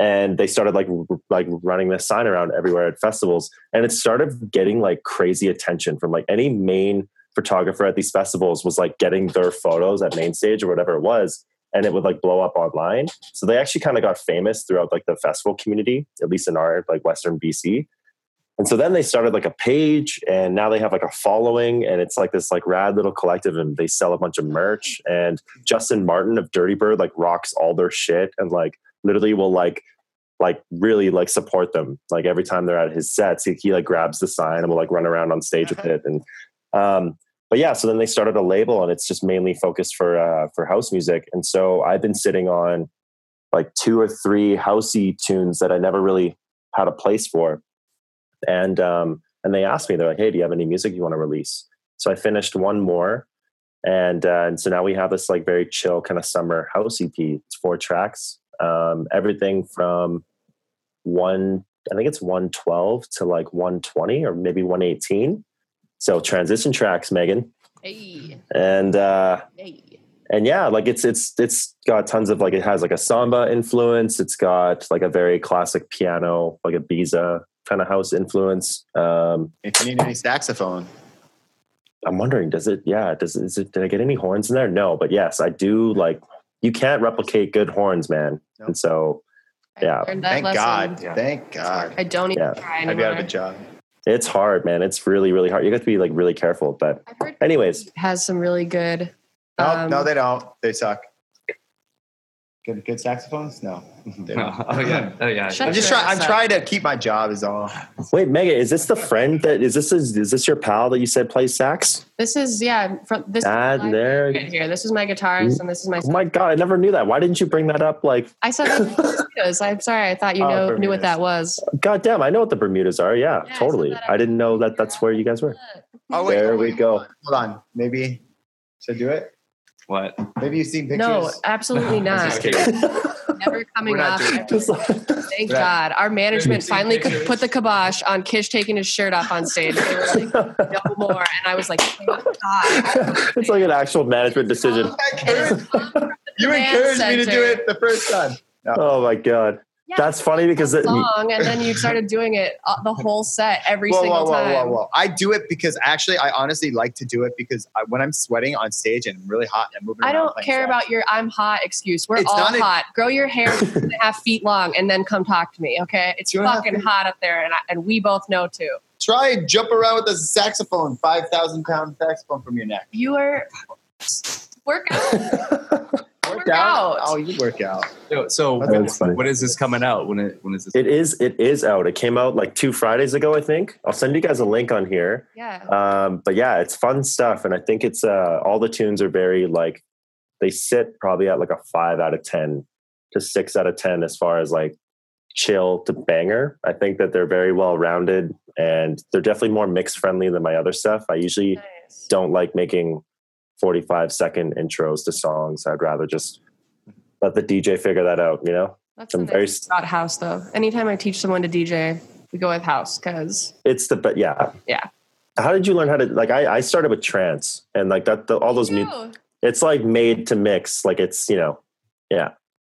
E: and they started like r- like running this sign around everywhere at festivals and it started getting like crazy attention from like any main photographer at these festivals was like getting their photos at main stage or whatever it was and it would like blow up online. So they actually kind of got famous throughout like the festival community, at least in our like Western BC. And so then they started like a page and now they have like a following and it's like this like rad little collective and they sell a bunch of merch and Justin Martin of Dirty Bird like rocks all their shit and like literally will like like really like support them like every time they're at his sets he, he like grabs the sign and will like run around on stage with it and um but yeah, so then they started a label, and it's just mainly focused for uh, for house music. And so I've been sitting on like two or three housey tunes that I never really had a place for, and um, and they asked me, they're like, "Hey, do you have any music you want to release?" So I finished one more, and uh, and so now we have this like very chill kind of summer house EP. It's four tracks, um, everything from one, I think it's one twelve to like one twenty or maybe one eighteen. So transition tracks, Megan
B: Hey,
E: and uh
B: hey.
E: and yeah like it's it's it's got tons of like it has like a samba influence it's got like a very classic piano like a biza kind of house influence um
C: If you need any saxophone,
E: i'm wondering does it yeah does is it did i get any horns in there no but yes i do like you can't replicate good horns man
C: No.
E: and so
B: I
E: Yeah.
B: learned that
C: thank
B: lesson.
C: God,
F: Yeah.
C: thank God,
B: I don't even
E: Yeah.
B: try
C: I'd
B: anymore.
C: be out of a job.
E: it's hard man it's really really hard you have to be like really careful but
B: I've heard
E: anyways
B: has some really good.
C: No,
B: um,
C: no, they don't. They suck. Good, good saxophones? No, [LAUGHS] they don't.
F: Oh yeah. Oh yeah.
B: Shut
C: I'm just
B: your
C: trying. I'm
B: ass up.
C: trying to keep my job. Is all.
E: wait megan is this the friend that is this is, is this your pal that you said plays sax
B: This is yeah. From this
E: that
B: live
E: there
B: right here. This is my guitarist, and this is my.
E: Oh my god, I never knew that. Why didn't you bring that up? Like,
B: I said
E: [LAUGHS]
B: Bermudas. I'm sorry. I thought you
C: Oh,
B: know, knew what
C: Bermudas.
B: that was.
E: goddamn, I know what the Bermudas are. Yeah,
B: Yeah, I said
E: totally.
B: that
E: I didn't know that. That's where you guys were.
C: Oh wait,
E: There
C: oh,
E: we
C: wait,
E: go.
C: Hold on. Maybe should I do it.
F: What?
C: Maybe you've seen pictures.
B: [LAUGHS]
E: [LAUGHS]
B: No,
F: [LAUGHS]
B: absolutely
F: Just
B: not.
F: kidding.
B: [LAUGHS] Never coming
C: We're
B: off.
C: not doing
B: ever.
E: Just like-
B: Thank
C: We're not-
B: God. Our management
F: We've seen
B: finally could
F: pictures.
B: put the kibosh on Kish taking his shirt off on stage. They were
E: [LAUGHS]
B: like, no more. And I was like, thank God.
E: it's like an actual management decision.
C: I
E: [LAUGHS]
C: encouraged- you
B: Man
C: encouraged me to do
B: centered.
C: it the first time.
E: Oh my god,
B: Yeah,
E: that's funny because it,
B: song, and then you started doing it uh, the whole set every
C: whoa,
B: single
C: whoa, whoa,
B: time.
C: whoa, whoa! I do it because actually, I honestly like to do it because I, when I'm sweating on stage and I'm really hot and moving,
B: I
C: around
B: don't
C: playing
B: care
C: sax,
B: about your "I'm hot" excuse. We're
C: It's
B: all
C: not a-
B: hot. Grow your hair two and
C: [LAUGHS]
B: a half feet long, and then come talk to me. Okay, it's
C: Two and a half
B: fucking
C: feet.
B: hot up there, and I, and we both know too.
C: Try and jump around with a saxophone, five thousand pound saxophone from your neck.
B: You are work out. [LAUGHS]
C: Work,
B: Work out.
C: Oh, you work out.
F: So, so
C: That's
F: when,
E: funny.
F: when is this coming out? When it when is this?
E: it is it is out. It came out like two Fridays ago, I think. I'll send you guys a link on here.
B: Yeah,
E: Um, but yeah, it's fun stuff, and I think it's uh, all the tunes are very like they sit probably at like a five out of ten to six out of ten as far as like chill to banger. I think that they're very well rounded, and they're definitely more mix friendly than my other stuff. I usually
B: nice.
E: don't like making forty five second intros to songs. I'd rather just let the DJ figure that out. You know,
B: That's the
E: I'm
B: nice
E: very.
B: thing about house though. Anytime I teach someone to DJ, we go with house because
E: It's the but yeah
B: Yeah.
E: How did you learn how to like? I, I started with trance and like that. The, all those mu- it's like made to mix like it's you know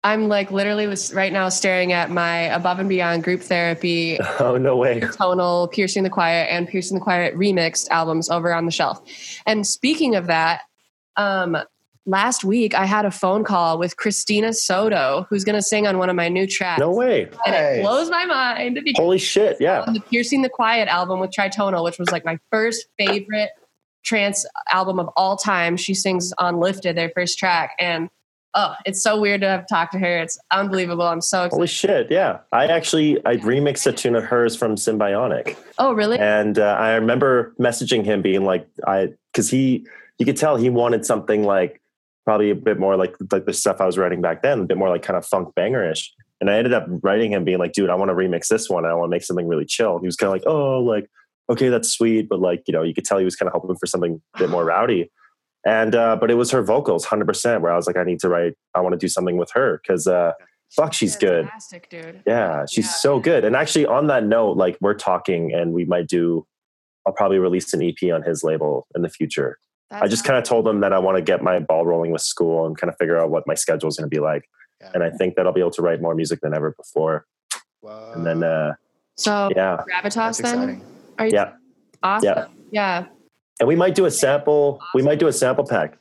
B: I'm like literally was right now staring at my above and beyond group therapy
E: [LAUGHS] [LAUGHS] Oh no way!
B: tonal piercing the quiet and piercing the quiet remixed albums over on the shelf and speaking of that um last week i had a phone call with christina soto who's going to sing on one of my new tracks
E: No way!
B: and it
C: Nice.
B: blows my mind because
E: Holy shit! Yeah,
B: on the piercing the quiet album with tritonal which was like my first favorite trance album of all time she sings on lifted their first track and oh it's so weird to have talked to her it's unbelievable i'm so excited
E: holy shit! Yeah, I actually I remixed a tune of hers from Symbionic.
B: oh really
E: And uh, I remember messaging him being like, I, cause he, you could tell he wanted something like probably a bit more like, like the stuff I was writing back then, a bit more like kind of funk bangerish. And I ended up writing him being like, dude, I want to remix this one. I want to make something really chill. He was kind of like, oh, like, okay, that's sweet. But like, you know, you could tell he was kind of hoping for something a bit more rowdy. And, uh, but it was her vocals 100% where I was like, I need to write, I want to do something with her. Cause, uh, fuck, she's good.
B: fantastic dude
E: Yeah, she's
B: Yeah.
E: so good. And actually, on that note, like we're talking, and we might do. I'll probably release an EP on his label in the future. I just kind of told him that I want to get my ball rolling with school and kind of figure out what my schedule's going to be like.
C: Yeah.
E: And uh, I think that I'll be able to write more music than ever before.
C: Wow.
E: And then, uh,
B: so
E: yeah,
B: gravitas
C: That's
B: then
C: exciting.
B: are you
E: Yeah.
B: awesome
E: Yeah.
B: yeah.
E: and we might do a sample. We might do a sample pack.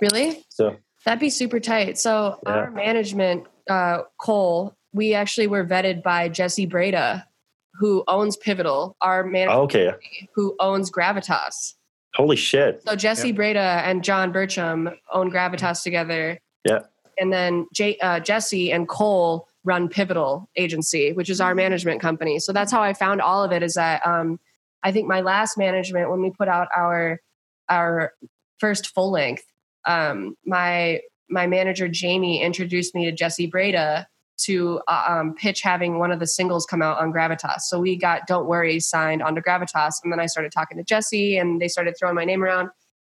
B: really
E: So
B: that'd be super tight so
E: Yeah.
B: our management uh cole we actually were vetted by jesse breda who owns pivotal our manager
E: okay,
B: who owns gravitas
E: holy shit,
B: so jesse breda and john burcham own gravitas together
E: Yeah.
B: and then J- uh, jesse and cole run pivotal agency which is our management company so that's how i found all of it is that um, i think my last management when we put out our our first full length um, my my manager jamie introduced me to jesse breda to uh, um, pitch having one of the singles come out on gravitas so we got don't worry signed onto gravitas and then i started talking to jesse and they started throwing my name around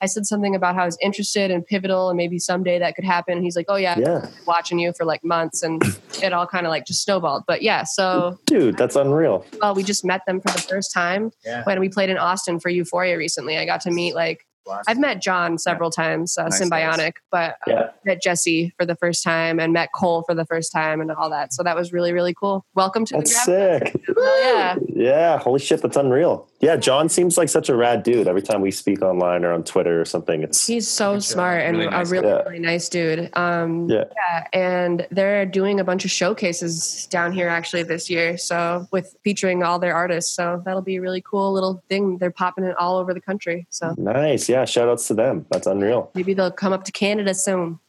B: i said something about how i was interested and pivotal and maybe someday that could happen and he's like oh yeah
E: yeah,
B: watching you for like months and it all kind of like just snowballed. But yeah, so
E: dude, that's unreal.
B: well, we just met them for the first time
C: Yeah.
B: [LAUGHS] when we played in Austin for Euphoria recently. I got to meet like I've met John several times, uh,
C: Nice,
B: Symbionic, but uh,
E: Yeah.
B: met Jesse for the first time and met Cole for the first time and all that. So that was really really cool. Welcome to
E: That's
B: the
E: sick.
B: grab. Hell yeah.
E: Yeah, holy shit, that's unreal. Yeah, John seems like such a rad dude. Every time we speak online or on Twitter or something, it's
B: He's so smart and
F: Really nice
B: a really,
E: guy.
B: really nice dude. Um,
E: Yeah.
B: yeah. And they're doing a bunch of showcases down here actually this year. So, with featuring all their artists. So, that'll be a really cool little thing. They're popping it all over the country. So,
E: nice. Yeah, shout outs to them. That's unreal.
B: maybe they'll come up to Canada soon.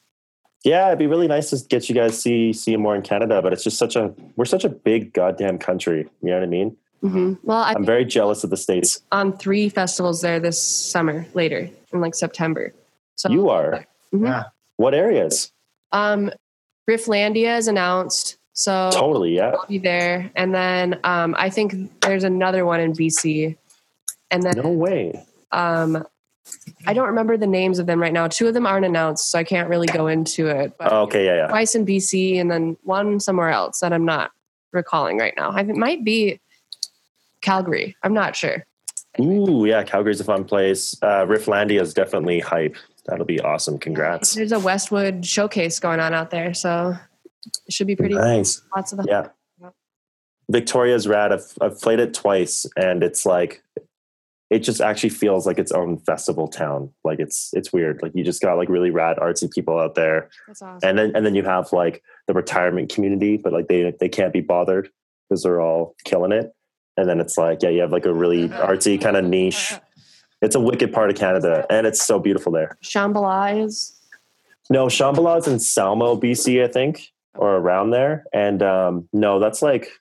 E: Yeah, it'd be really nice to get you guys see see you more in Canada, but it's just such a we're such a big goddamn country. You know what I mean?
B: hmm Well, I
E: I'm
B: think
E: very jealous of the states.
B: on three festivals there this summer later in like September. So,
E: You are.
B: Mhm.
C: Yeah.
E: What areas?
B: um, Rifflandia is announced. So,
E: Totally. Yeah.
B: I'll be there. And then um, I think there's another one in BC. And then
E: No way.
B: um I don't remember the names of them right now. Two of them aren't announced, so I can't really go into it. But
E: Oh, okay. Yeah. Yeah.
B: twice in BC and then one somewhere else that I'm not recalling right now. I think it might be Calgary. I'm not sure.
E: Ooh, yeah. Calgary's a fun place. Uh, Rifflandia is definitely hype. That'll be awesome. Congrats.
B: There's a Westwood showcase going on out there, so it should be pretty
E: Nice.
B: Lots of the
E: Yeah. Victoria's rad. I've, I've played it twice, and it's like it just actually feels like its own festival town. Like it's it's weird. Like you just got like really rad artsy people out there.
B: That's awesome.
E: and then and then you have like the retirement community, but like they they can't be bothered because they're all killing it. And then it's like, yeah, you have like a really artsy kind of niche. It's a wicked part of Canada, and it's so beautiful there.
B: Shambhala is
E: No, Shambhala's in Salmo, BC, I think, or around there. And um, no, that's like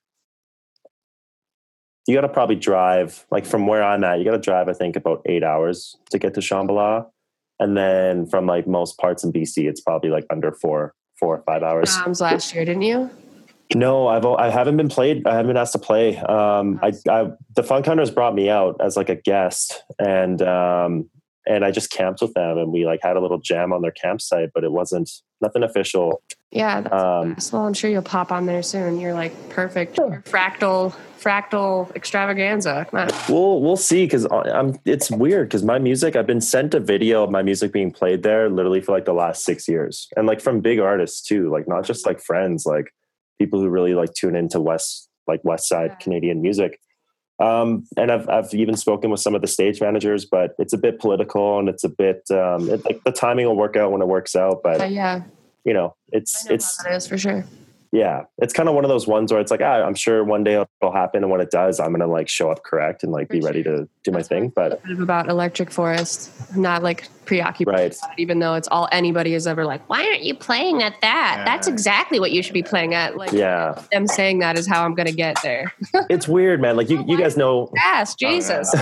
E: you got to probably drive like from where I'm at. You got to drive, I think, about eight hours to get to Shambhala, and then from like most parts in BC, it's probably like under four, four or five hours.
B: Shams last year, didn't you?
E: No, I've I haven't been played. I haven't been asked to play. Um, I, I the Funk Hunters brought me out as like a guest, and um, and I just camped with them, and we like had a little jam on their campsite, but it wasn't nothing official.
B: Yeah. That's
E: Um,
B: best. well, I'm sure you'll pop on there soon. You're like perfect. You're fractal, fractal extravaganza. Come on.
E: We'll we'll see because I'm. It's weird because my music. I've been sent a video of my music being played there literally for like the last six years, and like from big artists too. Like not just like friends, like people who really like tune into West like West Side
B: Yeah.
E: Canadian music. Um, and I've I've even spoken with some of the stage managers, but it's a bit political and it's a bit um, it, like the timing will work out when it works out.
B: Uh,
E: But
B: yeah.
E: you know,
B: I
E: it's
B: know
E: it's
B: how that is for sure.
E: yeah, it's kind of one of those ones where it's like, ah, I'm sure one day it'll happen, and when it does, I'm gonna like show up correct and like be
B: For
E: ready to do my
B: That's what I
E: thing. But
B: Bit About Electric Forest, I'm not like preoccupied,
E: Right.
B: about it, even though it's all anybody is ever like, why aren't you playing at that?
C: Yeah.
B: That's exactly what you should be playing at. Like, [LAUGHS]
E: yeah,
B: them saying that is how I'm going to get there.
E: it's weird, man. Like you, you guys know, [LAUGHS]
B: Yes, Jesus.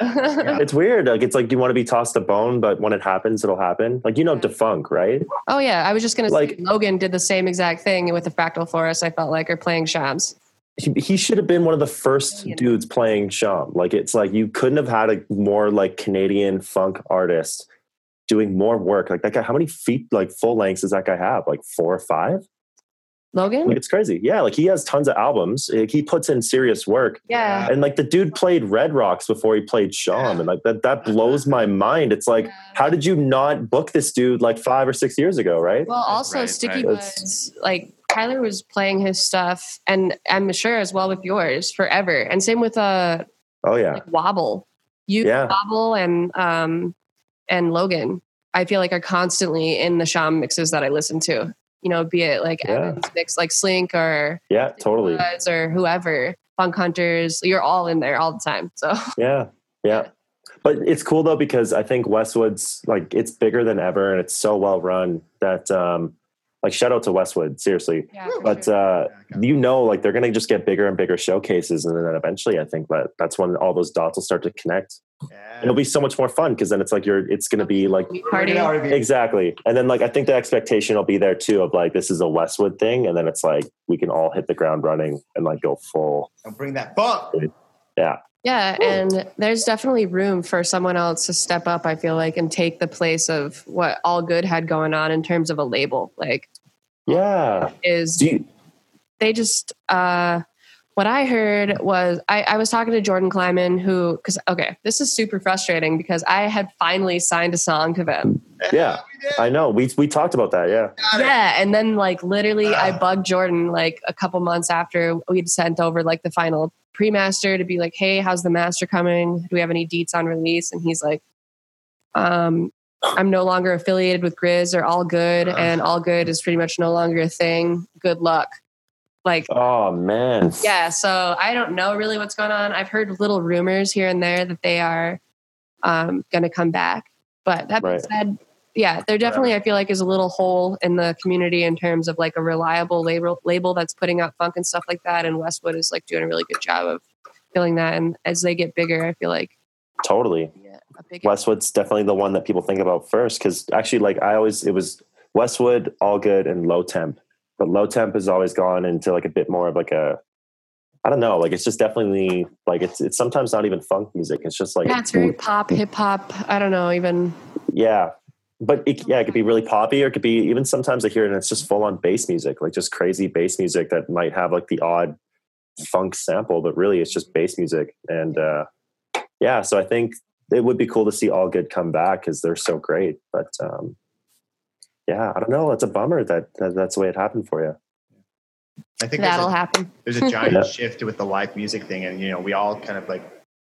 E: it's weird. Like it's like you want to be tossed a bone, but when it happens, it'll happen. Like you know, Defunk, right?
B: Oh yeah, I was just gonna
E: Like-
B: say Logan did the same exact thing with the fractal forest. I felt like or playing Shams.
E: He, he should have been one of the first dudes playing Sham. Like it's like you couldn't have had a more like Canadian funk artist doing more work. Like that guy, how many feet like full lengths does that guy have? Like four or five?
B: Logan.
E: Like it's crazy. Yeah, like he has tons of albums. Like, he puts in serious work.
B: Yeah.
E: And like the dude played Red Rocks before he played Sham. And like that that blows my mind. It's like, how did you not book this dude like five or six years ago, right?
B: Well, also
F: right,
B: Sticky
F: right.
B: Woods, like Tyler was playing his stuff, and I'm sure as well with yours forever. And same with uh
E: Oh yeah.
B: like Wobble, you
E: Yeah.
B: Wobble and um and Logan. I feel like are constantly in the Sham mixes that I listen to. You know, be it like
E: Yeah.
B: Evans mix, like Slink or
E: Yeah, totally.
B: Woods or whoever, Funk Hunters. You're all in there all the time. So
E: Yeah. Yeah. But it's cool though because I think Westwood's like it's bigger than ever and it's so well run that um like shout out to Westwood, seriously.
B: [LAUGHS] yeah,
E: But uh you know like they're gonna just get bigger and bigger showcases and then eventually I think that that's when all those dots will start to connect.
C: Yeah.
E: It'll be so much more fun because then it's like you're it's gonna be like
C: We're
B: party.
C: gonna already be-
E: Exactly. And then like I think the expectation will be there too of like this is a Westwood thing and then it's like we can all hit the ground running and like go full.
C: Don't bring that bump.
B: Yeah, and there's definitely room for someone else to step up, I feel like, and take the place of what All Good had going on in terms of a label. Like
E: Yeah.
B: is
E: Do you,
B: they just uh what I heard was I, I was talking to Jordan Kleiman who because okay, this is super frustrating because I had finally signed a song to them.
E: yeah. I know. We we talked about that. Yeah.
B: Yeah. And then like literally I bugged Jordan like a couple months after we'd sent over like the final pre-master to be like, hey, how's the master coming? Do we have any deets on release? And he's like, um, I'm no longer affiliated with Grizz or All Good, and All Good is pretty much no longer a thing. Good luck. Like,
E: Oh man.
B: yeah, so I don't know really what's going on. I've heard little rumors here and there that they are um, going to come back. But that being
E: Right.
B: said, yeah, there definitely, I feel like, is a little hole in the community in terms of like a reliable label, label that's putting out funk and stuff like that. And Westwood is like doing a really good job of filling that. And as they get bigger, I feel like
E: Totally.
B: a big
E: Westwood's definitely the one that people think about first because actually, like I always, it was Westwood, all good, and low temp. But low temp has always gone into like a bit more of like a, I don't know, like it's just definitely like it's it's sometimes not even funk music. It's just like
B: yeah, it's very pop, hip hop. I don't know, even
E: yeah. But it, yeah, it could be really poppy, or it could be even sometimes I hear it and it's just full on bass music, like just crazy bass music that might have like the odd funk sample, but really it's just bass music. And uh, yeah, so I think it would be cool to see All Good come back because they're so great. But um, yeah, I don't know. It's a bummer that, that that's the way it happened for you.
C: I think there's
B: that'll
C: a,
B: happen.
C: there's a giant
E: Yeah.
C: shift with the live music thing, and you know we all kind of like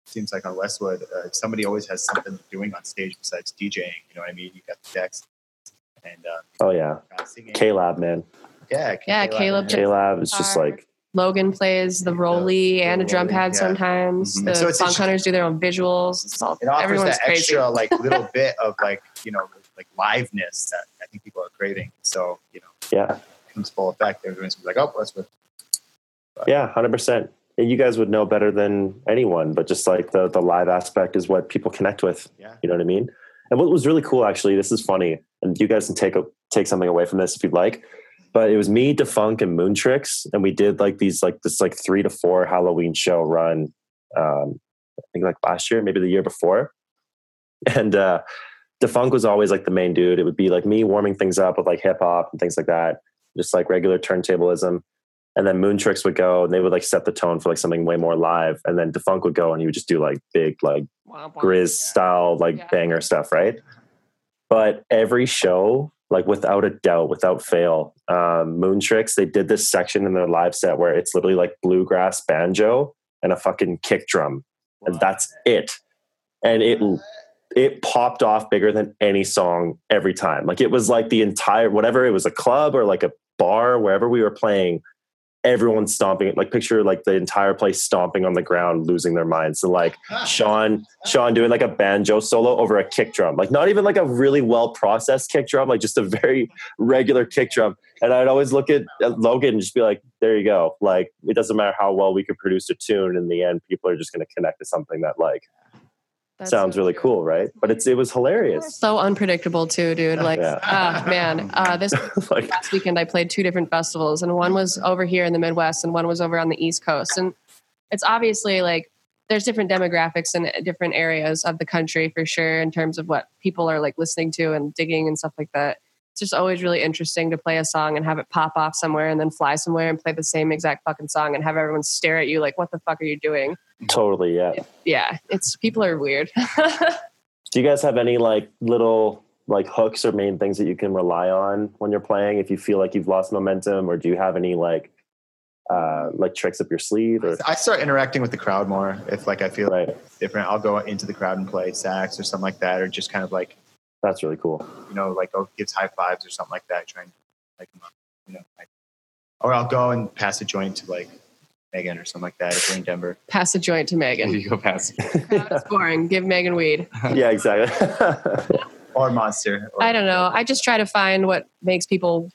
C: seems like on Westwood, uh, somebody always has something doing on stage besides DJing. You know what I mean? You got the decks and uh,
E: Oh yeah,
C: got singing.
E: K Lab man,
C: yeah,
B: Yeah, Caleb
E: K Lab is just like
B: Logan plays the Roly and a drum pad
C: Yeah.
B: sometimes.
C: Mhm.
B: The
C: So it's
B: funk
C: just-
B: hunters do their own visuals. It's all,
C: It offers
B: everyone's
C: that
B: crazy. [LAUGHS]
C: extra like little bit of like you know like liveness that I think people are craving. So you know,
E: yeah.
C: it comes full effect. Everyone's gonna be like, oh, Westwood.
E: Yeah, hundred percent. And you guys would know better than anyone, but just like the the live aspect is what people connect with.
C: Yeah.
E: You know what I mean? And what was really cool, actually, this is funny, and you guys can take a, take something away from this if you'd like. But it was me, Defunk, and Moontrix, and we did like these like this like three to four Halloween show run. Um, I think like last year, maybe the year before, and uh, Defunk was always like the main dude. It would be like me warming things up with like hip hop and things like that, just like regular turntablism. And then Moon Tricks would go and they would like set the tone for like something way more live. And then Defunk would go and he would just do like big like
B: Womp womp.
E: Grizz style like
B: Yeah.
E: banger stuff, right? But every show, like without a doubt, without fail, um, Moon Tricks, they did this section in their live set where it's literally like bluegrass banjo and a fucking kick drum, and that's it. And it it popped off bigger than any song every time. Like it was like the entire whatever it was a club or like a bar wherever we were playing. Everyone stomping, like picture like the entire place stomping on the ground, losing their minds. So like Sean Sean doing like a banjo solo over a kick drum. Like not even like a really well processed kick drum, like just a very regular kick drum. And I'd always look at, at Logan and just be like, there you go. Like it doesn't matter how well we could produce a tune in the end, people are just going to connect to something that like
B: That's
E: sounds
B: so
E: really
B: true.
E: cool, right? But it's it was hilarious.
B: So unpredictable too, dude. Like,
E: Yeah.
B: ah, man, uh, this
E: [LAUGHS] like
B: last weekend I played two different festivals, and one was over here in the Midwest, and one was over on the East Coast. And it's obviously like there's different demographics in different areas of the country for sure in terms of what people are like listening to and digging and stuff like that. It's just always really interesting to play a song and have it pop off somewhere and then fly somewhere and play the same exact fucking song and have everyone stare at you like, what the fuck are you doing?
E: totally, yeah.
B: Yeah, it's people are weird. [LAUGHS]
E: Do you guys have any like little like hooks or main things that you can rely on when you're playing if you feel like you've lost momentum or do you have any like uh like tricks up your
B: [LAUGHS]
E: sleeve or
C: I start interacting with the crowd more if like I feel
E: right
C: different. I'll go into the crowd and play sax or something like that, or just kind of like
E: that's really cool
C: you know like go gives high fives or something like that, trying to like you know. Like, or I'll go and pass a joint to like Megan or something like that if we're in Denver.
B: Pass a joint to
F: If
B: Megan.
F: you go past,
B: That's boring. Give Megan weed.
E: yeah exactly [LAUGHS]
C: or Monster. Or
B: I don't know. I just try to find what makes people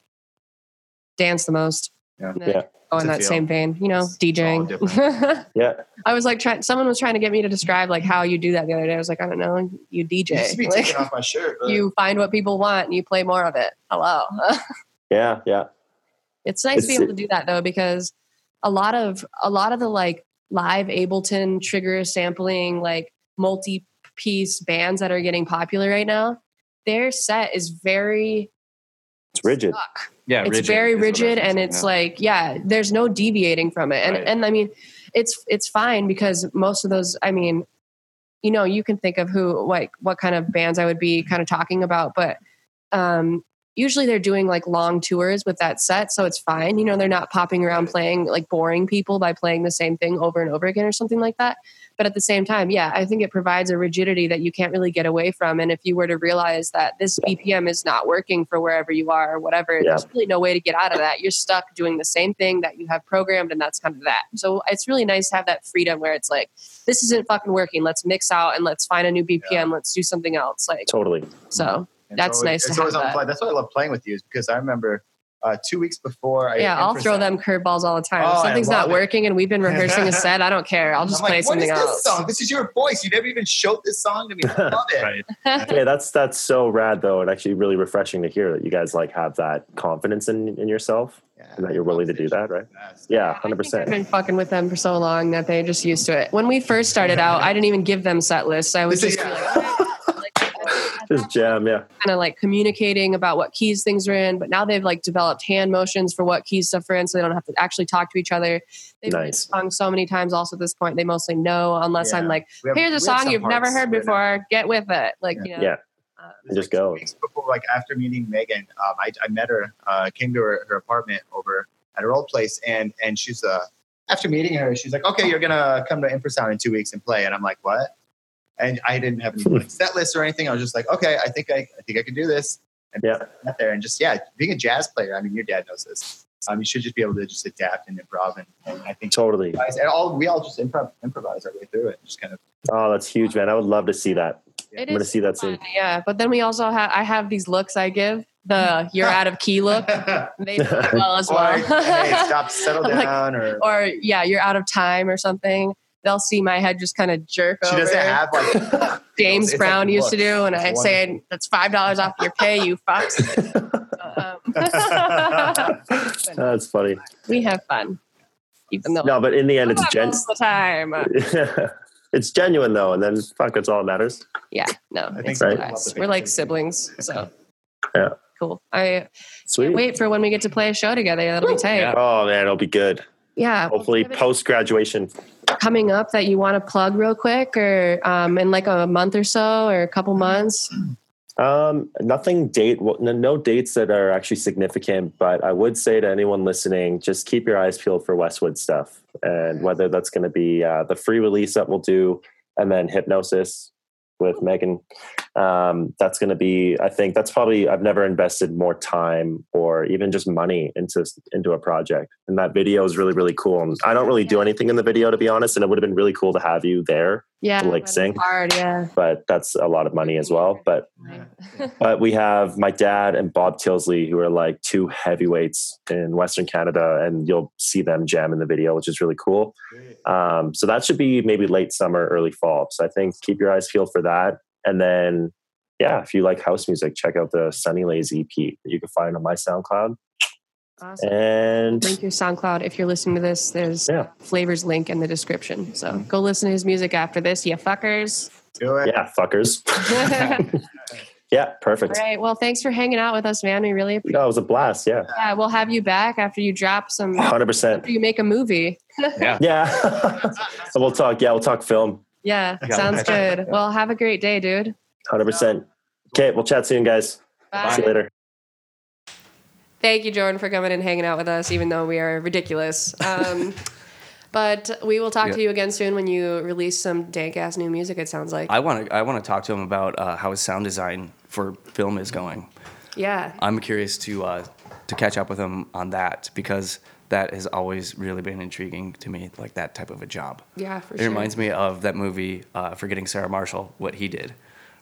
B: dance the most.
C: Yeah.
B: And then
E: Yeah.
B: Go
C: It's
B: in
C: a
B: that
C: feel.
B: same vein, you know,
C: It's- it's all
B: DJing.
E: yeah
B: [LAUGHS] I was like, trying. someone was trying to get me to describe like how you do that the other day. I was like, I don't know, you
C: You should be
B: DJ.
C: taking
B: Like,
C: off my shirt. but-
B: you find what people want and you play more of it. Hello. [LAUGHS]
E: yeah yeah
B: it's nice to be
E: It's-
B: able to do that though because a lot of a lot of the like live ableton trigger sampling like multi-piece bands that are getting popular right now their set is very
E: it's rigid
B: stuck.
F: yeah,
B: it's
F: rigid
B: very
F: is what I was
B: rigid
F: gonna
B: and
F: say,
B: it's
F: yeah.
B: like yeah there's no deviating from it and
F: Right.
B: and i mean it's it's fine because most of those i mean you know you can think of who like what kind of bands i would be kind of talking about but um usually they're doing like long tours with that set so it's fine you know they're not popping around playing like boring people by playing the same thing over and over again or something like that but at the same time yeah i think it provides a rigidity that you can't really get away from and if you were to realize that this bpm is not working for wherever you are or whatever
E: Yeah.
B: there's really no way to get out of that you're stuck doing the same thing that you have programmed and that's kind of that so it's really nice to have that freedom where it's like this isn't fucking working let's mix out and let's find a new bpm
C: Yeah.
B: let's do something else like [LAUGHS]
E: totally
B: so
C: And
B: That's
C: it's
B: nice to
C: It's
B: have
C: always on
B: that.
C: play. That's why I love playing with you is because I remember uh, two weeks before. I
B: yeah, I'll throw
C: improvised.
B: them curveballs all the time.
C: Oh, I
B: if something's not
C: love it.
B: working and we've
C: [LAUGHS]
B: been rehearsing a set, I don't care. I'll just
C: I'm
B: play
C: like,
B: something
C: what is
B: else.
C: This song? This is your voice. You never even showed this song to me. I love it.
F: Right.
E: yeah that's that's so rad though and actually really refreshing to hear that you guys like have that confidence in in yourself
C: Yeah.
E: and that you're willing to do that right
C: Yes.
E: yeah
B: I've
E: 100%
B: been fucking with them for so long that they're just used to it. When we first started out, I didn't even give them set lists. I was
C: This
B: just
C: is-
E: just jam yeah
B: kind of like communicating about what keys things are in, but now they've like developed hand motions for what keys stuff are in, so they don't have to actually talk to each other. They've
E: Nice.
B: sung so many times. Also, at this point, they mostly know unless
C: Yeah.
B: I'm like,
C: We
B: [LAUGHS]
C: have-
B: "Here's
C: we
B: a
C: have
B: song
C: some
B: you've never
C: parts
B: heard
C: where they're-
B: before. Get with it." Like,
C: Yeah.
B: you know,
E: Yeah.
B: Uh,
E: And just go.
C: Two weeks before, like after meeting Megan, um, I, I met her, uh, came to her, her apartment over at her old place, and and she's uh, after meeting her, she's like, okay, you're gonna come to Infrasound in two weeks and play, and I'm like, what? And I didn't have any like, set list or anything. I was just like, okay, I think I, I think I can do this. And
E: Yeah.
C: got there and just yeah, being a jazz player, I mean, your dad knows this. Um, you should just be able to just adapt and improv, and, and I think
E: totally
C: improvise, and all we all just improv, improvise our way through it, just kind of
E: oh that's huge man i would love to see that
B: It
E: i'm gonna
B: is
E: see that
B: fun,
E: soon
B: yeah. But then we also have I have these looks I give the you're out of key
C: [LAUGHS]
B: look. They do it well as
C: or, hey,
B: well. [LAUGHS]
C: stop, settle
B: Like,
C: down, or
B: or yeah, you're out of time or something. They'll see my head just kind of jerk
C: She
B: over.
C: doesn't have
B: [LAUGHS]
C: like
B: James
C: it's like
B: Brown used to do, and
C: looks.
B: I
C: It's
B: say that's five dollars off your pay, you
C: [LAUGHS]
B: fucks. Um,
E: that's funny
B: we have fun, even though
E: no but in the end it's
B: Not
E: gen [LAUGHS]
B: most of the time. uh,
E: yeah, it's genuine though, and then fuck, that's all that matters.
B: Yeah, no,
G: I
B: it's
G: think
E: Right.
B: us. We're like siblings, so
E: Yeah.
B: cool. I
E: Sweet.
B: wait for when we get to play a show together. That'll be tight. Yeah,
F: Yeah.
E: Oh man, it'll be good. Hopefully, post graduation.
B: coming up that you want to plug real quick, or um, in like a month or so, or a couple months.
E: Um, nothing date. Well, no, no dates that are actually significant. But I would say to anyone listening, just keep your eyes peeled for Westwood stuff, and whether that's going to be uh, the free release that we'll do, and then hypnosis with Megan. Um, that's going to be. I think that's probably. I've never invested more time or even just money into into a project, and that video is really really cool. And I don't really do anything in the video to be honest, and it would have been really cool to have you there,
B: Yeah,
E: To, like, sing?
B: hard. Yeah,
E: but that's a lot of money as well. But but we have my dad and Bob Tilsley, who are like two heavyweights in Western Canada, and you'll see them jam in the video, which is really cool. Um, so that should be maybe late summer, early fall. So I think keep your eyes peeled for that. And then, yeah, if you like house music, check out the Sunny Lays EP that you can find on my SoundCloud.
B: [LAUGHS] awesome.
E: And
B: link your SoundCloud if you're listening to this. There's
E: Yeah. Mm-hmm.
B: Flavors link in the description. So go listen to his music after this, you
E: [LAUGHS]
B: fuckers. [LAUGHS]
C: Do it.
E: yeah, fuckers. [LAUGHS]
B: All
E: yeah, perfect.
B: right. Well, thanks for hanging out with us, man. We really appreciate
E: No, it was a blast. Yeah,
B: it. Yeah, we'll have you back after you drop
E: [LAUGHS]
B: some, after
E: 100%.
B: you make a movie.
E: Yeah. [LAUGHS] so we'll talk. Yeah, we'll talk film.
B: Yeah,
G: Yeah.
B: sounds good. Well, have a great day, dude.
E: 100%. Okay, we'll chat soon, guys. See you
B: Bye.
E: later.
B: Thank you, Jordan, for coming and hanging out with us, even though we
A: [LAUGHS]
B: are ridiculous. Um, but we will talk to you again soon when you release some dank ass new music, it sounds like.
A: I want to I want to talk to him about uh, how his sound design for film is going.
B: yeah.
A: I'm curious to uh, to catch up with him on that because that has always really been intriguing to me, like that type of a job.
B: Yeah, for
A: it
B: sure.
A: reminds me of that movie uh, Forgetting Sarah Marshall, what he did.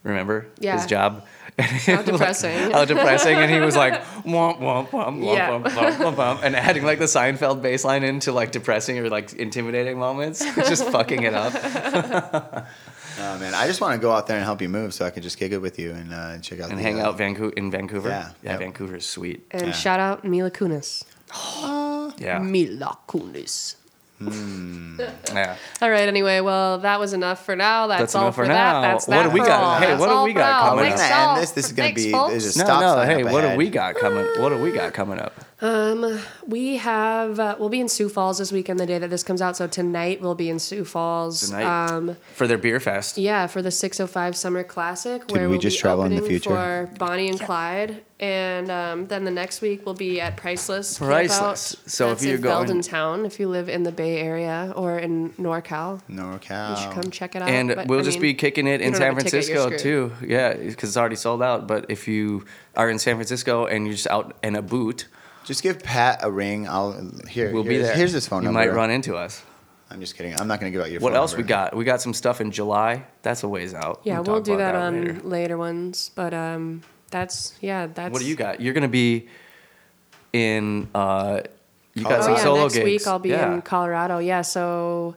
A: Remember
B: Yeah.
A: his job? [LAUGHS]
B: How depressing.
A: How depressing! And he was
B: [LAUGHS]
A: like, womp womp womp womp
B: Yeah.
A: womp womp womp womp, and adding like the Seinfeld bass line into like depressing or like intimidating
B: [LAUGHS]
A: moments, just fucking it up.
C: Oh, man, I just want to go out there and help you move, so I can just kick it with you and uh, check out
A: and
C: the,
A: hang
C: uh,
A: out Vancouver in Vancouver.
C: Yeah,
A: yeah,
C: yep.
A: Vancouver is sweet.
B: and
C: Yeah.
B: shout out Mila Kunis. Uh,
A: Yeah,
B: Mila Kunis.
A: yeah.
B: All right. Anyway, well, that was enough for now. That's,
A: That's
B: all
A: enough
B: for
A: for
B: that.
A: now.
B: That's
A: What
B: that
A: do we
B: for
A: got?
B: all.
A: Hey,
B: That's
A: what do
B: all
A: we
B: for
A: got
B: all.
A: coming
C: We're
B: Thanks,
A: up?
C: gonna
B: all.
C: end this. This is gonna
B: Thanks,
C: be.
B: folks.
C: There's a
A: No,
C: stop
A: no.
C: sign
A: Hey, what
C: up
A: do
C: ahead.
A: we got coming? What do we got coming up?
B: Um, we have uh, we'll be in Sioux Falls this weekend, the day that this comes out. So tonight we'll be in Sioux Falls.
A: Tonight.
B: Um,
A: for their beer fest.
B: yeah, for the 605 Summer Classic,
C: we
B: where we'll
C: just
B: be
C: travel in the
B: opening for
C: future?
B: Bonnie and Clyde, and um, then the next week we'll be at Priceless. Campout.
A: Priceless. So if
B: That's
A: you're
B: in
A: going-
B: Town, if you live in the Bay Area or in NorCal, you should
C: NorCal.
B: come check it out.
A: And
B: But,
A: we'll
B: I
A: just
B: mean-
A: be kicking it in
B: don't
A: San
B: have a ticket, you're
A: Francisco too. Yeah, because it's already sold out. But if you are in San Francisco and you're just out in a boot,
C: Just give Pat a ring. I'll here.
A: we'll be
C: here's-
A: there.
C: Here's his phone
A: You
C: number.
A: might run into us.
C: I'm just kidding. I'm not gonna give out your.
A: What
C: phone
A: else
C: number.
A: we got? We got some stuff in July. That's a ways out.
B: Yeah,
A: can
B: we'll
A: talk
B: do
A: about
B: that, um, on
A: later.
B: later. ones, but um, that's yeah, that's.
A: What do you got? You're gonna be in. Uh, you got
C: Colorado.
A: some
B: Oh yeah,
A: solo
B: next
A: gigs.
B: week I'll be
A: yeah.
B: in Colorado. Yeah, so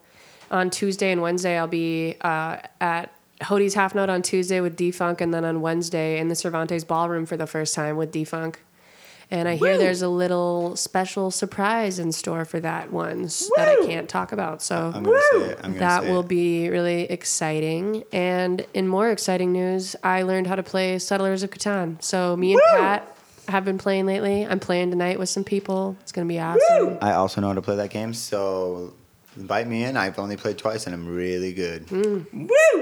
B: on Tuesday and Wednesday I'll be uh, at Hodie's Half Note on Tuesday with Defunk, and then on Wednesday in the Cervantes Ballroom for the first time with Defunk. And I hear there's a little special surprise in store for that one s- that I can't talk about. So
C: I'm gonna say it. I'm gonna
B: that
C: say
B: will
C: it.
B: be really exciting. And in more exciting news, I learned how to play Settlers of Catan. So me and Pat have been playing lately. I'm playing tonight with some people. It's gonna be awesome.
C: I also know how to play that game, so invite me in. I've only played twice, and I'm really good.
B: Mm.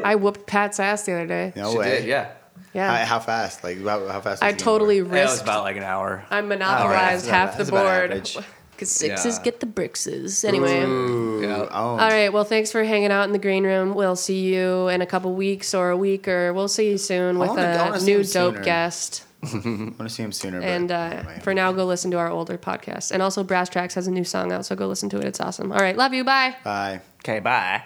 B: I whooped Pat's ass the other day.
C: No
A: She
C: way.
A: did, yeah.
B: Yeah,
C: How, how fast? Like how, how fast?
B: I
C: is the game over?
B: totally
A: That was
B: risked.
A: about like an hour.
B: I monopolized
C: Alright,
B: half the
C: that's Oh, about
B: board
C: average.
B: because sixes
A: Yeah.
B: get the brickses. Anyway.
C: Ooh,
A: Yeah.
C: owned.
B: All right. Well, thanks for hanging out in the green room. We'll see you in a couple weeks or a week or we'll see you soon with
C: wanna- I wanna
B: a
C: see
B: new
C: him
B: dope
C: sooner.
B: guest.
C: I want to see him sooner. but
B: And uh,
C: anyway.
B: for now, go listen to our older podcasts. And also, Brass Tracks has a new song out, so go listen to it. It's awesome. All right. Love you. Bye.
C: bye.
A: Okay, bye.